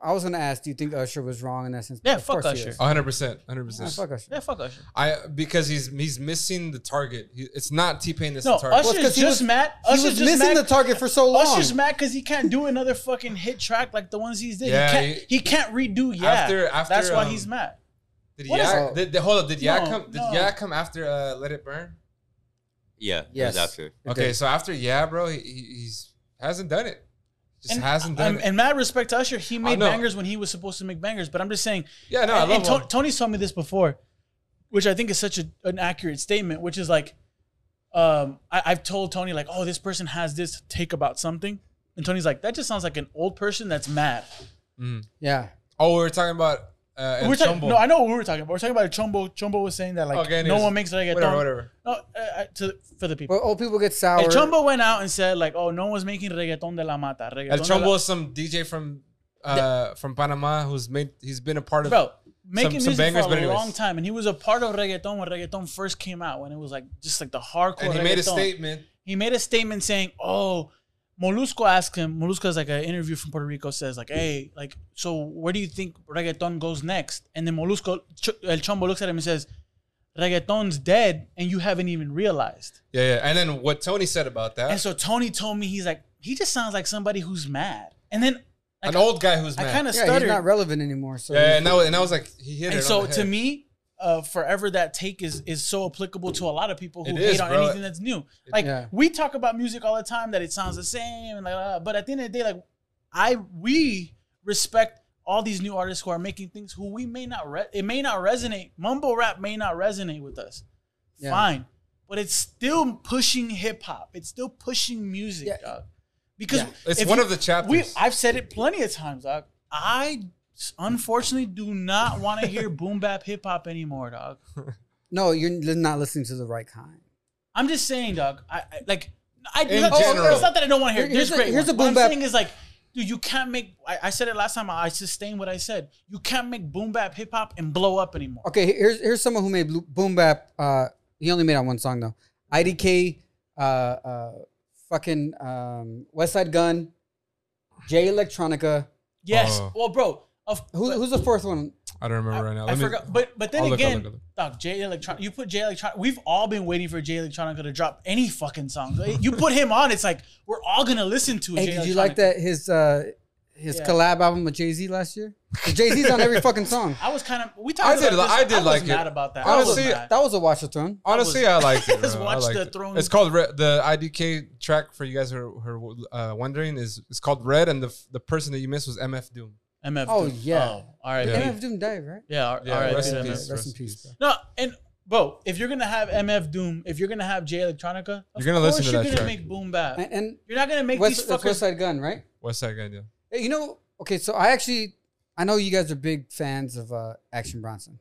Speaker 3: I was gonna ask, do you think Usher was wrong in that sense?
Speaker 1: Yeah,
Speaker 3: Of
Speaker 1: fuck
Speaker 3: course he
Speaker 1: Usher. Oh,
Speaker 3: is.
Speaker 2: A hundred percent, a hundred
Speaker 3: Yeah,
Speaker 2: percent.
Speaker 3: fuck Usher.
Speaker 1: Yeah, Oh, fuck Usher.
Speaker 2: I because he's he's missing the target. He, it's not T Pain that's
Speaker 1: No,
Speaker 2: the target.
Speaker 1: Usher's
Speaker 3: 'cause he
Speaker 1: just
Speaker 3: was-
Speaker 1: mad.
Speaker 3: He
Speaker 1: Usher's
Speaker 3: was
Speaker 1: just
Speaker 3: missing
Speaker 1: mad.
Speaker 3: the target for so long.
Speaker 1: Usher's mad because he can't do another fucking hit track like the ones he's did.
Speaker 2: Yeah,
Speaker 1: he, can't,
Speaker 2: he-
Speaker 1: he, can't redo. Yeah,
Speaker 2: After- after,
Speaker 1: that's why
Speaker 2: um,
Speaker 1: he's mad.
Speaker 2: did
Speaker 1: what is-
Speaker 2: Yak, did, did- hold up. Did Yak
Speaker 1: No,
Speaker 2: come? Did
Speaker 1: no.
Speaker 2: Yak come after uh, Let It Burn?
Speaker 4: Yeah,
Speaker 3: Yes.
Speaker 4: yes. it was after.
Speaker 3: It
Speaker 2: Okay,
Speaker 3: did.
Speaker 2: so after yeah, bro, he, he he's hasn't done it. Just
Speaker 1: And-
Speaker 2: hasn't done
Speaker 1: Um,
Speaker 2: it.
Speaker 1: and mad respect to Usher, he made
Speaker 2: know.
Speaker 1: bangers when he was supposed to make bangers. But I'm just saying,
Speaker 2: yeah, no, I
Speaker 1: and,
Speaker 2: love
Speaker 1: and To-
Speaker 2: him.
Speaker 1: Tony's told me this before, which I think is such a, an accurate statement, which is like, um, I, I've told Tony, like, oh, this person has this take about something. And Tony's like, that just sounds like an old person that's mad.
Speaker 3: Yeah.
Speaker 2: Oh, we were talking about uh,
Speaker 1: we're
Speaker 2: El
Speaker 1: talking,
Speaker 2: Chumbo.
Speaker 1: no, I know what we were talking about. We're talking about Chombo. Chombo was saying that, like,
Speaker 2: Okay,
Speaker 1: no
Speaker 2: anyways,
Speaker 1: one makes it like a
Speaker 2: whatever,
Speaker 1: thong.
Speaker 2: whatever.
Speaker 1: No, uh, uh, to, for the people.
Speaker 3: But old people get sour.
Speaker 1: El Chombo went out and said, like, oh, no one's making reggaeton de la mata. Reggaeton
Speaker 2: El
Speaker 1: de
Speaker 2: Chumbo
Speaker 1: la-
Speaker 2: is some DJ from uh, from Panama who's made he's been a part of.
Speaker 1: bro, making
Speaker 2: some
Speaker 1: music
Speaker 2: bangers,
Speaker 1: for
Speaker 2: but
Speaker 1: a
Speaker 2: anyways.
Speaker 1: long time, and he was a part of reggaeton when reggaeton first came out, when it was like just like the hardcore.
Speaker 2: and he made a
Speaker 1: reggaeton.
Speaker 2: statement.
Speaker 1: He made a statement saying, "Oh, Molusco asked him. Molusco is like an interview from Puerto Rico. Says like, hey, like, so where do you think reggaeton goes next?" And then Molusco, Ch- El Chombo looks at him and says, "Reggaeton's dead, and you haven't even realized."
Speaker 2: Yeah, yeah. And then what Tony said about that,
Speaker 1: And so Tony told me he's like, he just sounds like somebody who's mad. And then
Speaker 2: an old guy who's
Speaker 1: I
Speaker 2: mad.
Speaker 1: kind of
Speaker 3: Yeah,
Speaker 1: stuttered.
Speaker 3: he's not relevant anymore. So
Speaker 2: yeah, and that was, and I was like, he hit
Speaker 1: and
Speaker 2: it. on
Speaker 1: so
Speaker 2: the
Speaker 1: to
Speaker 2: head.
Speaker 1: me uh, forever that take is is so applicable to a lot of people who
Speaker 2: It
Speaker 1: hate
Speaker 2: is,
Speaker 1: on
Speaker 2: bro.
Speaker 1: anything that's new like
Speaker 3: Yeah.
Speaker 1: we talk about music all the time that it sounds the same and like uh, but at the end of the day like i we respect all these new artists who are making things who we may not re- it may not resonate mumble rap may not resonate with us
Speaker 3: Yeah.
Speaker 1: fine but it's still pushing hip hop it's still pushing music
Speaker 3: Yeah.
Speaker 1: dog. because
Speaker 3: Yeah.
Speaker 2: it's
Speaker 1: if
Speaker 2: one
Speaker 1: you-
Speaker 2: of the chapters.
Speaker 1: we, I've said it plenty of times, dog. I unfortunately do not want to hear boom bap hip hop anymore, dog.
Speaker 3: no, you're not listening to the right kind.
Speaker 1: I'm just saying, dog. I, I like. I
Speaker 2: In
Speaker 1: not,
Speaker 2: general.
Speaker 1: it's not that I don't want to hear.
Speaker 3: Here-
Speaker 1: it.
Speaker 3: here's
Speaker 1: There's
Speaker 3: a-
Speaker 1: great.
Speaker 3: here's
Speaker 1: Here's
Speaker 3: a
Speaker 1: a
Speaker 3: boom
Speaker 1: boom
Speaker 3: bap-
Speaker 1: What I'm saying is like, dude, you can't make. I, I said it last time. I, I sustain what I said. You can't make boom bap hip hop and blow up anymore.
Speaker 3: Okay, here's here's someone who made blo- boom bap. Uh, he only made on one song though. IDK, uh, uh, fucking um, West Side Gun, J Electronica.
Speaker 1: Yes.
Speaker 2: Oh.
Speaker 1: Well, bro. Of
Speaker 3: Who, who's the fourth one?
Speaker 2: I don't remember right now.
Speaker 1: I
Speaker 2: Let me-
Speaker 1: forgot. But but then
Speaker 2: I'll look, I'll
Speaker 1: again,
Speaker 2: look, I'll look.
Speaker 1: dog, Jay Electronic. You put Jay Electronic. We've all been waiting for Jay Electronica to drop any fucking song. you put him on, it's like we're all gonna listen to.
Speaker 3: Hey,
Speaker 1: Jay
Speaker 3: did you like
Speaker 1: Electronica.
Speaker 3: that his uh, his
Speaker 1: Yeah.
Speaker 3: collab album with Jay Z last year? Jay Z's on every fucking song.
Speaker 1: I was kind of. We
Speaker 2: I
Speaker 1: talked
Speaker 2: did
Speaker 1: about
Speaker 2: li-
Speaker 1: this.
Speaker 2: I did
Speaker 1: was
Speaker 2: like it.
Speaker 1: mad about that.
Speaker 2: Honestly,
Speaker 1: I was mad.
Speaker 3: That was a watch of throne.
Speaker 2: Honestly, I liked it.
Speaker 1: Just
Speaker 2: bro. I
Speaker 1: watch
Speaker 2: liked
Speaker 1: the
Speaker 2: it.
Speaker 1: throne.
Speaker 2: It's called Red, the IDK track for you guys who are, who are uh, wondering is it's called Red, and the f- the person that you missed was MF Doom.
Speaker 1: MF.
Speaker 3: Oh,
Speaker 1: Doom.
Speaker 3: yeah.
Speaker 1: all right.
Speaker 2: Yeah.
Speaker 1: Yeah.
Speaker 3: MF Doom died, right?
Speaker 1: yeah all
Speaker 2: Yeah,
Speaker 1: right.
Speaker 2: rest in
Speaker 1: MF.
Speaker 2: peace.
Speaker 3: Rest in peace. bro.
Speaker 1: No, and bro, if you're gonna have MF Doom, if you're gonna have Jay Electronica, of
Speaker 2: You're gonna listen
Speaker 1: course
Speaker 2: to
Speaker 1: you're
Speaker 2: that
Speaker 1: gonna
Speaker 2: track.
Speaker 1: make boom bap.
Speaker 3: And, and
Speaker 1: You're not gonna make
Speaker 3: West,
Speaker 1: these
Speaker 3: that's West
Speaker 1: fuckers.
Speaker 3: Side Gun, right?
Speaker 2: What's that guy do?
Speaker 3: Hey, you know, okay, so I actually, I know you guys are big fans of uh, Action Bronson.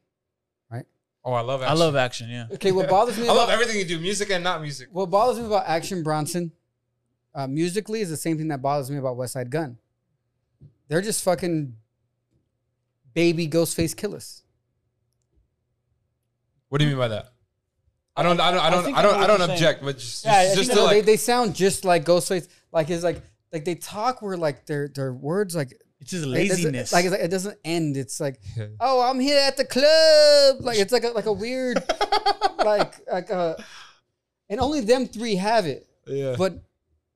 Speaker 2: Oh, I love.
Speaker 1: I love action. Yeah.
Speaker 3: Okay, what bothers me
Speaker 2: I
Speaker 3: about,
Speaker 2: love everything you do, music and not music.
Speaker 3: what bothers me about Action Bronson uh, musically is the same thing that bothers me about West Side Gun. They're just fucking baby Ghostface killers.
Speaker 2: What do you mean by that? I don't. I don't. I
Speaker 1: I
Speaker 2: don't.
Speaker 1: think
Speaker 2: I don't.
Speaker 1: I
Speaker 2: I,
Speaker 1: know what
Speaker 2: don't
Speaker 1: you're saying.
Speaker 2: object, but just,
Speaker 1: Yeah, I
Speaker 2: just,
Speaker 1: think
Speaker 2: just
Speaker 1: I
Speaker 2: to
Speaker 3: No, they,
Speaker 2: like.
Speaker 3: they sound just like Ghostface. Like it's like like they talk where like their their words like
Speaker 1: It's just
Speaker 3: it doesn't-
Speaker 1: laziness.
Speaker 3: like it's like it doesn't end. It's like
Speaker 2: Yeah.
Speaker 3: oh I'm here at the club. Like it's like a, like a weird like like a, and only them three have it.
Speaker 2: yeah.
Speaker 3: But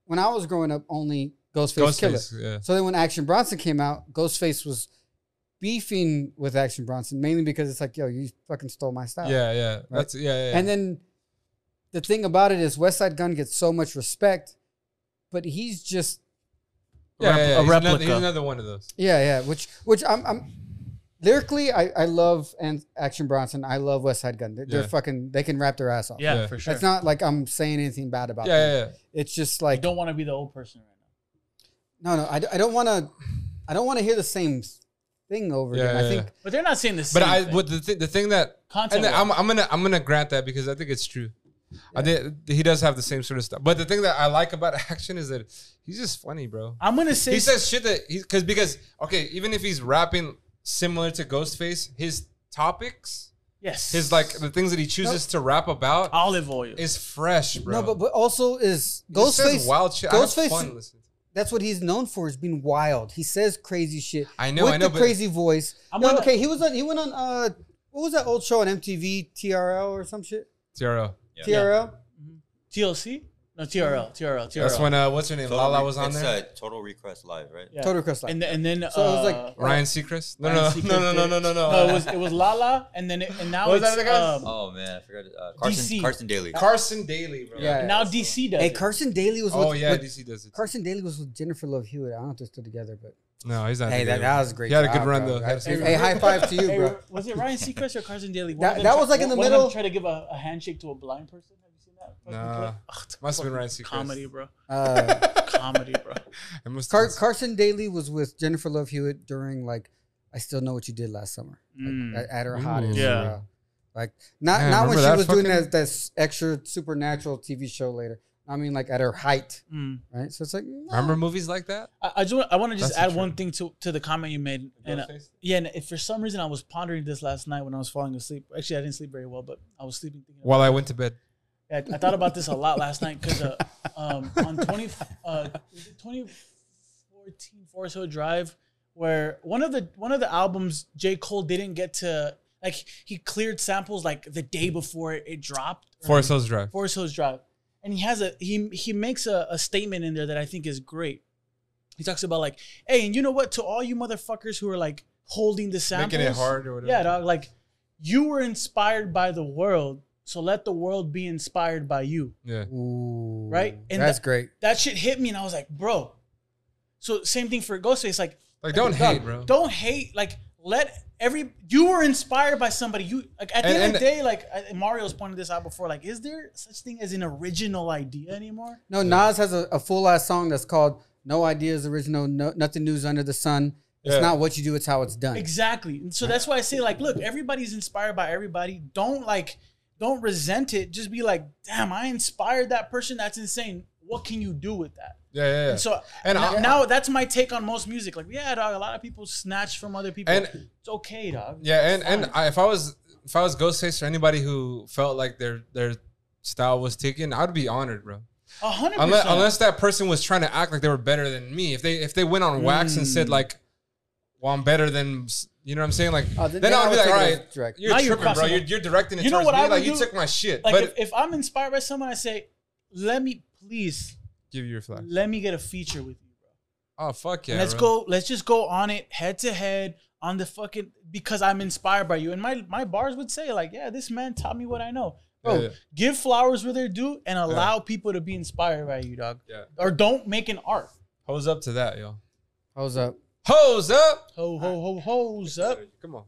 Speaker 3: when I was growing up, only Ghostface, Killer.
Speaker 2: Ghostface. Yeah.
Speaker 3: So then when Action Bronson came out, Ghostface was beefing with Action Bronson mainly because it's like yo you fucking stole my style.
Speaker 2: Yeah. Yeah. That's yeah. Yeah. yeah.
Speaker 3: And then the thing about it is West Side Gun gets so much respect, but he's just
Speaker 2: yeah, yeah, yeah.
Speaker 1: a
Speaker 2: He's another-
Speaker 1: replica.
Speaker 2: He's another one of those.
Speaker 3: yeah, yeah, which which I'm I'm lyrically, I, I love and Action Bronson. I love West Side Gun. They're, they're
Speaker 2: Yeah.
Speaker 3: fucking. They can rap their ass off.
Speaker 1: Yeah,
Speaker 2: Yeah.
Speaker 1: for sure.
Speaker 3: It's not like I'm saying anything bad about
Speaker 2: Yeah,
Speaker 3: them.
Speaker 2: yeah, yeah.
Speaker 3: It's just
Speaker 1: I
Speaker 3: like
Speaker 1: don't want to be the old person right now.
Speaker 3: no, no. I, d- I don't want to. I don't want to hear the same thing over
Speaker 2: Yeah,
Speaker 3: again. I
Speaker 2: yeah,
Speaker 3: think
Speaker 1: But they're not saying the same.
Speaker 2: But I,
Speaker 1: thing.
Speaker 2: but the, th- the thing that
Speaker 1: content.
Speaker 2: and then I'm, I'm gonna I'm gonna grant that because I think it's true. I think he does have the same sort of stuff. But the thing that I like about Action is that he's just funny, bro.
Speaker 1: I'm gonna say
Speaker 2: He says shit that he because because okay, even if he's rapping similar to Ghostface, his topics,
Speaker 1: yes.
Speaker 2: his like the things that he chooses to rap about
Speaker 1: olive oil.
Speaker 2: is fresh, bro.
Speaker 3: no, but but also is
Speaker 2: He just says
Speaker 3: Ghostface.
Speaker 2: wild shit. I have
Speaker 3: Ghostface-
Speaker 2: fun listening to it.
Speaker 3: That's what he's known for. Is being wild. He says crazy shit.
Speaker 2: I know,
Speaker 3: With
Speaker 2: I know,
Speaker 3: the
Speaker 2: but-
Speaker 3: crazy voice.
Speaker 1: I'm
Speaker 3: No,
Speaker 1: on the-
Speaker 3: okay, he was on. He went on. Uh, what was that old show on MTV? TRL or some shit.
Speaker 2: TRL.
Speaker 4: Yeah.
Speaker 3: TRL.
Speaker 1: TLC? No, TRL, TRL, TRL.
Speaker 2: That's when uh, what's her name?
Speaker 4: Total
Speaker 2: Lala
Speaker 4: Re-
Speaker 2: was on
Speaker 4: it's,
Speaker 2: there.
Speaker 4: Uh, Total Request Live, right?
Speaker 1: Yeah.
Speaker 3: Total Request Live.
Speaker 1: And then, and then
Speaker 3: So it was
Speaker 1: uh,
Speaker 3: like
Speaker 2: Ryan Seacrest? No,
Speaker 1: Ryan
Speaker 2: no,
Speaker 1: Seacrest
Speaker 2: no, no, no,
Speaker 1: did-
Speaker 2: no, no, no.
Speaker 1: no, it was it was Lala, and then it, and now
Speaker 2: What was that
Speaker 1: it's
Speaker 2: other guy's?
Speaker 1: um,
Speaker 4: Oh man, I forgot. Uh, Carson
Speaker 1: DC.
Speaker 4: Carson Daly.
Speaker 2: Carson Daly, bro.
Speaker 3: Yeah.
Speaker 1: now DC does.
Speaker 3: Hey,
Speaker 1: it.
Speaker 3: Carson Daly was. With,
Speaker 2: Oh yeah,
Speaker 3: with-
Speaker 2: DC does it.
Speaker 3: Carson Daly was with Jennifer Love Hewitt. I don't know if they're still together, but
Speaker 2: No, he's not.
Speaker 3: hey, that,
Speaker 2: together.
Speaker 3: that was a great.
Speaker 2: He had a good
Speaker 3: job,
Speaker 2: run,
Speaker 3: bro.
Speaker 2: though. Had a
Speaker 3: Hey,
Speaker 2: good
Speaker 3: hey,
Speaker 2: run.
Speaker 3: high five to you,
Speaker 1: Hey,
Speaker 3: bro.
Speaker 1: was it Ryan Seacrest or Carson Daly? One of
Speaker 3: That-
Speaker 1: them
Speaker 3: that
Speaker 1: tri-
Speaker 3: was, like, in
Speaker 1: one-
Speaker 3: the
Speaker 1: one of
Speaker 3: middle.
Speaker 1: them Try to give a, a handshake to a blind person. Have you seen that? fucking
Speaker 2: Nah.
Speaker 1: clip? Ugh, it's
Speaker 2: Must've been
Speaker 1: fucking
Speaker 2: Ryan Seacrest.
Speaker 1: Comedy, bro.
Speaker 3: Uh,
Speaker 1: Comedy, bro.
Speaker 2: It must
Speaker 3: Car-
Speaker 2: have
Speaker 3: Carson Daly was with Jennifer Love Hewitt during like I still know what you did last summer
Speaker 1: Mm.
Speaker 3: at, at her
Speaker 2: Ooh.
Speaker 3: hottest.
Speaker 1: Yeah.
Speaker 3: uh, like not
Speaker 2: Man,
Speaker 3: not when
Speaker 2: remember
Speaker 3: she
Speaker 2: that
Speaker 3: was doing
Speaker 2: fucking-
Speaker 3: that that s- extra supernatural TV show later. I mean, like at her height,
Speaker 1: Mm.
Speaker 3: right? So it's like
Speaker 2: been- Remember movies like that?
Speaker 1: I, I just want, I want to just
Speaker 2: That's
Speaker 1: add
Speaker 2: the
Speaker 1: one thing to to the comment you made, and uh,
Speaker 2: Ghostface?
Speaker 1: yeah, and if for some reason I was pondering this last night when I was falling asleep. Actually, I didn't sleep very well, but I was sleeping thinking.
Speaker 2: While I went to bed.
Speaker 1: Yeah, I, I thought about this a lot last night because uh, um, on 20, uh, is it 2014 Forest Hill Drive, where one of the one of the albums J Cole didn't get to like he cleared samples like the day before it dropped. or
Speaker 2: Forest Hills Drive.
Speaker 1: Forest Hills Drive, and he has a he he makes a, a statement in there that I think is great. He talks about like, hey, and you know what? To all you motherfuckers who are like holding the samples,
Speaker 2: Making it hard or whatever.
Speaker 1: yeah, dog. Like, you were inspired by the world, so let the world be inspired by you.
Speaker 2: Yeah.
Speaker 3: ooh,
Speaker 1: Right? And
Speaker 3: that's
Speaker 1: the-
Speaker 3: great.
Speaker 1: That shit hit me, and I was like, bro. So same thing for Ghostface. Like,
Speaker 2: Like don't
Speaker 1: dog,
Speaker 2: hate, bro.
Speaker 1: Don't hate. Like, let every you were inspired by somebody. You like at the
Speaker 2: And-
Speaker 1: end of the
Speaker 2: and-
Speaker 1: day, like I- Mario's pointed this out before. Like, is there such thing as an original idea anymore?
Speaker 3: No, Nas has a, a full ass song that's called "No Ideas Original, no, Nothing News Under the Sun." It's
Speaker 2: Yeah.
Speaker 3: not what you do; it's how it's done.
Speaker 1: Exactly. And so that's why I say, like, look, everybody's inspired by everybody. Don't like, don't resent it. Just be like, damn, I inspired that person. That's insane. What can you do with that?
Speaker 2: Yeah, yeah, yeah.
Speaker 1: And so
Speaker 2: And
Speaker 1: now,
Speaker 2: I-
Speaker 1: now that's my take on most music. Like, yeah, dog, a lot of people snatch from other people.
Speaker 2: And-
Speaker 1: it's okay, dog.
Speaker 2: yeah, and and
Speaker 1: Fine.
Speaker 2: I, if I was if I was Ghostface or anybody who felt like their their style was taken, I'd be honored, bro.
Speaker 1: A hundred
Speaker 2: Unless
Speaker 1: percent.
Speaker 2: unless that person was trying to act like they were better than me. If they if they went on wax and
Speaker 1: Hmm.
Speaker 2: said like, "Well, I'm better than," s- you know what I'm saying? Like
Speaker 3: Oh,
Speaker 2: then,
Speaker 3: then I
Speaker 2: I'd
Speaker 3: would
Speaker 2: be like,
Speaker 3: take
Speaker 2: "All
Speaker 3: it as
Speaker 2: right,
Speaker 3: direct."
Speaker 2: you're
Speaker 1: Now you're
Speaker 2: tripping, bro.
Speaker 1: crossing
Speaker 2: You're,
Speaker 1: the-
Speaker 2: you're directing it
Speaker 1: You know
Speaker 2: towards
Speaker 1: what
Speaker 2: me.
Speaker 1: I would
Speaker 2: like you
Speaker 1: do?
Speaker 2: took my shit."
Speaker 1: like,
Speaker 2: but
Speaker 1: if, if I'm inspired by someone, I say, let me please,
Speaker 2: give you your flag.
Speaker 1: let me get a feature with you, bro.
Speaker 2: Oh fuck yeah!
Speaker 1: let's
Speaker 2: bro.
Speaker 1: go. Let's just go on it head to head on the fucking because I'm inspired by you. And my my bars would say like, yeah, this man taught me what I know. Bro,
Speaker 2: Yeah.
Speaker 1: give flowers where they're due and allow people to be inspired by you, dog.
Speaker 2: Yeah.
Speaker 1: Or don't make an art.
Speaker 2: Hose up to that, yo.
Speaker 3: How's up?
Speaker 2: Hose up.
Speaker 1: Ho ho ho hoes up.
Speaker 2: Come on.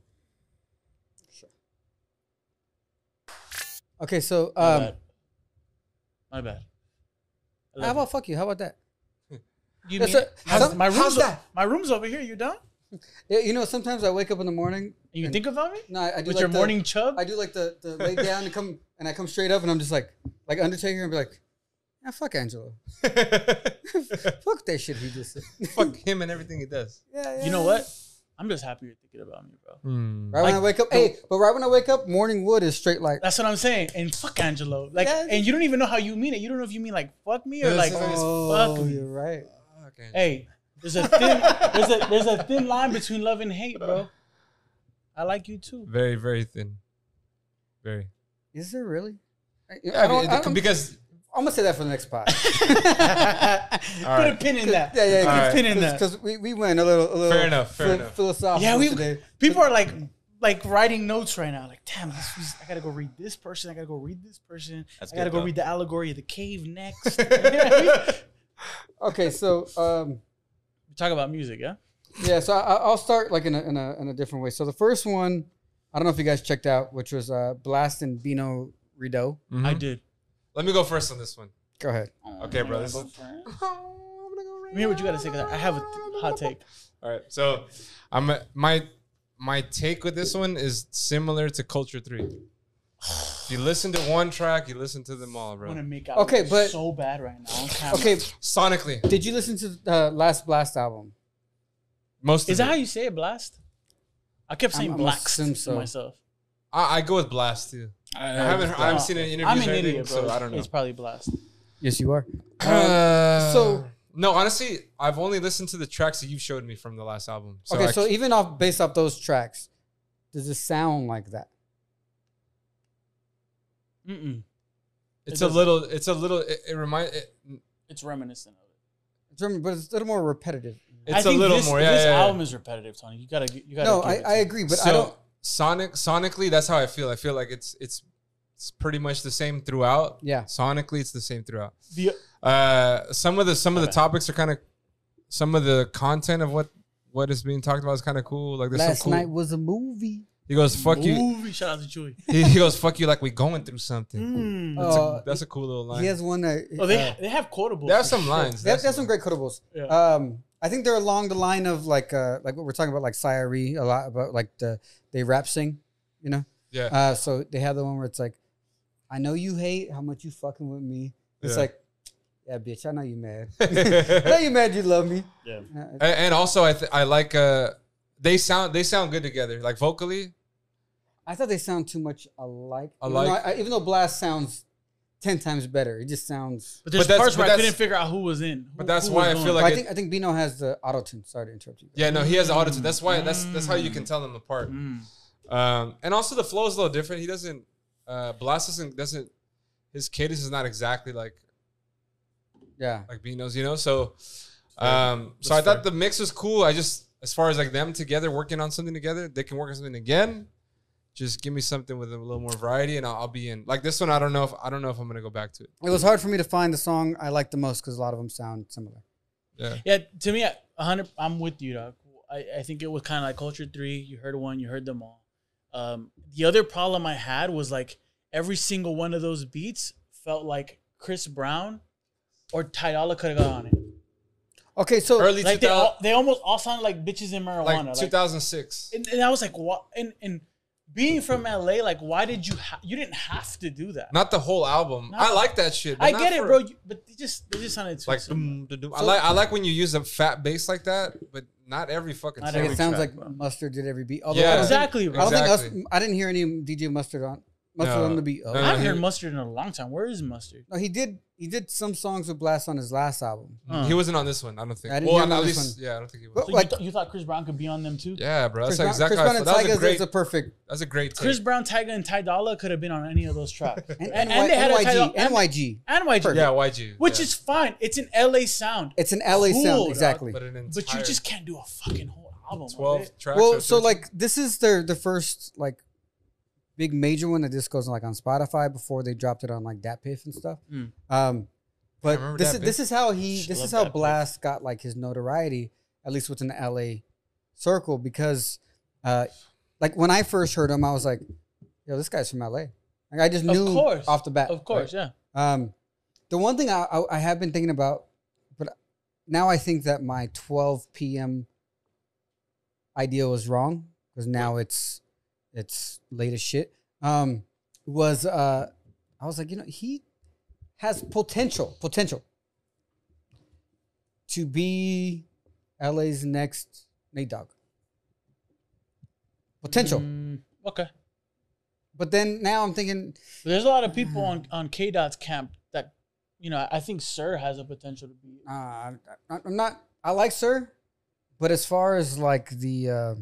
Speaker 3: Okay, so
Speaker 1: My
Speaker 3: um,
Speaker 1: bad. My bad. I
Speaker 3: how
Speaker 1: love
Speaker 3: about fuck you? How about that?
Speaker 1: you. You
Speaker 3: that's
Speaker 1: mean-
Speaker 3: a-
Speaker 1: How's-
Speaker 3: some-
Speaker 1: my
Speaker 3: how's
Speaker 1: room's
Speaker 3: that?
Speaker 1: my room's over here. You done?
Speaker 3: Yeah, you know, sometimes I wake up in the morning.
Speaker 1: You
Speaker 3: and-
Speaker 1: think about me?
Speaker 3: No, I, I
Speaker 1: With
Speaker 3: do like
Speaker 1: your
Speaker 3: the-
Speaker 1: morning chub?
Speaker 3: I do like the, the lay down and come and I come straight up and I'm just like like Undertaker and be like, yeah, fuck Angelo, fuck that shit he just said.
Speaker 2: Fuck him and everything he does.
Speaker 3: yeah, yeah.
Speaker 1: you know what? I'm just happy you're thinking about me, bro.
Speaker 3: Right when I wake up, hey, but right when I wake up, morning wood is straight like.
Speaker 1: That's what I'm saying. And fuck Angelo. Like,
Speaker 3: Yeah.
Speaker 1: and you don't even know how you mean it. You don't know if you mean like fuck me
Speaker 2: No,
Speaker 1: or
Speaker 2: this
Speaker 1: like
Speaker 2: is-
Speaker 1: fuck
Speaker 3: Oh,
Speaker 1: me.
Speaker 3: you're right.
Speaker 2: Okay.
Speaker 1: Hey, there's a thin there's a there's a thin line between love and hate, bro. I like you too.
Speaker 2: Very, very thin. Very.
Speaker 3: Is there really? I,
Speaker 2: Yeah,
Speaker 3: I don't- I
Speaker 2: be-
Speaker 3: don't-
Speaker 2: because
Speaker 3: I'm gonna say that for the next pod.
Speaker 1: Put a
Speaker 2: right.
Speaker 1: pin in that.
Speaker 3: yeah, yeah,
Speaker 1: Put
Speaker 3: yeah.
Speaker 1: a pin in that.
Speaker 3: Because we, we went a little, a little
Speaker 2: Fair enough, fair
Speaker 3: phil-
Speaker 2: enough.
Speaker 3: philosophical
Speaker 1: Yeah, we
Speaker 3: today.
Speaker 1: people are like like writing notes right now. Like, damn, this was, I gotta go read this person. I gotta go read this person.
Speaker 4: That's
Speaker 1: I gotta
Speaker 4: good,
Speaker 1: go
Speaker 4: though.
Speaker 1: read the allegory of the cave next.
Speaker 2: yeah,
Speaker 3: Okay, so um,
Speaker 1: Talk about music, yeah.
Speaker 3: yeah, so I, I'll start like in a, in a in a different way. So the first one, I don't know if you guys checked out, which was uh, Blast and Bino Rideau.
Speaker 4: Mm-hmm.
Speaker 1: I did.
Speaker 2: Let me go first on this one.
Speaker 3: Go ahead.
Speaker 2: Okay, bro, this is-
Speaker 1: I mean, what you got to say? 'cause I have a th- hot take.
Speaker 2: All right. So, I'm my my take with this one is similar to Culture Three. If you listen to one track, you listen to them all,
Speaker 1: I want
Speaker 2: bro.
Speaker 1: to make out
Speaker 3: Okay, but-
Speaker 1: so bad right now. on camera.
Speaker 3: Okay,
Speaker 2: Sonically,
Speaker 3: did you listen to the uh, last Blast album?
Speaker 2: most
Speaker 1: is
Speaker 2: of
Speaker 1: that how
Speaker 2: it.
Speaker 1: you say it? Blast. I kept saying
Speaker 3: I'm- I'm
Speaker 1: blacks
Speaker 3: assume
Speaker 1: to
Speaker 3: so.
Speaker 1: myself.
Speaker 2: I, I go with Blast too.
Speaker 1: I,
Speaker 2: I haven't heard, I haven't
Speaker 1: Uh,
Speaker 2: seen an interview.
Speaker 1: I'm an idiot, bro.
Speaker 2: so I don't know.
Speaker 1: It's probably blast.
Speaker 3: Yes, you are.
Speaker 2: Uh,
Speaker 3: so-
Speaker 2: no, honestly, I've only listened to the tracks that you've showed me from the last album. So
Speaker 3: okay,
Speaker 2: I
Speaker 3: so
Speaker 2: c-
Speaker 3: even off based off those tracks, does it sound like that?
Speaker 1: Mm-mm.
Speaker 2: it's
Speaker 1: it
Speaker 2: a
Speaker 1: does-
Speaker 2: little, it's a little, it, it reminds, it,
Speaker 1: It's reminiscent of it.
Speaker 3: It's- But it's a little more repetitive.
Speaker 1: I
Speaker 2: it's a
Speaker 1: think
Speaker 2: little
Speaker 1: this,
Speaker 2: more. Yeah,
Speaker 1: this
Speaker 2: yeah, yeah.
Speaker 1: album is repetitive, Tony. You gotta, you gotta.
Speaker 3: No,
Speaker 1: give
Speaker 3: I,
Speaker 1: it to
Speaker 3: I
Speaker 1: me.
Speaker 3: agree, but
Speaker 2: so
Speaker 3: I don't.
Speaker 2: sonic, sonically, that's how I feel. I feel like it's, it's, it's pretty much the same throughout.
Speaker 3: Yeah.
Speaker 2: Sonically, it's the same throughout.
Speaker 1: The-
Speaker 2: Uh, some of the some of the
Speaker 1: Okay.
Speaker 2: topics are kind of, some of the content of what what is being talked about is kind of cool. Like there's
Speaker 3: Last
Speaker 2: some cool.
Speaker 3: night was a movie.
Speaker 2: he goes fuck you.
Speaker 1: movie. Shout out to Chewy.
Speaker 2: He, he goes fuck you. Like we going through something.
Speaker 1: Mm.
Speaker 2: That's,
Speaker 3: Uh,
Speaker 2: a, that's a cool little line.
Speaker 3: He has one that.
Speaker 1: oh, they
Speaker 3: uh,
Speaker 1: they have quotables.
Speaker 2: There are
Speaker 1: for
Speaker 2: some
Speaker 1: sure.
Speaker 2: lines.
Speaker 3: They have, they
Speaker 2: There are
Speaker 3: have some great quotables.
Speaker 1: Yeah.
Speaker 3: Um, I think they're along the line of like uh, like what we're talking about, like Sayari a lot about like the they rap sing, you know.
Speaker 2: Yeah.
Speaker 3: Uh, so they have the one where it's like, I know you hate how much you fucking with me. It's
Speaker 2: Yeah.
Speaker 3: like, yeah, bitch, I know you mad. I know
Speaker 2: and,
Speaker 3: you mad. You love me.
Speaker 1: Yeah.
Speaker 3: Uh,
Speaker 2: and also, I th- I like uh, they sound they sound good together. Like vocally,
Speaker 3: I thought they sound too much alike.
Speaker 2: Alike.
Speaker 3: Even though, I- even though Blast sounds ten times better, it just sounds.
Speaker 1: But there's
Speaker 2: But that's-
Speaker 1: parts
Speaker 2: but
Speaker 1: where I
Speaker 2: that's-
Speaker 1: couldn't figure out who was in. who-
Speaker 2: But that's
Speaker 1: who
Speaker 2: why
Speaker 1: was
Speaker 2: I
Speaker 1: going.
Speaker 2: feel like-
Speaker 3: I
Speaker 2: it-
Speaker 3: think I think Bino has the auto tune. Sorry to interrupt you.
Speaker 2: yeah, no, he has audits. That's why that's that's how you can tell them apart.
Speaker 1: Mm.
Speaker 2: Um, and also the flow is a little different. He doesn't uh, Blast doesn't doesn't his cadence is not exactly like
Speaker 3: Yeah.
Speaker 2: like Beano's, you know. So, um, so I thought the mix was cool. I just as far as like them together working on something together, they can work on something again. Just give me something with a little more variety, and I'll, I'll be in. Like this one, I don't know if I don't know if I'm gonna go back to it.
Speaker 3: It was hard for me to find the song I liked the most because a lot of them sound similar.
Speaker 2: Yeah.
Speaker 1: Yeah, to me, I- a hundred. I'm with you, dog. I, I think it was kind of like Culture Three. You heard one, you heard them all. Um, the other problem I had was like every single one of those beats felt like Chris Brown or Ty Dolla could have got on it.
Speaker 3: Okay, so
Speaker 2: Early
Speaker 1: Like
Speaker 2: 2000,
Speaker 1: they, all, they almost all sounded like bitches in marijuana.
Speaker 2: like
Speaker 1: like-
Speaker 2: 2006.
Speaker 1: and, and I was like, what? And and being from LA, like, why did you? Ha- you didn't have to do that.
Speaker 2: not the whole album.
Speaker 1: Not-
Speaker 2: I like that shit. but
Speaker 1: I
Speaker 2: not
Speaker 1: get it,
Speaker 2: for-
Speaker 1: bro. You, but they just they just sounded too
Speaker 2: Like,
Speaker 1: similar.
Speaker 2: dum, dum, dum. I like I like when you use a fat bass like that, but not every fucking
Speaker 1: Not
Speaker 2: song.
Speaker 3: Like it
Speaker 1: every
Speaker 3: sounds
Speaker 1: track,
Speaker 3: like
Speaker 1: bro.
Speaker 3: Mustard did every beat. Although
Speaker 2: Yeah.
Speaker 3: I don't, think,
Speaker 1: exactly, bro.
Speaker 3: I don't think us-
Speaker 2: Exactly.
Speaker 3: I didn't hear any DJ Mustard on Mustard
Speaker 2: No.
Speaker 3: on the beat. Oh.
Speaker 1: I haven't
Speaker 2: Uh,
Speaker 1: heard
Speaker 2: he-
Speaker 1: mustard in a long time. Where is mustard?
Speaker 3: No, he did. He did some songs with Blast on his last album.
Speaker 1: Uh.
Speaker 2: He wasn't on this one. I don't think.
Speaker 3: I didn't
Speaker 2: well,
Speaker 3: hear him
Speaker 2: at
Speaker 3: on this
Speaker 2: least yeah, I don't think he was.
Speaker 3: But-
Speaker 1: So
Speaker 3: Like-
Speaker 1: you, th- you thought Chris Brown could be on them too?
Speaker 2: yeah, bro. That's
Speaker 3: Chris Brown-
Speaker 2: exactly.
Speaker 3: Chris
Speaker 2: how I
Speaker 3: Brown and
Speaker 2: felt. That was
Speaker 3: Tyga
Speaker 2: a great.
Speaker 3: is a perfect
Speaker 2: that's a great. Take.
Speaker 1: Chris Brown, Tyga, and Ty Dolla could have been on any of those tracks,
Speaker 3: and,
Speaker 1: and,
Speaker 3: NY-
Speaker 1: and they had a Ty
Speaker 3: NYG.
Speaker 1: Dolla- and
Speaker 3: NYG.
Speaker 1: NYG,
Speaker 2: Yeah, YG.
Speaker 1: which
Speaker 2: yeah.
Speaker 1: is fine. It's an LA sound,
Speaker 3: It's an LA
Speaker 1: Cool,
Speaker 3: sound,
Speaker 1: dog.
Speaker 3: exactly.
Speaker 2: but an entire
Speaker 1: but you just can't do a fucking whole album. of
Speaker 2: twelve
Speaker 1: it.
Speaker 2: tracks.
Speaker 3: well,
Speaker 2: or
Speaker 3: so
Speaker 2: 13.
Speaker 3: like this is their the first like big major one that this goes on like on Spotify before they dropped it on like Dat Piff and stuff.
Speaker 1: Mm.
Speaker 3: Um, but
Speaker 2: Hmm. remember
Speaker 3: this
Speaker 2: Dat
Speaker 3: is, this is how he
Speaker 1: Sh-
Speaker 3: this
Speaker 1: love
Speaker 3: is how
Speaker 1: Dat Piff.
Speaker 3: Blast got like his notoriety at least within the LA circle because uh, like when I first heard him I was like yo this guy's from LA like I just
Speaker 1: Of
Speaker 3: knew
Speaker 1: course.
Speaker 3: off the bat
Speaker 1: Of course, yeah.
Speaker 3: um, the one thing I, I, I have been thinking about, but now I think that my 12 p.m. idea was wrong because now it's it's late as shit. Um, was uh, I was like, you know, he has potential, potential to be LA's next Nate Dogg. Potential,
Speaker 1: Mm, okay.
Speaker 3: but then now I'm thinking,
Speaker 1: There's a lot of
Speaker 3: Mm.
Speaker 1: people on on K Dot's camp that, you know, I think Sir has a potential to be.
Speaker 3: Uh, I'm I'm not. I like Sir, but as far as like the, uh,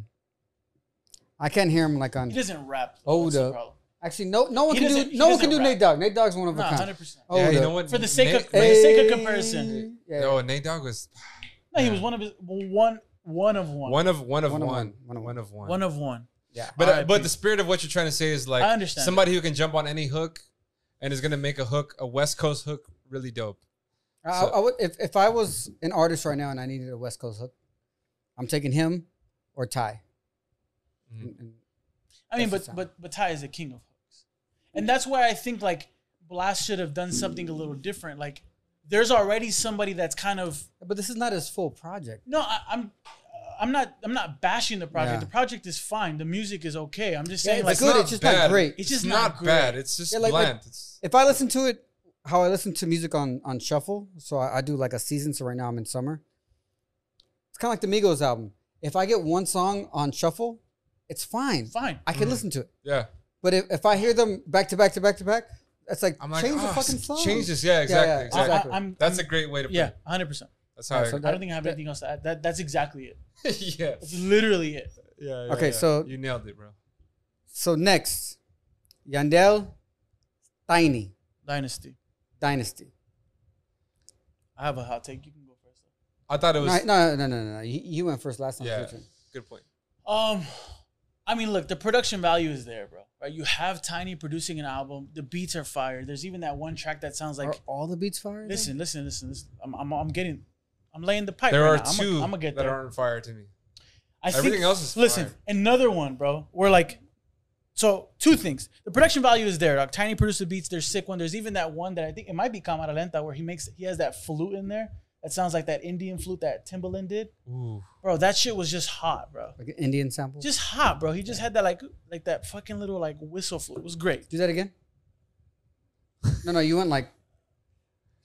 Speaker 3: I can't hear him like
Speaker 1: He
Speaker 3: on.
Speaker 1: doesn't rap.
Speaker 3: Oh,
Speaker 1: That's the
Speaker 3: the-
Speaker 1: problem.
Speaker 3: Actually, no, no one
Speaker 1: He
Speaker 3: can
Speaker 1: doesn't-
Speaker 3: do.
Speaker 1: he
Speaker 3: No one can do
Speaker 1: doesn't
Speaker 3: Nate Dogg. Nate Dogg's one of
Speaker 1: Nah,
Speaker 3: a kind.
Speaker 1: hundred percent.
Speaker 3: Oh,
Speaker 2: yeah, you
Speaker 3: the-
Speaker 2: know what?
Speaker 1: For the sake of-
Speaker 2: Nate-
Speaker 1: for the sake of comparison.
Speaker 3: Yeah.
Speaker 2: no, Nate Dogg was
Speaker 1: No, he was one of his one one of one.
Speaker 2: one of one of
Speaker 3: One of
Speaker 2: one,
Speaker 3: one, one of
Speaker 2: one of one.
Speaker 1: One of one.
Speaker 2: But uh,
Speaker 1: RIP.
Speaker 2: but the spirit of what you're trying to say is like
Speaker 1: I understand.
Speaker 2: somebody who can jump on any hook and is gonna make a hook a West Coast hook really dope.
Speaker 3: I, I would, if if I was an artist right now and I needed a West Coast hook, I I'm taking him or Ty.
Speaker 2: Mhm.
Speaker 3: And- and-
Speaker 1: I mean,
Speaker 3: That's
Speaker 1: but
Speaker 3: the
Speaker 1: but but Ty is the king of hooks, and that's why I think like Blast should have done something a little different. Like, there's already somebody that's kind of
Speaker 3: but this is not his full project.
Speaker 1: no. I, I'm I'm not I'm not bashing the project.
Speaker 3: Yeah.
Speaker 1: The project is fine. The music is okay. I'm just
Speaker 3: Yeah,
Speaker 1: saying
Speaker 3: it's
Speaker 1: like
Speaker 3: good, it's just not great.
Speaker 1: It's just not great.
Speaker 2: bad. It's just
Speaker 3: Yeah, like- like-
Speaker 2: bland. it's
Speaker 3: If I listen to it, how I listen to music on on shuffle, so I, I do like a season. So right now I'm in summer. It's kind of like the Migos album. If I get one song on shuffle, it's fine.
Speaker 1: fine.
Speaker 3: I can listen to it.
Speaker 2: yeah.
Speaker 3: But if, if I hear them back to back to back to back, that's like,
Speaker 2: I'm like,
Speaker 3: change the
Speaker 2: "Ah,
Speaker 3: fucking song.
Speaker 2: Change this. Yeah, exactly.
Speaker 3: yeah,
Speaker 2: exactly.
Speaker 1: I,
Speaker 3: exactly.
Speaker 1: I, am
Speaker 2: That's a great way to put
Speaker 1: yeah,
Speaker 2: it.
Speaker 1: 100. percent
Speaker 2: That's how.
Speaker 3: Yeah, so
Speaker 2: I,
Speaker 1: I don't think I have
Speaker 3: That-
Speaker 1: anything else to add. That that's exactly it.
Speaker 2: yeah.
Speaker 1: That's literally it.
Speaker 2: Yeah,
Speaker 3: Okay, so-
Speaker 2: you nailed it, bro.
Speaker 3: So next, Yandel, Tiny,
Speaker 1: Dynasty.
Speaker 3: Dynasty.
Speaker 1: I have a hot take. You can go first.
Speaker 2: I thought it was
Speaker 3: No, no, no, no, no. You, you went first last time.
Speaker 2: Yeah.
Speaker 3: Your turn.
Speaker 2: good point.
Speaker 1: Um, I mean, look, the production value is there, bro. Right? You have Tiny producing an album. The beats are fire. There's even that one track that sounds like.
Speaker 3: Are all the beats fired?
Speaker 1: listen, listen, listen, listen. I'm, I'm, I'm getting, I'm laying the pipe.
Speaker 2: There
Speaker 1: right
Speaker 2: are
Speaker 1: now. I'm
Speaker 2: 2
Speaker 1: gonna- I'm gonna get
Speaker 2: that
Speaker 1: there.
Speaker 2: are on fire to me.
Speaker 1: I
Speaker 2: everything else is
Speaker 1: Listen,
Speaker 2: fire.
Speaker 1: another one, bro. We're like, so two things. The production value is there. Like Tiny produced the beats. There's sick one. There's even that one that I think it might be Camara Lenta where he makes he has that flute in there that sounds like that Indian flute that Timbaland did.
Speaker 2: Ooh,
Speaker 1: Bro, that shit was just hot, bro.
Speaker 3: Like an Indian sample.
Speaker 1: just hot, bro. He just had that like like that fucking little like whistle flute. It was great.
Speaker 3: do that again. no, no. You went like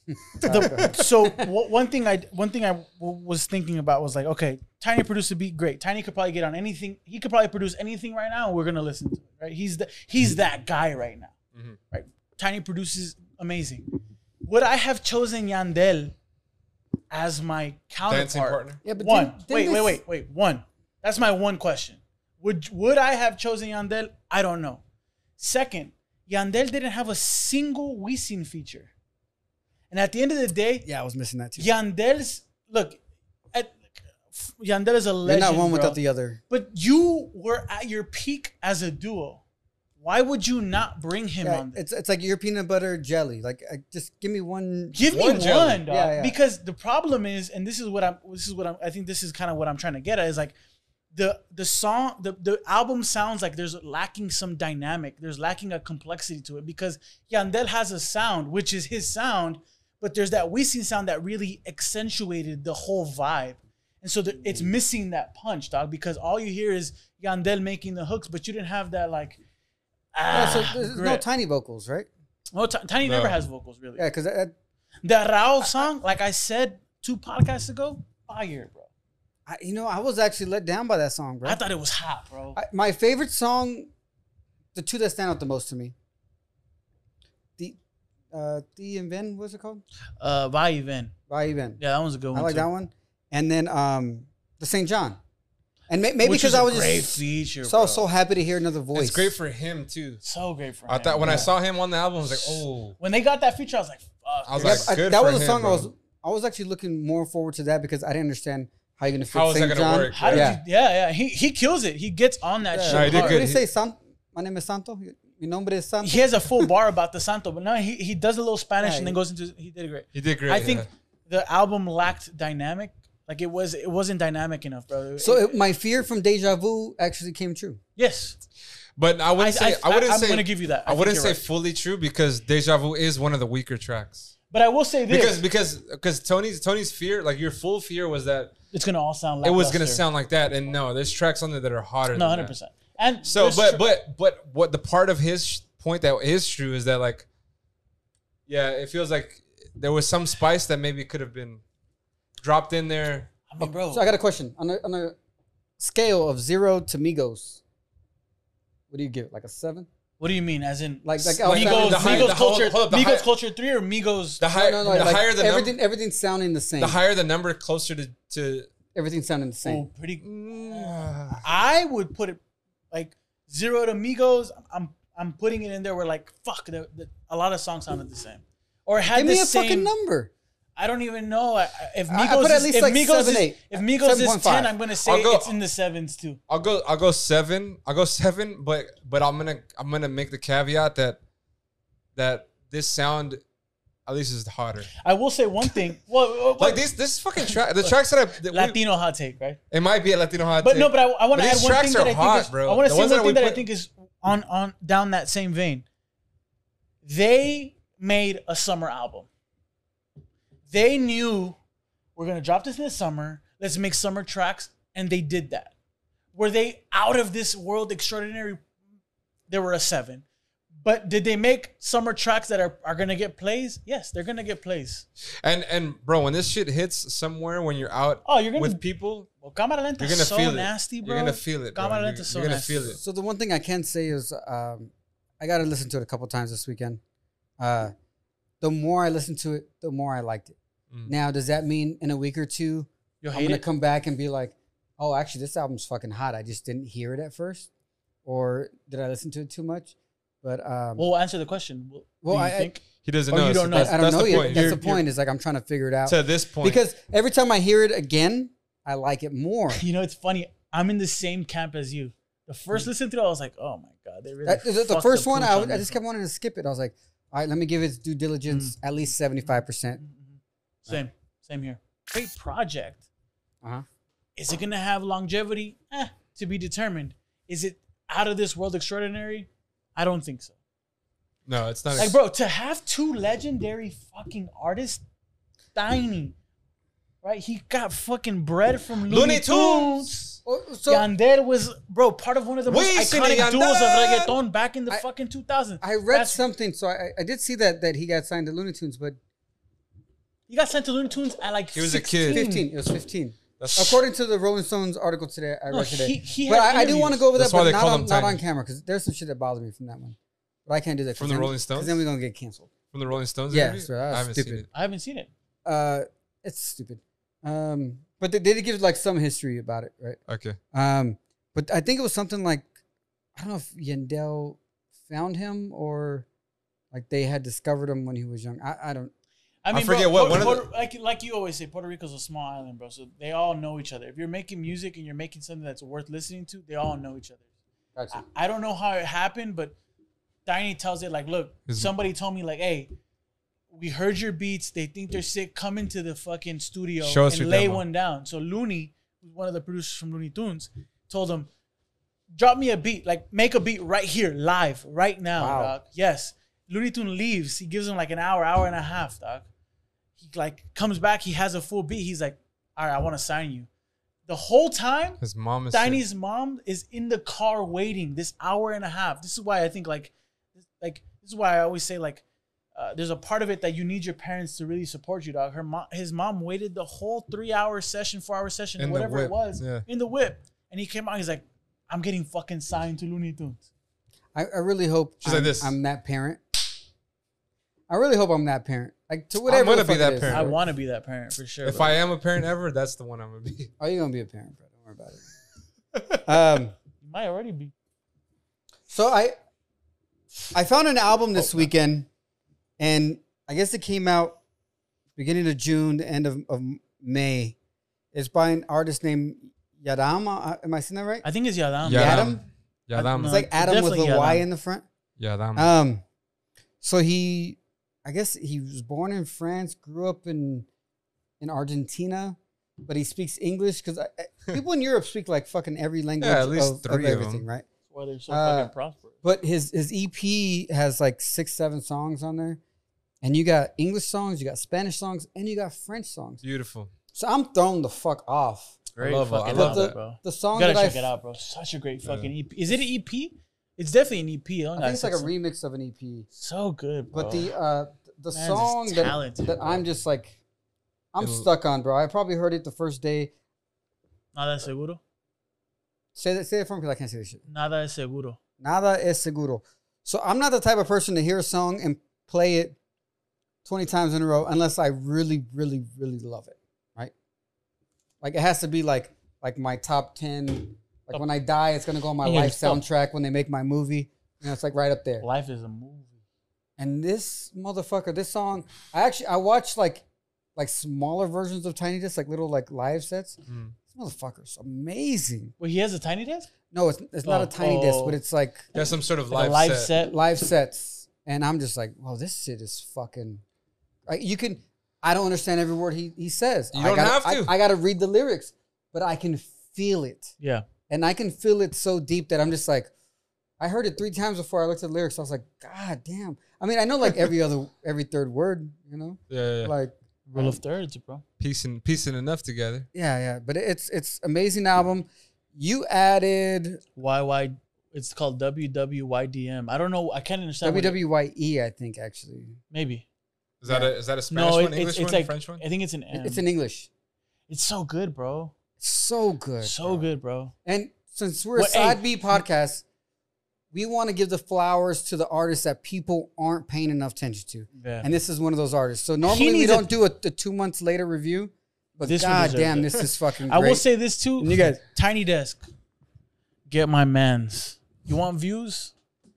Speaker 1: The- so wh- one thing I one thing I w- was thinking about was like, okay, Tiny produced a beat, great. Tiny could probably get on anything. He could probably produce anything right now, and we're gonna listen to it, right? He's the, he's that guy right now,
Speaker 2: Mhm.
Speaker 1: right? Tiny produces amazing. Would I have chosen Yandel as my counterpart?
Speaker 2: dancing partner.
Speaker 3: yeah, but
Speaker 1: one.
Speaker 3: didn't- didn't
Speaker 1: wait,
Speaker 3: they
Speaker 1: wait,
Speaker 3: s-
Speaker 1: wait, wait. One. That's my one question. Would would I have chosen Yandel? I don't know. Second, Yandel didn't have a single Wisin feature, and at the end of the day,
Speaker 3: Yeah, I was missing that too.
Speaker 1: Yandel's look. At, Yandel is a
Speaker 3: You're
Speaker 1: legend.
Speaker 3: not one
Speaker 1: bro.
Speaker 3: without the other.
Speaker 1: But you were at your peak as a duo. Why would you not bring him
Speaker 3: Yeah,
Speaker 1: on? This?
Speaker 3: it's it's like your peanut butter jelly. Like, I, just give me one.
Speaker 1: Give me
Speaker 2: One
Speaker 1: one,
Speaker 2: jelly.
Speaker 1: dog.
Speaker 3: Yeah, yeah.
Speaker 1: Because the problem is, and this is what I'm. This is what I'm. I think this is kind of what I'm trying to get at. Is like the the song, the the album sounds like there's lacking some dynamic. There's lacking a complexity to it because Yandel has a sound, which is his sound, but there's that Wisin sound that really accentuated the whole vibe. And so the, it's missing that punch, dog, because all you hear is Yandel making the hooks, but you didn't have that like.
Speaker 3: Yeah,
Speaker 1: Ah,
Speaker 3: Oh, so there's no
Speaker 1: grit.
Speaker 3: tiny vocals, right?
Speaker 1: Well, Ti- Tiny never
Speaker 2: No.
Speaker 1: has vocals really.
Speaker 3: Yeah, because that, that-
Speaker 1: The Raul song, like I said two podcasts ago, fire, bro.
Speaker 3: I, you know, I was actually let down by that song, bro.
Speaker 1: I thought it was hot, bro.
Speaker 3: I, my favorite song, the two that stand out the most to me. The, uh, the and Ven, what's it called?
Speaker 1: Uh, Vai Ven.
Speaker 3: By Ven.
Speaker 1: Yeah, that one's a good one.
Speaker 3: I like
Speaker 1: too.
Speaker 3: that one. And then um, the St. John, and may, maybe
Speaker 1: Which
Speaker 3: because I
Speaker 1: a
Speaker 3: was
Speaker 1: great
Speaker 3: just
Speaker 1: feature,
Speaker 3: so
Speaker 1: bro.
Speaker 3: so happy to hear another voice.
Speaker 2: It's great for him too.
Speaker 1: so great for.
Speaker 2: I
Speaker 1: him,
Speaker 2: thought when I
Speaker 1: bro.
Speaker 2: saw him on the album, I was like, oh,
Speaker 1: when they got that feature, I was like, fuck.
Speaker 2: I was
Speaker 3: Yeah,
Speaker 2: like,
Speaker 3: but I-
Speaker 2: good
Speaker 3: that
Speaker 2: for
Speaker 3: was a
Speaker 2: him,
Speaker 3: song I
Speaker 2: bro.
Speaker 3: was I was actually looking more forward to that because I didn't understand how you're gonna fit
Speaker 2: How is that
Speaker 3: St.
Speaker 2: gonna
Speaker 3: John.
Speaker 2: work,
Speaker 1: How did
Speaker 3: yeah.
Speaker 1: you? Yeah, yeah. He he kills it. He gets on that
Speaker 3: yeah.
Speaker 1: shit.
Speaker 2: No, he did
Speaker 1: hard.
Speaker 2: good.
Speaker 3: What did he say? San, my name is Santo. Mi nombre es Santo.
Speaker 1: He has a full bar about the Santo, but no, he, he does a little Spanish
Speaker 3: Yeah,
Speaker 1: and then
Speaker 3: he-
Speaker 1: goes into he did it great.
Speaker 2: he did great.
Speaker 1: I think
Speaker 2: yeah.
Speaker 1: the album lacked dynamic. Like it was it wasn't dynamic enough, bro.
Speaker 3: So it, my fear from deja vu actually came true.
Speaker 1: yes,
Speaker 2: but I
Speaker 1: I,
Speaker 2: wouldn't say I, wouldn't
Speaker 1: am
Speaker 2: say
Speaker 1: gonna give you that.
Speaker 2: I,
Speaker 1: think
Speaker 2: wouldn't
Speaker 1: you're
Speaker 2: say
Speaker 1: right.
Speaker 2: fully true because Deja Vu is one of the weaker tracks.
Speaker 1: but I will say this
Speaker 2: Because because because Tony's Tony's fear, like your full fear, was that
Speaker 1: it's gonna all sound.
Speaker 2: it was gonna
Speaker 1: lackluster.
Speaker 2: sound like that, and no, there's tracks on there that are hotter.
Speaker 1: No,
Speaker 2: than that.
Speaker 1: hundred percent. And
Speaker 2: So,
Speaker 1: there's
Speaker 2: but
Speaker 1: tr-
Speaker 2: but but what the part of his sh- point that is true is that like, yeah, it feels like there was some spice that maybe could have been dropped in there.
Speaker 1: I mean, bro,
Speaker 3: So I got a question on a, on a scale of zero to Migos. What do you give? Like a seven?
Speaker 1: what do you mean? As in,
Speaker 3: Like like
Speaker 2: Like
Speaker 3: Alexander-
Speaker 1: Migos,
Speaker 2: the high-
Speaker 1: Migos
Speaker 2: the whole-
Speaker 1: culture,
Speaker 2: hold up, the
Speaker 1: Migos
Speaker 2: high-
Speaker 1: culture three or Migos?
Speaker 2: The higher,
Speaker 3: No, no,
Speaker 2: the
Speaker 3: like
Speaker 2: higher the
Speaker 3: everything,
Speaker 2: number,
Speaker 3: everything sounding the same.
Speaker 2: the higher the number, closer to to.
Speaker 3: everything sounding the same.
Speaker 1: Oh, pretty.
Speaker 2: Mm,
Speaker 3: Ah.
Speaker 1: I would put it like zero to Migos. I'm I'm putting it in there where like fuck, the, the, a lot of songs sounded the same, or it had
Speaker 3: Give
Speaker 1: the
Speaker 3: me a fucking
Speaker 1: same.
Speaker 3: number.
Speaker 1: I don't even know I- I- if
Speaker 3: I- I
Speaker 1: Migos
Speaker 3: put at
Speaker 1: is,
Speaker 3: least,
Speaker 1: if
Speaker 3: like,
Speaker 1: Migos
Speaker 3: seven,
Speaker 1: is,
Speaker 3: eight.
Speaker 1: if Migos is
Speaker 3: 7.5.
Speaker 1: ten, I'm gonna say
Speaker 2: I'll go-
Speaker 1: it's in the sevens too.
Speaker 2: I'll go. I'll go seven. I'll go seven. But but I'm gonna I'm gonna make the caveat that that this sound at least it's hotter.
Speaker 1: I will say one thing. Well, well, well,
Speaker 2: Like this, this fucking track, the tracks that I, that we-
Speaker 1: Latino hot take, right?
Speaker 2: it might be a Latino hot.
Speaker 1: But
Speaker 2: take.
Speaker 1: no, but I, I want to
Speaker 2: But
Speaker 1: add
Speaker 2: these
Speaker 1: one
Speaker 2: tracks
Speaker 1: thing that
Speaker 2: are
Speaker 1: I think
Speaker 2: hot,
Speaker 1: is,
Speaker 2: bro.
Speaker 1: I want to
Speaker 2: The
Speaker 1: say
Speaker 2: ones
Speaker 1: one
Speaker 2: that we
Speaker 1: thing that I
Speaker 2: put-
Speaker 1: think is on on down that same vein. They made a summer album. They knew we're gonna drop this in the summer. Let's make summer tracks, and they did that. Were they out of this world extraordinary? They were a seven. But did they make summer tracks that are, are gonna get plays? Yes, they're gonna get plays.
Speaker 2: and and bro, when this shit hits somewhere, when you're out
Speaker 1: Oh, you're gonna
Speaker 2: with people,
Speaker 1: well, Cámara Lenta
Speaker 2: you're gonna
Speaker 1: so
Speaker 2: feel it.
Speaker 1: nasty, bro.
Speaker 2: you're gonna feel it. Bro.
Speaker 1: Cámara
Speaker 2: You're,
Speaker 1: Lenta so
Speaker 2: you're gonna
Speaker 1: nasty.
Speaker 2: feel it.
Speaker 3: So the one thing I can say is, um, I got to listen to it a couple times this weekend. Uh, the more I listened to it, the more I liked it.
Speaker 2: Mm.
Speaker 3: Now, does that mean in a week or two
Speaker 1: You'll
Speaker 3: I'm
Speaker 1: hate
Speaker 3: gonna
Speaker 1: it.
Speaker 3: come back and be like, oh, actually, this album's fucking hot. I just didn't hear it at first, or did I listen to it too much? But um,
Speaker 1: Well, answer the question. Well,
Speaker 3: Well,
Speaker 1: do you
Speaker 3: I- I-
Speaker 1: think?
Speaker 2: He doesn't
Speaker 1: Oh,
Speaker 2: know.
Speaker 1: you
Speaker 2: so
Speaker 1: don't know.
Speaker 3: I,
Speaker 2: That's,
Speaker 3: I don't
Speaker 2: that's
Speaker 3: know
Speaker 2: the
Speaker 3: yet.
Speaker 2: Point.
Speaker 3: That's
Speaker 2: You're-
Speaker 3: the point. Is like I'm trying to figure it out
Speaker 2: you're- To this point,
Speaker 3: because every time I hear it again, I like it more.
Speaker 1: you know, it's funny. I'm in the same camp as you. The first listen through, I was like, oh my god, they really.
Speaker 3: Hmm. That- the, the
Speaker 1: fucked
Speaker 3: first
Speaker 1: the
Speaker 3: one,
Speaker 1: pooch
Speaker 3: I,
Speaker 1: on
Speaker 3: would- I
Speaker 1: this
Speaker 3: just
Speaker 1: one.
Speaker 3: kept wanting to skip it. I was like, all right, let me give it its due diligence
Speaker 2: Mm.
Speaker 3: at least seventy five percent.
Speaker 1: Mhm. Same, same here. Great project.
Speaker 3: Uh-huh.
Speaker 1: Is it gonna have longevity? Eh, to be determined. Is it out of this world extraordinary? I don't think so.
Speaker 2: no, it's not.
Speaker 1: Like, bro, to have two legendary fucking artists, tiny, right? He got fucking bread from Looney,
Speaker 2: Looney
Speaker 1: Tunes.
Speaker 2: Tunes.
Speaker 3: Oh, so
Speaker 1: Yandel was, bro, part of one of the most
Speaker 2: We seen
Speaker 1: iconic
Speaker 2: Yandel.
Speaker 1: duos of reggaeton back in the
Speaker 3: I-
Speaker 1: fucking 2000s.
Speaker 3: I read
Speaker 1: That's-
Speaker 3: something, so I, I did see that that he got signed to Looney Tunes, but
Speaker 1: He got sent to Looney Tunes at like
Speaker 2: He was a
Speaker 1: 16.
Speaker 2: kid.
Speaker 3: fifteen, it was fifteen.
Speaker 2: That's-
Speaker 3: According to the Rolling Stones article today, I
Speaker 1: No,
Speaker 3: read today.
Speaker 1: he- he
Speaker 3: but
Speaker 1: had
Speaker 3: I, I do want to
Speaker 1: interviews.
Speaker 3: go over that,
Speaker 2: That's why
Speaker 3: but
Speaker 2: they
Speaker 3: not
Speaker 2: call
Speaker 3: on,
Speaker 2: them
Speaker 3: not
Speaker 2: tiny.
Speaker 3: on camera because there's some shit that bothered me from that one. But I can't do that 'cause
Speaker 2: From the
Speaker 3: then-
Speaker 2: Rolling
Speaker 3: 'cause
Speaker 2: Stones?
Speaker 3: Then we're gonna get canceled.
Speaker 2: from the Rolling Stones.
Speaker 3: Yeah,
Speaker 2: interview?
Speaker 3: so that was
Speaker 2: I haven't
Speaker 3: stupid.
Speaker 2: seen it.
Speaker 1: I haven't seen it.
Speaker 3: Uh, it's stupid. Um, but they did give like some history about it, right?
Speaker 2: Okay,
Speaker 3: Um, but I think it was something like I don't know if Yandel found him or like they had discovered him when he was young. I, I don't.
Speaker 1: I mean,
Speaker 2: forget
Speaker 1: bro,
Speaker 2: what-
Speaker 1: Puerto-
Speaker 2: one of the-
Speaker 1: Puerto- like like you always say, Puerto Rico's a small island, bro. So they all know each other. If you're making music and you're making something that's worth listening to, they all know each other. I, I don't know how it happened, but Tiny tells it like, look,
Speaker 2: His-
Speaker 1: somebody told me like, hey, we heard your beats. They think they're sick. Come into the fucking studio
Speaker 2: Show us
Speaker 1: and
Speaker 2: your
Speaker 1: lay
Speaker 2: demo."
Speaker 1: one down. So Looney, who's one of the producers from Looney Tunes, told him, drop me a beat, like make a beat right here, live, right now,
Speaker 3: Wow.
Speaker 1: dog. Yes. Looney Tune leaves. He gives him like an hour, hour and a half, dog. He like comes back. He has a full beat. He's like, all right, I want to sign you. The whole time,
Speaker 2: his mom is sick.
Speaker 1: Tiny's mom is in the car waiting this hour and a half. This is why I think like, like this is why I always say like, uh, there's a part of it that you need your parents to really support you, dog. Her mom, his mom waited the whole three hour session, four hour session,
Speaker 2: In the
Speaker 1: whatever it
Speaker 2: whip,
Speaker 1: was,
Speaker 2: yeah.
Speaker 1: in the whip, and he came out. He's like, I'm getting fucking signed to Looney Tunes.
Speaker 3: I, I really hope
Speaker 2: She's
Speaker 3: I'm,
Speaker 2: like this.
Speaker 3: I'm that parent. I really hope I'm that parent. Like to whatever.
Speaker 2: gonna
Speaker 3: the
Speaker 2: be
Speaker 3: fuck
Speaker 2: that
Speaker 3: it is.
Speaker 2: parent.
Speaker 1: I want to be that parent for sure.
Speaker 2: If
Speaker 1: bro.
Speaker 2: I am a parent ever, that's the one I'm gonna be.
Speaker 3: Oh, you're gonna be a parent, bro. Don't worry about it. um,
Speaker 1: you might already be.
Speaker 3: so I, I found an album this weekend, and I guess it came out beginning of June, the end of, of May. It's by an artist named Yadama. Uh, Am I saying that right?
Speaker 1: I think it's Yadam.
Speaker 2: Yeah.
Speaker 3: Um, Yadam.
Speaker 2: Yadam. Yadam.
Speaker 1: no.
Speaker 3: It's like Adam with a
Speaker 1: Definitely
Speaker 3: Y
Speaker 1: Yadam.
Speaker 3: in the front.
Speaker 2: Yadam.
Speaker 3: Um, so he, I guess he was born in France, grew up in in Argentina, but he speaks English because people in Europe speak like fucking every language.
Speaker 2: at least
Speaker 3: of, of
Speaker 2: three of
Speaker 3: everything,
Speaker 2: them.
Speaker 3: right?
Speaker 1: That's why they're so
Speaker 3: Uh,
Speaker 1: fucking prosperous.
Speaker 3: But his his EP has like six, seven songs on there, and you got English songs, you got Spanish songs, and you got French songs.
Speaker 2: Beautiful.
Speaker 3: So I'm thrown the fuck off.
Speaker 1: Great
Speaker 2: love- I
Speaker 1: fucking
Speaker 2: love
Speaker 1: album,
Speaker 2: that.
Speaker 1: bro.
Speaker 3: The
Speaker 1: You
Speaker 3: song
Speaker 1: gotta
Speaker 3: that I,
Speaker 1: check it out, bro. Such a great fucking EP. Is it an EP? It's definitely an E EP.
Speaker 3: I think it's like a remix of an EP.
Speaker 1: so good, bro.
Speaker 3: But the uh th- the
Speaker 1: Oh. Man's
Speaker 3: song
Speaker 1: just
Speaker 3: that,
Speaker 1: talented,
Speaker 3: that
Speaker 1: bro.
Speaker 3: I'm just like I'm
Speaker 2: It'll-
Speaker 3: stuck on, bro. I probably heard it the first day.
Speaker 1: nada es seguro,
Speaker 3: Say that say it for me because I can't say this shit.
Speaker 1: nada es seguro.
Speaker 3: Nada es seguro. So I'm not the type of person to hear a song and play it 20 times in a row unless I really, really, really love it. Right? Like it has to be like like my top 10. Like when I die, it's gonna go on my
Speaker 1: You gotta
Speaker 3: life
Speaker 1: stop.
Speaker 3: soundtrack when they make my movie. You know, it's like right up there.
Speaker 1: Life is a movie.
Speaker 3: And this motherfucker, this song, I actually I watched like like smaller versions of Tiny Disc, like little like live sets.
Speaker 2: Mm.
Speaker 3: This motherfucker's amazing.
Speaker 1: Wait, he has a tiny disc?
Speaker 3: No, it's it's not
Speaker 1: Oh,
Speaker 3: a tiny disc,
Speaker 1: oh.
Speaker 3: but it's like
Speaker 2: There's some sort of
Speaker 1: Like
Speaker 2: live,
Speaker 1: a live
Speaker 2: set.
Speaker 1: set.
Speaker 3: live sets. And I'm just like, wow, this shit is fucking Like, you can. I don't understand every word he, he says.
Speaker 2: You
Speaker 3: I
Speaker 2: don't
Speaker 3: gotta-
Speaker 2: have to.
Speaker 3: I, I got to read the lyrics, but I can feel it,
Speaker 1: Yeah.
Speaker 3: and I can feel it so deep that I'm just like, I heard it three times before I looked at the lyrics. I was like, God damn. I mean, I know like every other every third word, you know,
Speaker 2: Yeah, yeah.
Speaker 3: like
Speaker 1: Rule of thirds, bro.
Speaker 2: piecing piecing enough together.
Speaker 3: yeah, yeah. But it's it's amazing album. You added
Speaker 1: YY. It's called WWYDM. I don't know. I can't understand. what it-
Speaker 3: WWYE, E, I think actually.
Speaker 1: maybe.
Speaker 2: Is that a is that a Spanish
Speaker 1: No,
Speaker 2: one,
Speaker 1: it,
Speaker 2: English
Speaker 1: it's, it's
Speaker 2: one,
Speaker 1: like
Speaker 2: French one?
Speaker 1: I think it's an M.
Speaker 3: It's in English.
Speaker 1: It's so good, bro.
Speaker 3: So good.
Speaker 1: so
Speaker 3: bro.
Speaker 1: good, bro.
Speaker 3: And since we're a
Speaker 1: Well, hey.
Speaker 3: side B podcast, we want to give the flowers to the artists that people aren't paying enough attention to.
Speaker 1: Yeah.
Speaker 3: And this is one of those artists. So normally we
Speaker 1: needs a-
Speaker 3: don't do a, the two months later review, but
Speaker 1: This one
Speaker 3: god
Speaker 1: deserves
Speaker 3: damn,
Speaker 1: it.
Speaker 3: this is fucking
Speaker 1: I
Speaker 3: great.
Speaker 1: will say this too.
Speaker 3: And you guys-
Speaker 1: Tiny Desk. Get my man's. You want views?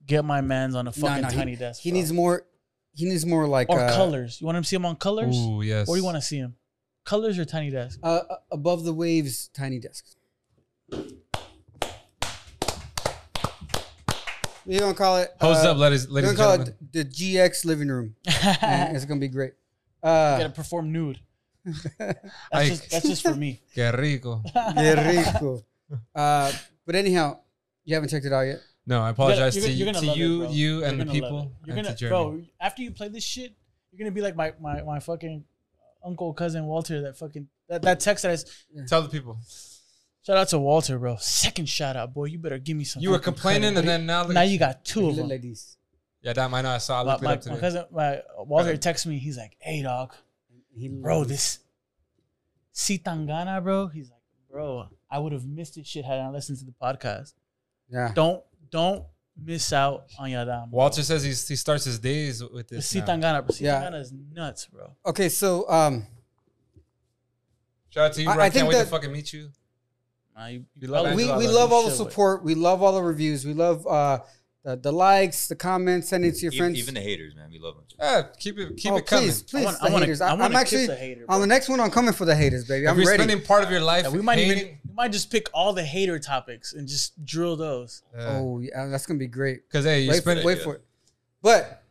Speaker 1: Get my man's on a
Speaker 3: No,
Speaker 1: fucking
Speaker 3: no, he-
Speaker 1: Tiny Desk.
Speaker 3: He
Speaker 1: bro.
Speaker 3: needs more. He needs more like
Speaker 1: or
Speaker 3: uh,
Speaker 1: colors. You want to see him on colors?
Speaker 2: Ooh, yes.
Speaker 1: Where do you want to see him? Colors or Tiny Desk?
Speaker 3: Uh, uh, above the waves, tiny desk. We're gonna call it.
Speaker 2: Hose
Speaker 3: uh,
Speaker 2: up, ladies,
Speaker 3: We're
Speaker 2: ladies
Speaker 3: gonna
Speaker 2: and
Speaker 3: call
Speaker 2: gentlemen.
Speaker 3: it the GX living room.
Speaker 2: Mm,
Speaker 3: And
Speaker 1: Gotta
Speaker 3: it's gonna be great. Uh,
Speaker 1: perform nude. That's
Speaker 2: Ike.
Speaker 1: just, that's just for me.
Speaker 2: Que rico.
Speaker 3: Qué rico. Uh, but anyhow, you haven't checked it out yet.
Speaker 2: No, I apologize to you, to you,
Speaker 1: bro.
Speaker 2: you,
Speaker 1: You're
Speaker 2: and the
Speaker 1: gonna love
Speaker 2: people,
Speaker 1: it. You're
Speaker 2: and
Speaker 1: gonna,
Speaker 2: to Jeremy.
Speaker 1: bro. After you play this shit, you're gonna be like my my, my fucking uncle cousin Walter. That fucking that, that text that I s-
Speaker 2: Tell the people.
Speaker 1: shout out to Walter, bro. Second shout out, boy. You better give me some.
Speaker 2: You were
Speaker 1: fucking
Speaker 2: complaining,
Speaker 1: credit.
Speaker 2: and then now, look,
Speaker 1: now you got two of
Speaker 3: Little
Speaker 1: them.
Speaker 3: ladies.
Speaker 2: yeah, damn, I know. I saw. I
Speaker 1: my,
Speaker 2: looked
Speaker 1: my,
Speaker 2: it up
Speaker 1: my
Speaker 2: today.
Speaker 1: cousin, my Walter texts me. He's like, "Hey, dog, bro, this Sitangana, bro." He's like, "Bro, I would have missed this shit had I listened to the podcast.
Speaker 3: Yeah.
Speaker 1: Don't don't miss out on Yadam."
Speaker 2: Walter says he's, he starts his days with
Speaker 1: The
Speaker 2: this. now.
Speaker 1: Sitangana, bro.
Speaker 3: Yeah.
Speaker 1: Sitangana is nuts, bro.
Speaker 3: Okay, so um,
Speaker 2: Shout out to you,
Speaker 3: I-
Speaker 2: bro.
Speaker 3: I
Speaker 2: I, can't
Speaker 3: think
Speaker 2: wait to
Speaker 3: that-
Speaker 2: fucking meet you.
Speaker 1: Nah, you,
Speaker 2: We
Speaker 1: you
Speaker 2: love
Speaker 1: probably-
Speaker 3: we,
Speaker 2: Angela,
Speaker 3: we
Speaker 2: I
Speaker 3: love all the
Speaker 1: Shit with-
Speaker 3: support. We love all the reviews. We love uh, the, the likes, the comments, sending it to your
Speaker 4: Even,
Speaker 3: friends.
Speaker 4: even the haters, man, we love them.
Speaker 2: Yeah, keep it, keep
Speaker 3: oh,
Speaker 2: it coming.
Speaker 3: please,
Speaker 1: I
Speaker 3: please,
Speaker 1: want-
Speaker 3: the
Speaker 1: I wanna-
Speaker 3: haters.
Speaker 1: I
Speaker 3: I
Speaker 1: wanna
Speaker 3: am
Speaker 1: kiss
Speaker 3: actually
Speaker 1: the hater,
Speaker 3: on
Speaker 1: bro.
Speaker 3: the next one. I'm coming for the haters, baby.
Speaker 2: If
Speaker 3: I'm
Speaker 2: you're
Speaker 3: ready.
Speaker 2: spending part of your life,
Speaker 1: Yeah, we might even
Speaker 2: hating-
Speaker 1: we might just pick all the hater topics and just drill those.
Speaker 2: Yeah.
Speaker 3: oh, yeah, that's gonna be great.
Speaker 2: uh, Cause hey, you
Speaker 3: wait for
Speaker 2: spend
Speaker 3: it, wait for it. But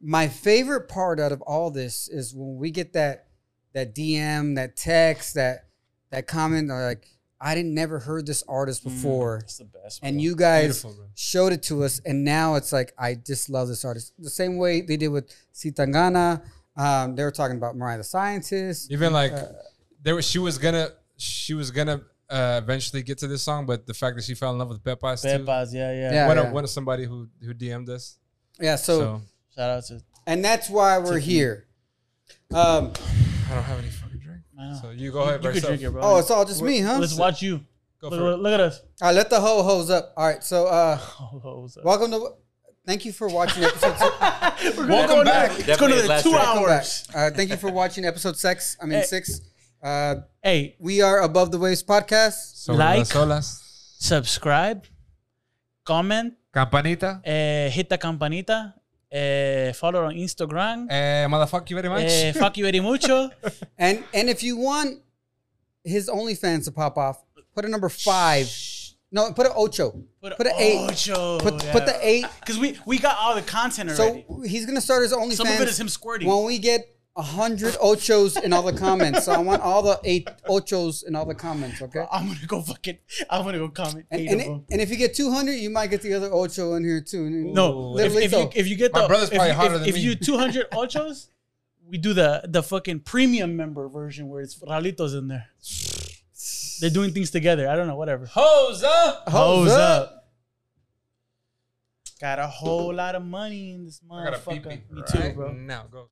Speaker 3: my favorite part out of all this is when we get that that DM, that text, that that comment they're like I didn't never heard this artist before,
Speaker 1: That's the best.
Speaker 3: and
Speaker 1: bro.
Speaker 3: you guys
Speaker 2: Mm. Beautiful, bro.
Speaker 3: showed it to us, and now it's like I just love this artist. The same way they did with Sitangana. Um, they were talking about Mariah the Scientist.
Speaker 2: Even like there was, she was gonna, she was gonna uh, eventually get to this song, but the fact that she fell in love with Pepas, too,
Speaker 1: Pepas, yeah, yeah,
Speaker 3: Yeah.
Speaker 2: one of one of somebody who who DM'd us.
Speaker 3: Yeah, so,
Speaker 2: So
Speaker 1: Shout out to
Speaker 3: and that's why we're here. Um,
Speaker 2: I don't have any fucking drink.
Speaker 1: I know.
Speaker 2: So you go ahead,
Speaker 1: you
Speaker 2: by
Speaker 1: could
Speaker 2: yourself.
Speaker 1: drink it, bro.
Speaker 3: oh, it's all just me, huh?
Speaker 1: Let's watch you.
Speaker 2: Go
Speaker 1: Look,
Speaker 2: for
Speaker 1: look,
Speaker 2: it.
Speaker 1: look at us.
Speaker 3: all right, let the ho hose up. All right, so uh,
Speaker 1: Oh, what's up?
Speaker 3: Welcome to. Thank you for watching episode. six.
Speaker 1: We're
Speaker 4: Welcome
Speaker 1: go
Speaker 4: back.
Speaker 1: now. Let's go
Speaker 4: Definitely
Speaker 1: to
Speaker 4: his
Speaker 1: the
Speaker 4: last
Speaker 1: two
Speaker 4: track.
Speaker 3: Welcome back.
Speaker 1: hours.
Speaker 3: Uh, thank you for watching episode six. I mean
Speaker 1: Hey.
Speaker 3: six. Uh,
Speaker 1: Hey,
Speaker 3: we are above the waves podcast.
Speaker 2: Sobre
Speaker 1: Like.
Speaker 2: las olas.
Speaker 1: subscribe, comment,
Speaker 2: Campanita.
Speaker 1: eh, hit the campanita, eh, follow on Instagram.
Speaker 2: Eh, motherfuck you very much.
Speaker 1: Eh, fuck you very mucho.
Speaker 3: And and if you want his OnlyFans to pop off, put a number five. No, put an ocho. Put, an eight.
Speaker 1: ocho,
Speaker 3: Put
Speaker 1: Oh, yeah.
Speaker 3: put the eight.
Speaker 1: Cause we we got all the content
Speaker 3: So
Speaker 1: already.
Speaker 3: he's gonna start his OnlyFans.
Speaker 1: Some of it is him squirting.
Speaker 3: When we get a hundred ochos in all the comments, so I want all the eight ochos in all the comments. Okay.
Speaker 1: I'm gonna go fucking. I'm gonna go comment.
Speaker 3: And,
Speaker 1: eight
Speaker 3: and,
Speaker 1: of them.
Speaker 3: and if you get 200, you might get the other ocho in here too.
Speaker 1: no, if,
Speaker 3: literally
Speaker 1: if
Speaker 3: so.
Speaker 1: you if you get
Speaker 2: My
Speaker 1: the
Speaker 2: brother's
Speaker 1: if,
Speaker 2: probably
Speaker 1: if-
Speaker 2: hotter than
Speaker 1: if
Speaker 2: me.
Speaker 1: you 200 ochos, we do the the fucking premium member version where it's Ralitos in there. They're doing things together. I don't know. Whatever.
Speaker 2: Hose up.
Speaker 1: Hose
Speaker 3: Hose
Speaker 1: up. Got a whole lot of money in this
Speaker 2: I got a pee
Speaker 1: motherfucker.
Speaker 2: pee.
Speaker 1: Me too, bro.
Speaker 2: Now go.